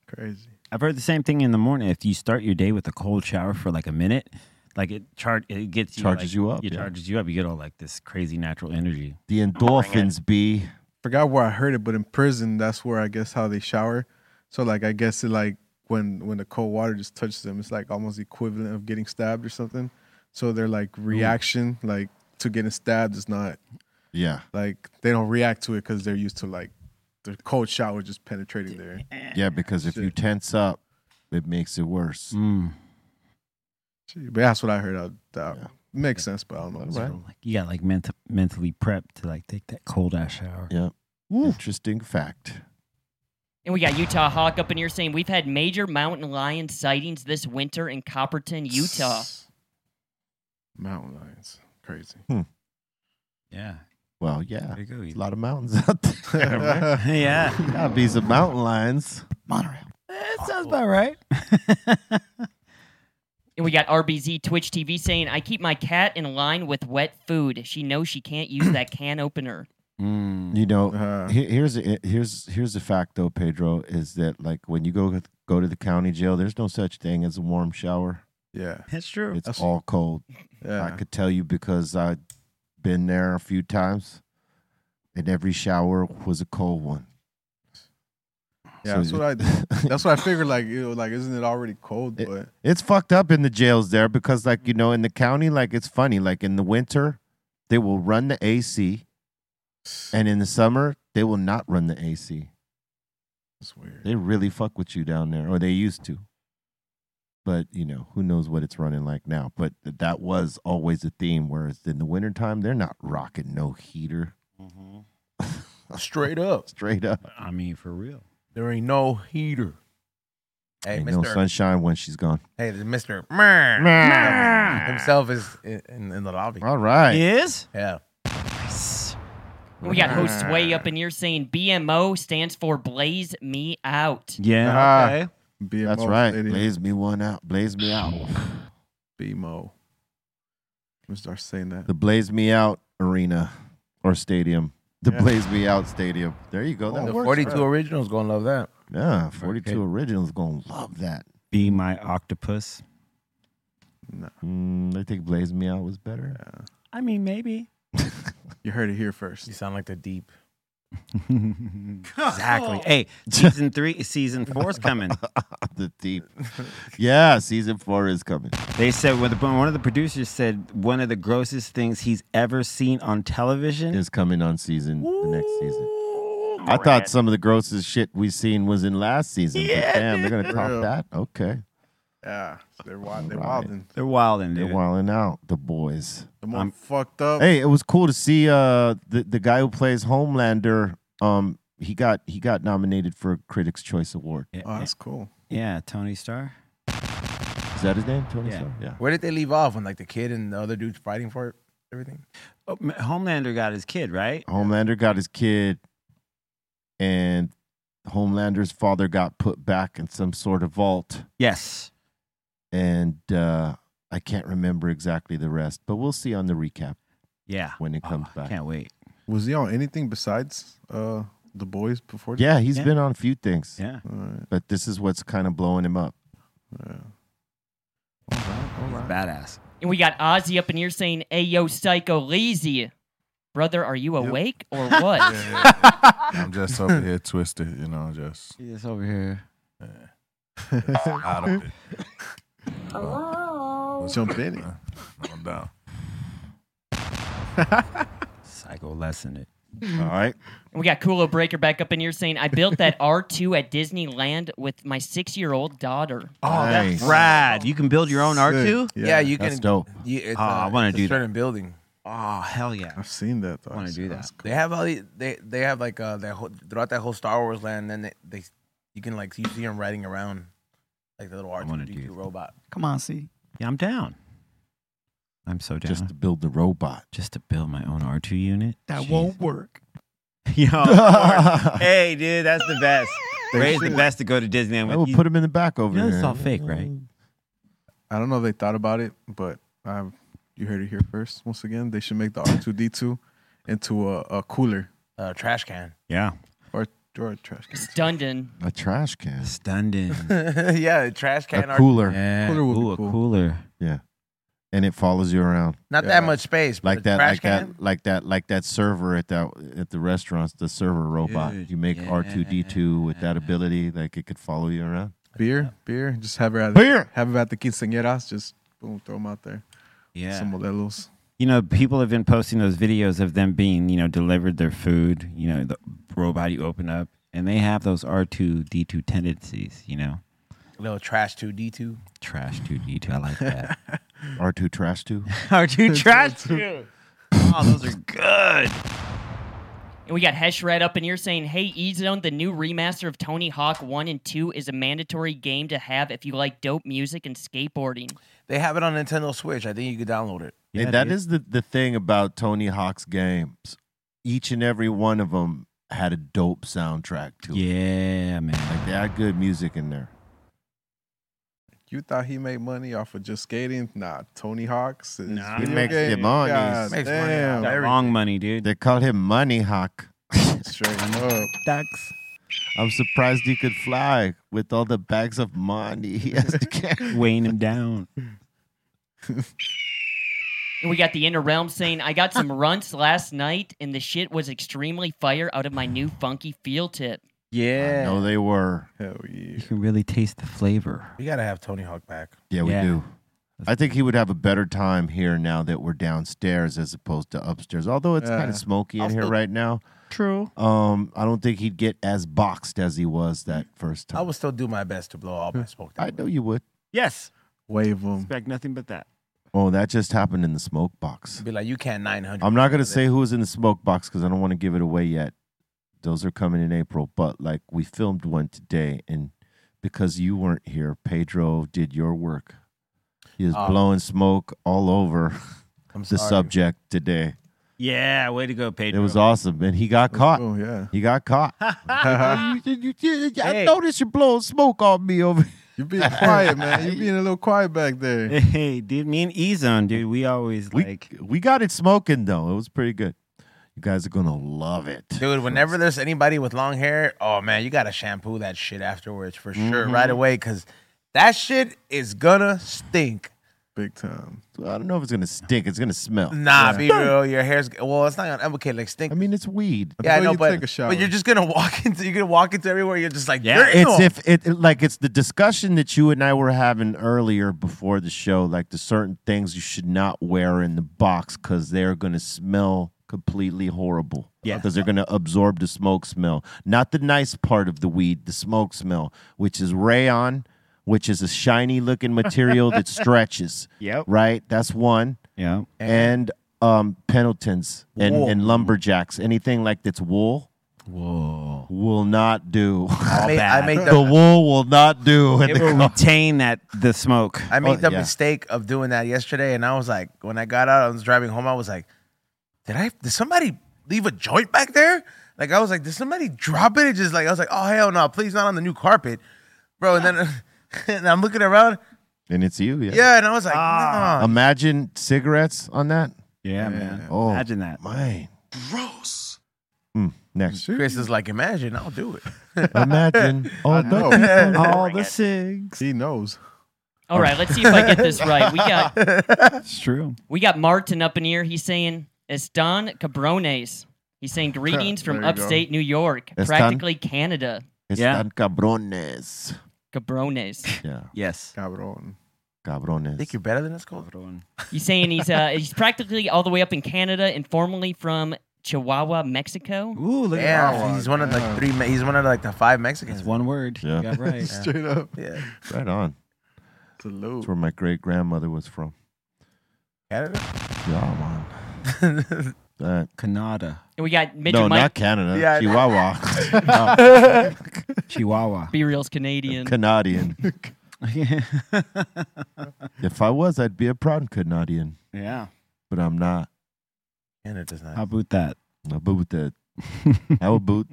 S9: Crazy.
S8: I've heard the same thing in the morning. If you start your day with a cold shower for like a minute, like it char- it gets you
S7: Charges
S8: like-
S7: you up,
S8: It
S7: yeah.
S8: charges you up. You get all like this crazy natural energy.
S7: The endorphins be
S9: forgot where I heard it, but in prison, that's where I guess how they shower. So like I guess it like when when the cold water just touches them, it's like almost equivalent of getting stabbed or something. So their like reaction like to getting stabbed is not
S7: Yeah.
S9: like they don't react to it because they're used to like the cold shower just penetrating there.
S7: Yeah, because if you tense up, it makes it worse.
S8: Mm.
S9: But that's what I heard. Out that makes sense, but I don't know.
S8: So, like, you got like ment- mentally prepped to like take that cold ass shower.
S7: Yeah. Interesting fact.
S13: And we got Utah Hawk up in here saying, We've had major mountain lion sightings this winter in Copperton, Utah.
S9: Mountain lions, crazy.
S7: Hmm.
S8: Yeah.
S7: Well, yeah.
S8: There you go.
S7: There's a lot of mountains out there.
S8: Yeah, right? Yeah.
S7: Gotta be some mountain lions.
S8: That sounds about right.
S13: And we got RBZ Twitch TV saying, I keep my cat in line with wet food. She knows she can't use that can opener.
S7: You know,
S9: Uh-huh.
S7: he- here's a, here's here's the fact though, Pedro, is that like when you go go to the county jail, there's no such thing as a warm shower.
S9: Yeah.
S8: That's true.
S7: It's all cold. I
S9: Yeah.
S7: could tell you because I've been there a few times, and every shower was a cold one.
S9: Yeah,
S7: So
S9: that's
S7: you-
S9: what I. That's what I figured. Like, you know, like isn't it already cold? But
S7: It's fucked up in the jails there because, like, you know, in the county, like, it's funny. Like, in the winter, they will run the AC, and in the summer, they will not run the AC.
S9: That's weird.
S7: They really fuck with you down there, or they used to. But, you know, who knows what it's running like now. But th- that was always a theme, whereas in the wintertime, they're not rocking no heater.
S6: Straight up.
S7: Straight up.
S8: I mean, for real.
S6: There ain't no heater. Hey,
S7: Ain't no
S6: Mister.
S7: sunshine when she's gone.
S6: Hey, the Mister.
S7: Meh.
S6: Himself is in, in, in the lobby.
S7: All right.
S8: He is?
S6: Yeah.
S13: And we got Josue up in here saying, BMO stands for Blaze Me Out.
S7: Yeah.
S9: Okay. BMO,
S7: That's right.
S9: lady.
S7: Blaze me one out. Blaze me out.
S9: BMO. I'm gonna start saying that.
S7: The Blaze Me Out Arena or Stadium. The
S9: Yeah.
S7: Blaze Me Out Stadium. There you go.
S6: the
S7: works,
S6: 42
S7: bro.
S6: originals gonna love that.
S7: Yeah, 42 originals gonna love that.
S8: Be my octopus.
S7: No. Mm, they think Blaze Me Out was better.
S8: I mean, maybe.
S9: You heard it here first.
S6: You sound like the deep.
S8: Exactly. Hey, season three, season four is coming.
S7: the deep. Yeah, season four is coming.
S8: They said when the, one of the producers said one of the grossest things he's ever seen on television
S7: is coming on season the next season. I thought some of the grossest shit we seen was in last season.
S9: Yeah,
S7: but damn, they're gonna
S9: dude.
S7: top
S9: Real.
S7: that. Okay,
S9: Yeah, they're wild. They're
S7: Right.
S9: wilding.
S8: They're wilding.
S7: they're wilding out. The boys.
S9: The more fucked up.
S7: Hey, it was cool to see uh the, the guy who plays Homelander. Um, he got he got nominated for a Critics' Choice Award.
S9: oh, that's cool.
S8: Yeah, Tony Starr.
S7: Is that his name? Tony Stark? Yeah.
S6: Where did they leave off when like the kid and the other dude's fighting for it, everything?
S8: Oh, M- Homelander got his kid, right?
S7: Homelander got his kid, and Homelander's father got put back in some sort of vault.
S8: Yes.
S7: And uh, I can't remember exactly the rest, but we'll see on the recap.
S8: Yeah.
S7: When it comes back.
S8: Ah, oh, Can't wait.
S9: Was he on anything besides uh the boys before?
S7: Yeah,
S9: he's
S7: he's been on a few things.
S8: Yeah.
S7: But this is what's kind of blowing him up.
S8: Badass.
S13: And we got Ozzy up in here saying, "Hey, yo, Psycho Lazy, brother, are you awake or what?"
S12: I'm just over here twisted, you know, just
S8: It's over here.
S12: out of it.
S9: Hello. Jump in it.
S12: I'm down.
S8: Psycho lesson it.
S7: All right.
S13: And we got Kulo Breaker back up in here saying, "I built that R2 at Disneyland with my six-year-old daughter."
S8: Oh, that's rad. You can build your own R2?
S6: Yeah, you can. You, it's,
S8: oh,
S6: uh,
S8: I want
S6: it's a
S8: to do that.
S6: certain building.
S8: Oh, hell yeah.
S9: I've seen that. Though.
S8: I want to do that.
S6: They have all the, they they have like uh that whole, throughout that whole Star Wars land. Then they, they you can like you see them riding around like the little R two D two robot.
S10: Come on, see.
S8: Yeah, I'm down. I'm so down.
S7: Just to build the robot.
S8: Just to build my own R2 unit.
S10: That won't work.
S8: Yo, of course. hey, dude, that's the best.
S9: They
S8: Ray's the
S9: should.
S8: best to go to Disneyland with.
S7: we'll
S8: You-
S7: put him in the back over
S8: you know
S7: there.
S8: It's all fake, right?
S9: I don't know if they thought about it, but I've you heard it here first. Once again, they should make the R two D two into a, a cooler
S6: Uh, trash can.
S8: Yeah.
S9: or or a trash can.
S13: Dundon.
S7: A trash can.
S8: Stunned in.
S6: yeah, a trash can.
S7: A
S6: R2.
S7: cooler.
S8: Yeah.
S9: Cooler would be
S8: Ooh, a
S9: cool.
S8: cooler.
S7: Yeah. And it follows you around.
S6: Not that much space. but
S7: Like
S6: a
S7: that,
S6: trash
S7: like
S6: can?
S7: that, like that, like that server at that at the restaurants, the server robot.
S8: Dude,
S7: you make R two D two with that ability, like it could follow you around.
S9: Beer, beer. Just have her at
S7: Beer!
S9: Have her at the quinceañeras. Just boom, throw them out there.
S8: Yeah.
S9: Some modelos.
S8: You know, people have been posting those videos of them being, you know, delivered their food, you know, the robot you open up, and they have those R2 D2 tendencies, you know.
S6: little trash two D two.
S8: Trash 2 D2. I like that.
S7: R two trash two.
S8: R2 Trash 2. Oh, those are good.
S13: And we got Hesh Red up in here saying, Hey, E Zone, the new remaster of Tony Hawk 1 and 2 is a mandatory game to have if you like dope music and skateboarding.
S6: They have it on Nintendo Switch. I think you could download it.
S7: and that is the, the thing about Tony Hawk's games. Each and every one of them had a dope soundtrack to it.
S8: Yeah, man.
S7: Like they had good music in there.
S9: You thought he made money off of just skating? Nah, Tony Hawk's. is
S7: Nah. He
S9: video
S7: makes the
S9: game.
S7: money.
S9: God
S7: Makes
S6: money
S9: damn.
S8: That long money, dude.
S7: They called him Money Hawk.
S9: Straight up.
S8: Ducks.
S7: I'm surprised he could fly with all the bags of money he has to carry.
S8: Weighing him down.
S13: And we got the Inner Realm saying, I got some runts last night and the shit was extremely fire out of my new funky field tip.
S8: Yeah.
S7: No, they were.
S9: Hell yeah.
S8: You can really taste the flavor.
S6: We gotta have Tony Hawk back.
S7: Yeah, we
S8: Yeah.
S7: do. I think he would have a better time here now that we're downstairs as opposed to upstairs. Although it's kind
S9: Yeah.
S7: of smoky in here right now.
S8: True.
S7: Um, I don't think he'd get as boxed as he was that first
S6: I
S7: time.
S6: would still do my best to blow all my smoke.
S7: I know you would.
S8: Yes.
S9: Wave them.
S8: Expect nothing but that.
S7: Oh, that just happened in the smoke box.
S6: Be like, you can't nine hundred.
S7: I'm not gonna say who was in the smoke box because I don't want to give it away yet. Those are coming in April, but like we filmed one today, and because you weren't here, Pedro did your work. He is
S8: Oh.
S7: blowing smoke all over
S6: I'm
S7: the
S6: sorry.
S7: subject today.
S8: Yeah, way to go, Pedro.
S7: It was awesome, and he got caught.
S9: Oh yeah,
S7: he got caught. You- you- you- you- I noticed you blowing smoke on me over.
S9: You being quiet, man. You being a little quiet back there.
S8: Hey, dude, me and E Zone, dude, we always like
S7: We got it smoking though. It was pretty good. You guys are gonna love it.
S6: Dude, whenever there's anybody with long hair, oh man, you gotta shampoo that shit afterwards for sure,
S7: Mhm.
S6: right away, because that shit is gonna stink.
S9: Big time.
S7: I don't know if it's gonna stink. It's gonna smell.
S6: Nah,
S7: Oh, Yeah.
S6: be real. Your hair's well. It's not gonna okay. Like stink. I
S7: mean, it's weed.
S6: Yeah, I
S7: Until
S6: know,
S7: you
S6: but,
S7: take a shower.
S6: but you're just gonna walk into you're gonna walk into everywhere. You're just like yeah.
S7: it's if it it- like it's the discussion that you and I were having earlier before the show, like the certain things you should not wear in the box because they're gonna smell completely horrible.
S8: Yeah.
S7: because they're gonna absorb the smoke smell, not the nice part of the weed, the smoke smell, which is rayon, which is a shiny looking material that stretches.
S8: Yep.
S7: Right. That's one.
S8: Yeah.
S7: And um, Pendletons and,
S8: Wool.
S7: and lumberjacks, anything like that's wool.
S8: Whoa.
S7: Will not do.
S6: I made, I made
S7: the wool will not do. in
S6: It
S7: the
S6: will
S7: car.
S8: retain that the smoke.
S6: I made
S7: Oh,
S6: the
S7: yeah.
S6: mistake of doing that yesterday, and I was like, when I got out, I was driving home. I was like, did I? Did somebody leave a joint back there? Like I was like, did somebody drop it? It just like I was like, oh hell no, please not on the new carpet, bro. And then and I'm looking around,
S7: And it's you,
S6: yeah,
S7: yeah. Ah,
S6: and I was like, nah.
S7: Uh, Imagine cigarettes on that.
S8: Yeah, man.
S7: Oh,
S8: Imagine that.
S7: Mine.
S6: gross.
S7: Mm, next.
S6: Chris is like, imagine, I'll do it.
S7: Imagine all the
S6: know.
S7: people,
S6: All
S7: the cigs.
S9: He knows.
S13: All right, let's see if I get this right. We got
S8: It's true.
S13: we got Martin up in here. He's saying Estan Cabrones. He's saying greetings from
S7: There you go.
S13: upstate New York,
S7: Estan?
S13: practically Canada.
S7: Están cabrones.
S13: Cabrones.
S7: Yeah.
S8: Yes.
S9: Cabron.
S7: Cabrones.
S6: Think you're better than us, Cole?
S13: He's saying he's uh, he's practically all the way up in Canada and formerly from Chihuahua, Mexico.
S8: Ooh, look
S6: Yeah, he's one of like three. Me- he's one of like the five Mexicans.
S8: one word.
S7: Yeah. You got
S8: right.
S9: Straight up.
S6: Yeah.
S7: Right on. That's where my great grandmother was from.
S6: Canada?
S7: Yeah, man. that.
S8: Canada.
S13: And we got Midget
S7: no,
S13: Mike.
S7: not Canada.
S13: Yeah, I know.
S7: Chihuahua.
S13: Oh.
S8: Chihuahua.
S13: Be real's Canadian.
S7: Canadian. if I was, I'd be a proud Canadian.
S8: Yeah.
S7: But I'm not.
S6: And it does not.
S8: How about that?
S7: I boot that. I would boot.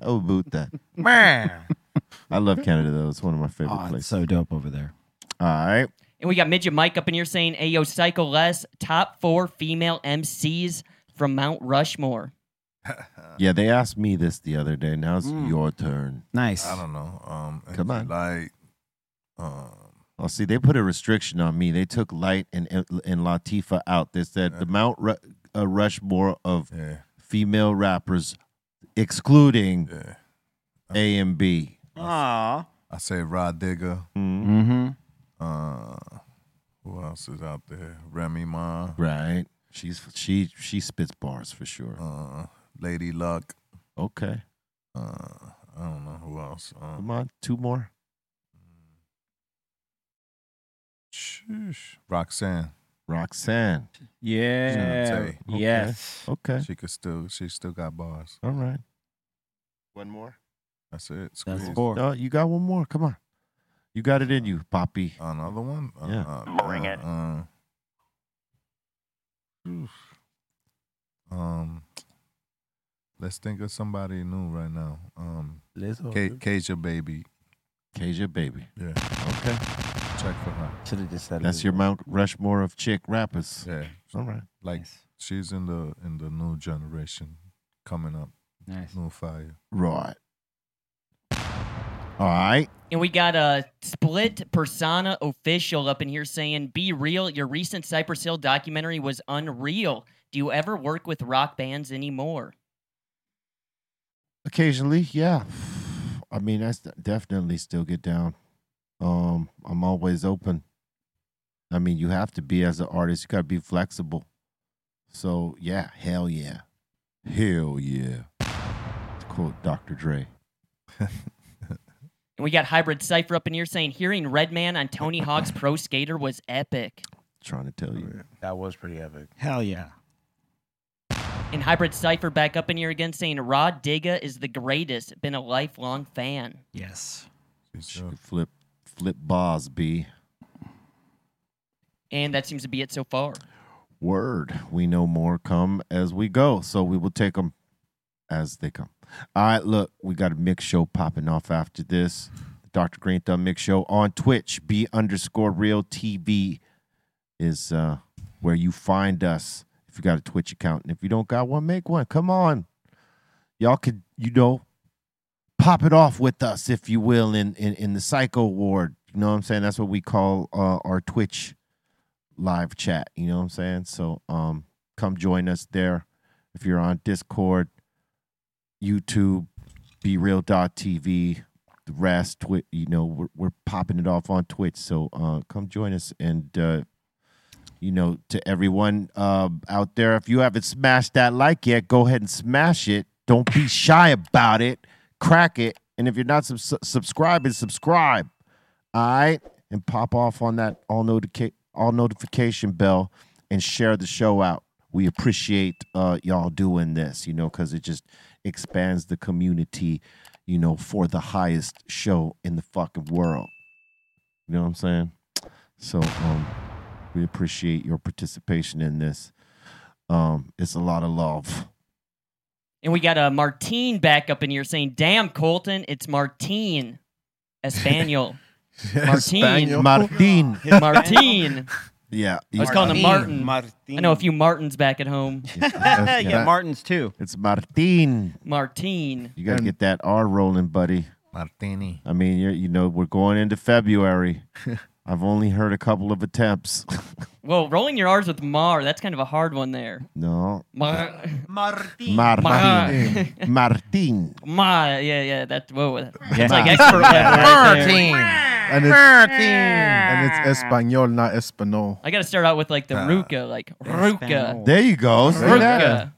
S7: I would boot that.
S6: Man.
S7: I love Canada though. It's one of my favorite
S8: Oh,
S7: places.
S8: it's so dope over there.
S7: All right.
S13: And we got Midget Mike up in here saying, Ayo, Psycho Les, top four female MCs from Mount Rushmore.
S7: Yeah, they asked me this the other day. Now it's your turn.
S8: Mm. Nice.
S12: I don't know. Um, if
S7: Come
S12: you
S7: on.
S12: Like, um,
S7: Oh, see, they put a restriction on me. They took Light and and Latifah out. They said the Mount Ru- uh, Rushmore of female rappers, excluding A and B.
S8: Aw.
S12: I say Rod Digger.
S8: Mm-hmm.
S12: Uh, who else is out there? Remy Ma.
S7: Right. She's she she spits bars for sure.
S12: Uh, Lady Luck.
S7: Okay.
S12: Uh, I don't know who else. Um,
S7: Come on, two more.
S12: Sheesh. Roxanne.
S7: Roxanne.
S8: Yeah. Yes.
S7: Okay.
S12: She could still. She still got bars.
S7: All right. One more.
S12: That's it.
S7: That's
S12: Squeeze.
S7: four. No, you got one more. Come on. You got it in you, Poppy.
S12: Another one. Uh,
S7: Yeah.
S12: Bring it. um, let's think of somebody new right now. Um,
S6: Lizzo,
S12: K-
S6: dude.
S12: Kasia baby.
S7: Kasia baby.
S12: Yeah.
S7: Okay.
S12: Check for her.
S6: Should have just said
S7: That's your Mount Rushmore of chick rappers.
S12: Yeah.
S7: All right.
S12: Like she's in the in the new generation coming up.
S8: Nice.
S12: New fire.
S7: Right. All right.
S13: And we got a split persona official up in here saying, Be real, your recent Cypress Hill documentary was unreal. Do you ever work with rock bands anymore?
S7: Occasionally, yeah. I mean, I st- definitely still get down. Um, I'm always open. I mean, you have to be as an artist. You gotta be flexible. So yeah, hell yeah, hell yeah. To quote Dr. Dre.
S13: And we got Hybrid Cypher up in here saying, Hearing Redman on Tony Hawk's Pro Skater was epic.
S7: Trying to tell you.
S6: That was pretty epic.
S8: Oh, Hell yeah.
S13: And Hybrid Cypher back up in here again saying, Rod Digga is the greatest. Been a lifelong fan.
S8: Yes.
S7: She could flip, flip bars, B.
S13: And that seems to be it so far.
S7: Word. We know more come as we go. So we will take them as they come. All right, look, we got a mix show popping off after this. Dr. Green Thumb Mix Show on Twitch. B underscore real TV is uh, where you find us. if you got a Twitch account. And if you don't got one, make one. Come on. Y'all could, you know, pop it off with us, if you will, in in, in the psycho ward. You know what I'm saying? That's what we call uh, our Twitch live chat. You know what I'm saying? So um come join us there if you're on Discord, YouTube, BeReal.tv, the rest, Twi- you know, we're, we're popping it off on Twitch. So uh, come join us. And, uh, you know, to everyone uh, out there, if you haven't smashed that like yet, go ahead and smash it. Don't be shy about it. Crack it. And if you're not subs subscribing, subscribe. All right. And pop off on that all, notica- all notification bell and share the show out. We appreciate uh, y'all doing this, you know, because it just expands the community, you know, for the highest show in the fucking world. You know what I'm saying? So um, we appreciate your participation in this. Um, it's a lot of love.
S13: And we got a Martine back up in here saying, "Damn, Colton, it's Martine, Espanol, Martine,
S7: Espanol. Martin.
S13: Martine."
S7: Yeah,
S13: I was calling him Martin.
S7: Martin.
S13: I know a few Martins back at home.
S7: Yeah,
S8: Martins too.
S7: It's Martin.
S13: Martine.
S7: You gotta get that R rolling, buddy.
S6: Martini.
S7: I mean, you're, you know, we're going into February. I've only heard a couple of attempts.
S13: Well, rolling your R's with Mar, that's kind of a hard one there.
S7: no,
S13: Mar. Martin.
S7: Mar-
S13: Martin.
S7: Martin. Martin.
S13: Ma, yeah, yeah, that whoa, that's
S7: Yeah.
S13: like expert level right there.
S9: And it's, and it's Espanol, not Espanol.
S13: I gotta start out with like the
S7: Uh,
S9: Ah.
S13: ruca, like ruca.
S7: There you go. See that?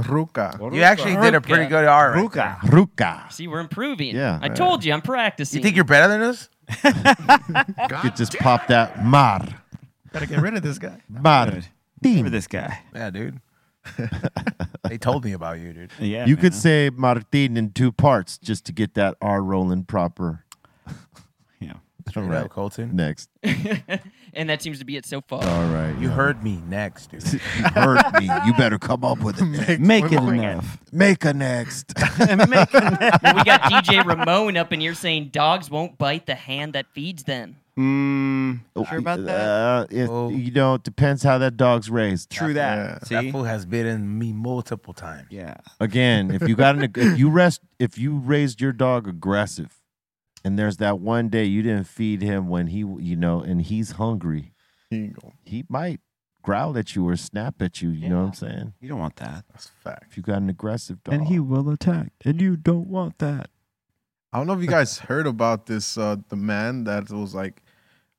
S13: Ruca.
S9: Ruka.
S6: You actually did a pretty
S13: Ruka.
S6: good R. Right
S7: Ruka. Ruka.
S13: See, we're improving.
S7: Yeah.
S13: I told you, I'm practicing.
S6: You think you're better than us?
S7: You could just pop that Mar.
S10: Gotta get rid of this guy.
S7: Martin.
S8: For this guy.
S6: Yeah, dude. they told me about you, dude.
S8: Yeah.
S7: you could say Martin in two parts just to get that R rolling proper.
S8: Yeah.
S7: All
S6: up,
S7: right,
S6: Colton.
S7: Next.
S13: and that seems to be it so far.
S7: All right.
S6: You
S7: yeah.
S6: heard me next, dude.
S7: you heard me. You better come up with it.
S8: Make it
S7: Bring
S8: enough.
S7: Make a next.
S13: Well, we got DJ Ramon up in here saying dogs won't bite the hand that feeds them.
S7: Mm,
S13: Sure about that?
S7: Uh, if,
S8: Oh.
S7: You know, it depends how that dog's raised.
S6: That fool has bitten me multiple times.
S8: Yeah.
S7: Again, if you got an, if you rest, if you raised your dog aggressive, and there's that one day you didn't feed him when he, you know, and he's hungry, he might growl at you or snap at you. You know what I'm saying?
S8: You don't want that.
S7: That's fact. If you got an aggressive dog,
S8: And he will attack. And you don't want that.
S9: I don't know if you guys heard about this. Uh, the man that was like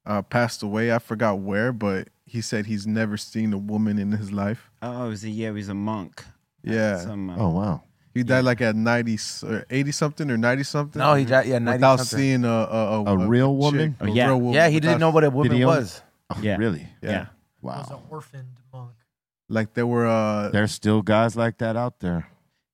S9: uh, passed away. I forgot where, but he said he's never seen a woman in his life.
S8: Oh, it was a, yeah, he was a monk.
S9: Yeah.
S6: um,
S8: Some, uh,
S7: oh wow.
S9: He died like at ninety s- or eighty something or ninety something.
S6: No, he died- yeah, 90
S9: without
S6: something.
S9: seeing a a,
S7: A real
S9: chick,
S7: woman?
S9: a
S7: Oh, yeah.
S9: real woman
S6: Yeah, he didn't
S9: without-
S6: know what a woman
S7: Video?
S6: was.
S7: Oh,
S8: Yeah.
S7: Really?
S9: Yeah.
S8: Yeah.
S11: was
S7: Wow.
S11: an orphaned monk.
S9: Like there were uh,
S7: There's still guys like that out there.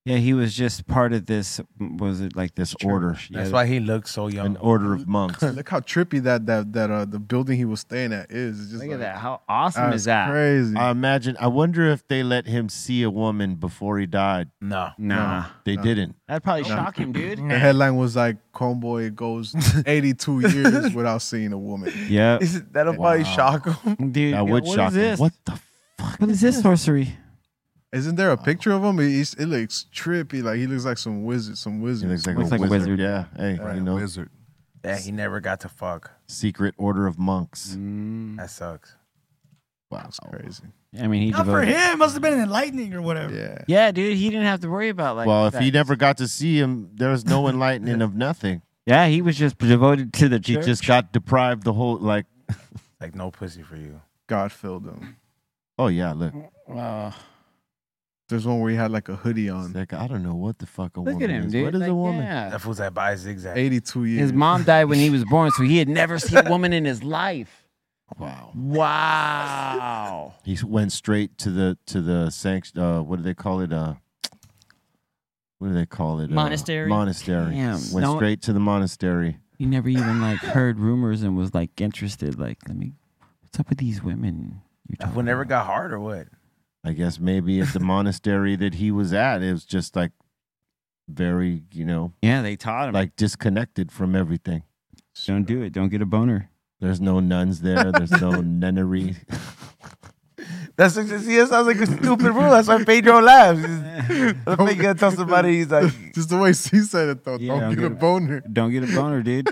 S8: Yeah, he was just part of this. Was it like this order?
S6: That's
S8: Yeah.
S6: why he looks so young.
S7: An order of monks.
S9: Look how trippy that that that uh the building he was staying at is. It's just
S8: Look
S9: like-
S8: at that. How awesome
S9: That's
S8: is that?
S9: Crazy.
S7: I imagine. I wonder if they let him see a woman before he died.
S6: No.
S8: Nah.
S7: They didn't.
S8: That'd
S9: No.
S8: probably shock him, dude.
S9: The headline was like, "Homeboy goes 82 years without seeing a woman."
S8: Yeah.
S6: Is it- that'll probably shock him.
S8: Dude,
S7: That would
S8: what is
S7: shock him.
S8: this?
S7: What the
S8: fuck? What is this sorcery?
S9: Isn't there a picture of him? He's, it looks trippy. Like he looks like some wizard. Some wizard.
S7: He looks like,
S8: Looks
S7: a,
S8: like a
S7: wizard.
S8: wizard.
S7: Yeah. Hey, you know,
S12: Wizard.
S6: Yeah, he never got to fuck.
S7: secret order of monks.
S6: That sucks.
S7: Wow.
S9: crazy.
S8: I mean, he
S10: Not for
S8: devoted-
S10: him. It must have been enlightening or whatever.
S9: Yeah.
S8: Yeah, dude, he didn't have to worry about like.
S7: well, if he
S8: that.
S7: never got to see him, there's no enlightening of nothing.
S8: yeah, he was just devoted to the
S7: He
S8: church.
S7: just got deprived the whole like.
S6: Like no pussy for you.
S9: God filled him.
S7: Oh yeah, look.
S9: There's one where he had like a hoodie on.
S7: Like I don't know what the fuck a
S8: Look
S7: woman
S8: at him,
S7: is.
S8: dude.
S7: What is
S8: Like,
S7: a woman?
S8: yeah.
S6: That fool's that by zigzag.
S9: 82 years.
S8: His mom died when he was born, so he had never seen a woman in his life.
S7: Wow.
S8: Wow.
S7: He went straight to the to the sanct. Uh, what do they call it? Uh, what do they call it? Uh,
S13: Monastery?
S7: monastery.
S8: Damn.
S7: Went
S8: No-
S7: straight to the monastery.
S8: He never even like heard rumors and was like interested. Like, let me. What's up with these women? You're
S6: That fool never got hard or what?
S7: I guess maybe at the monastery that he was at, it was just like very, you know,
S8: Yeah, they taught him.
S7: like disconnected from everything.
S8: don't do it. Don't get a boner.
S7: There's no nuns there. There's no nunnery.
S6: That's what- see, that sounds like a stupid rule. That's why Pedro laughs. I think you tell somebody he's like
S9: just the way she said it though. don't, get, a boner.
S8: Don't get a boner, dude.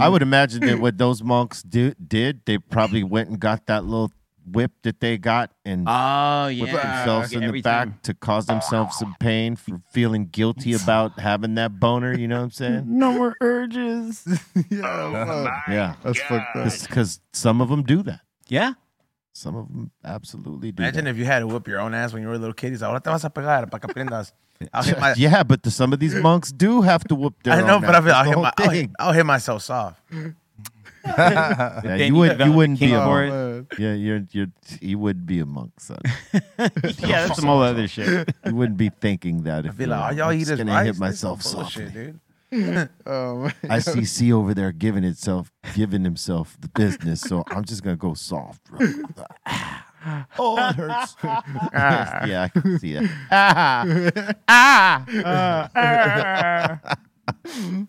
S7: I would imagine that what those monks do, did, they probably went and got that little whip that they got and
S8: Oh,
S7: whipped
S8: yeah.
S7: themselves
S8: Okay,
S7: in the
S8: every
S7: back
S8: time.
S7: to cause themselves some pain for feeling guilty about having that boner. You know what I'm saying?
S8: no more urges.
S7: yeah,
S9: that's fucked up.
S7: Because some of them do that.
S8: Yeah,
S7: some of them absolutely do.
S6: Imagine if you had to whoop your own ass when you were a little kid. He's like, "Ahora te vas a pegar para que aprendas." I'll hit my,
S7: that. Yeah, but the, some of these monks do have to whoop their.
S6: I know,
S7: own
S6: but I
S7: ass.
S6: feel, I'll,
S7: That's
S6: hit
S7: the
S6: my, I'll,
S7: whole
S6: hit, I'll hit myself soft.
S7: yeah,
S6: Then
S7: you
S6: you
S7: would. You
S6: develop
S7: wouldn't be a
S6: king for
S7: monk.
S6: it.
S7: Yeah, you're. You're. You would be a monk, son.
S8: Yeah, that's some whole other shit.
S7: You wouldn't be thinking that if
S6: Be
S7: you
S6: like,
S7: were,
S6: "All y'all
S7: I'm
S6: eat
S7: just
S6: is
S7: gonna
S6: rice."
S7: hit
S6: This
S7: myself
S6: is bullshit,
S7: softly.
S6: dude. Um,
S9: Oh, man.
S7: I see C over there giving itself, giving himself the business. So I'm just gonna go soft. Bro. Oh, it hurts. yeah, I can see that. Ah. Ah.
S6: Uh,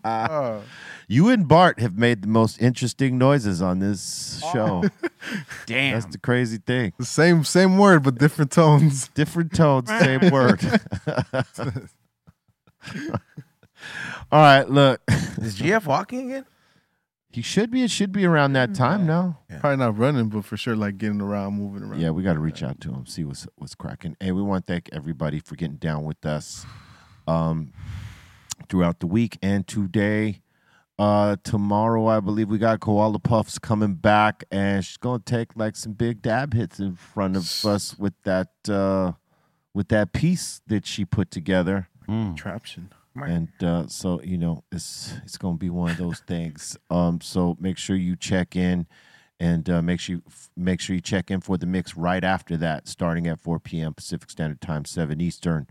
S7: Ah.
S9: Oh.
S7: You and Bart have made the most interesting noises on this
S6: Oh.
S7: show. Damn, that's the crazy thing.
S9: The same same word but different tones.
S7: Different tones, same word. All right, look.
S6: Is GF walking again? Mm.
S7: He should be. It should be around that time now.
S9: Probably not running, but for sure like getting around, moving around.
S7: Yeah, we got to reach out to him, see what's what's cracking. Hey, we want to thank everybody for getting down with us um, throughout the week and today. Uh, tomorrow, I believe we got Koala Puffs coming back, and she's gonna take like some big dab hits in front of us with that uh, with that piece that she put together.
S9: Traption.
S7: And uh, so you know, it's it's gonna be one of those things. Um, so make sure you check in, and uh, make sure you, make sure you check in for the mix right after that, starting at 4 p.m. Pacific Standard Time, 7 Eastern.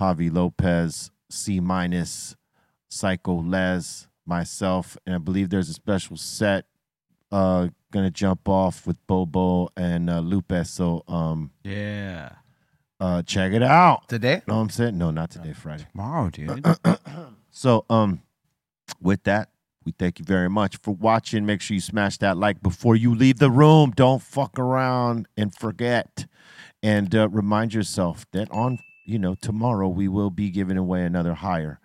S7: Javi Lopez, C minus, Psycho Les, myself, and I believe there's a special set uh gonna jump off with Bobo and uh, Lupe. So um
S8: yeah.
S7: uh check it out
S6: today
S7: no i'm saying no not
S9: Uh,
S7: today friday
S8: tomorrow dude
S7: so um with that we thank you very much for watching make sure you smash that like before you leave the room don't fuck around and forget and uh, remind yourself that on you know tomorrow we will be giving away another hire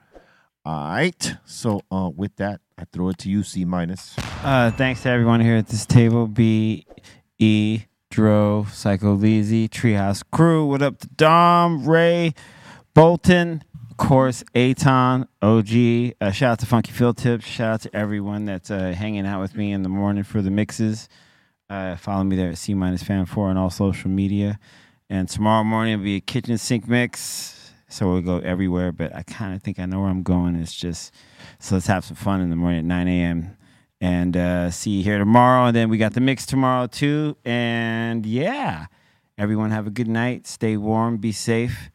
S7: all right so uh with that i throw it to you c minus
S8: Uh, thanks to everyone here at this table. B, E, Drove, Psycho Leezy, Treehouse Crew. What up to Dom, Ray, Bolton, of course, Aton, OG. Uh, shout out to Funky Field Tips. Shout out to everyone that's uh, hanging out with me in the morning for the mixes. Uh, follow me there at C minus fan four on all social media. And tomorrow morning will be a kitchen sink mix. So we'll go everywhere, but I kind of think I know where I'm going. It's just so let's have some fun in the morning at 9 a.m. and uh, see you here tomorrow. And then we got the mix tomorrow too. And yeah, everyone have a good night. Stay warm, be safe.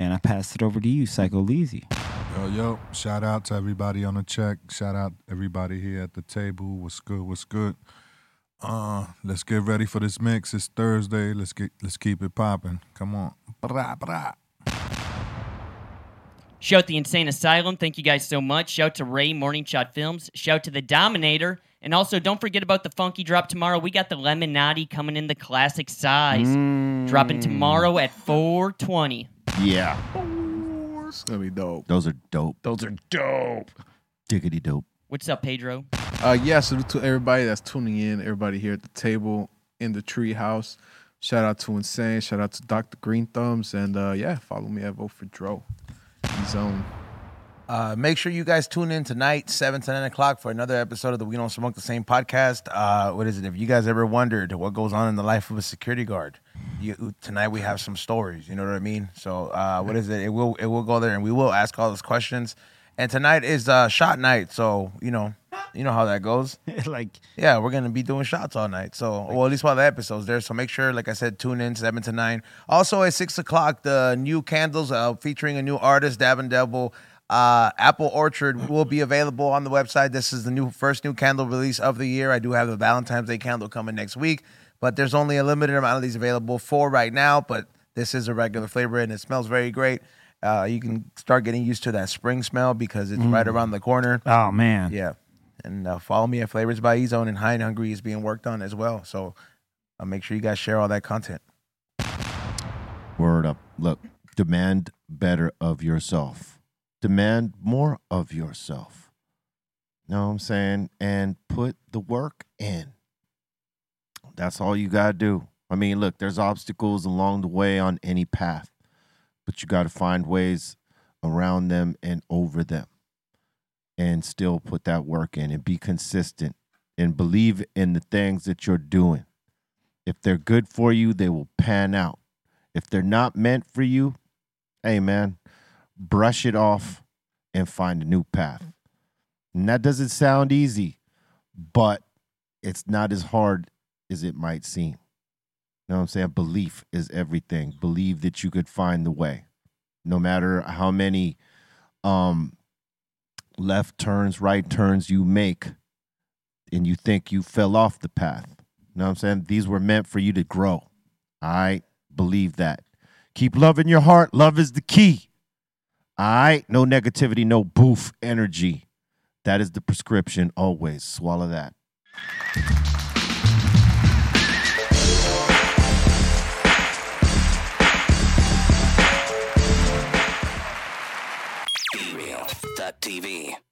S8: And I pass it over to you, Psycho Leezy.
S12: Yo, yo, shout out to everybody on the check. Shout out everybody here at the table. What's good? What's good? Uh, let's get ready for this mix. It's Thursday. Let's get let's keep it popping. Come on. Bra bra.
S13: Shout the Insane Asylum. Thank you guys so much. Shout to Ray Morning Shot Films. Shout to the Dominator. And also, don't forget about the Funky Drop tomorrow. We got the Lemonati coming in the classic size.
S7: Mm.
S9: Mm.
S13: Dropping tomorrow at 420.
S7: yeah
S9: It's gonna be dope.
S7: those are dope
S6: those are dope
S7: diggity dope
S13: What's up, Pedro?
S9: Uh, yeah, so to everybody that's tuning in, everybody here at the table in the treehouse, shout out to Insane, shout out to Dr. Green Thumbs, and uh, yeah, follow me at Vote for Dro. He's on.
S6: Uh, make sure you guys tune in tonight, 7 to 9 o'clock, for another episode of the We Don't Smoke the Same podcast. Uh, what is it? If you guys ever wondered what goes on in the life of a security guard, you, tonight we have some stories. You know what I mean? So, uh, what is it? It will it will go there and we will ask all those questions. And tonight is uh, shot night. So, you know, you know how that goes.
S8: like,
S6: yeah, we're going to be doing shots all night. So, well, at least while the episode's there. So, make sure, like I said, tune in 7 to 9. Also, at 6 o'clock, the new candles uh, featuring a new artist, Davin Devil. Uh, Apple Orchard will be available on the website. This is the new first new candle release of the year. I do have the Valentine's Day candle coming next week, but there's only a limited amount of these available for right now. But this is a regular flavor and it smells very great. Uh, you can start getting used to that spring smell because it's right
S8: Mm.
S6: around the corner.
S8: Oh, man.
S6: yeah. And uh, follow me at Flavors by Ezone and High and Hungry is being worked on as well. So Uh, make sure you guys share all that content.
S7: Word up. Look, demand better of yourself. Demand more of yourself. Know what I'm saying? And put the work in. That's all you got to do. I mean, look, there's obstacles along the way on any path, but you got to find ways around them and over them and still put that work in and be consistent and believe in the things that you're doing. If they're good for you, they will pan out. If they're not meant for you, hey man, brush it off and find a new path. And that doesn't sound easy, but it's not as hard as it might seem. You know what I'm saying? Belief is everything. Believe that you could find the way. No matter how many um left turns, right turns you make and you think you fell off the path. You know what I'm saying? These were meant for you to grow. I believe that. Keep love in your heart. Love is the key. All right. No negativity, no boof energy. That is the prescription. Always swallow that.
S15: Be Real. TV.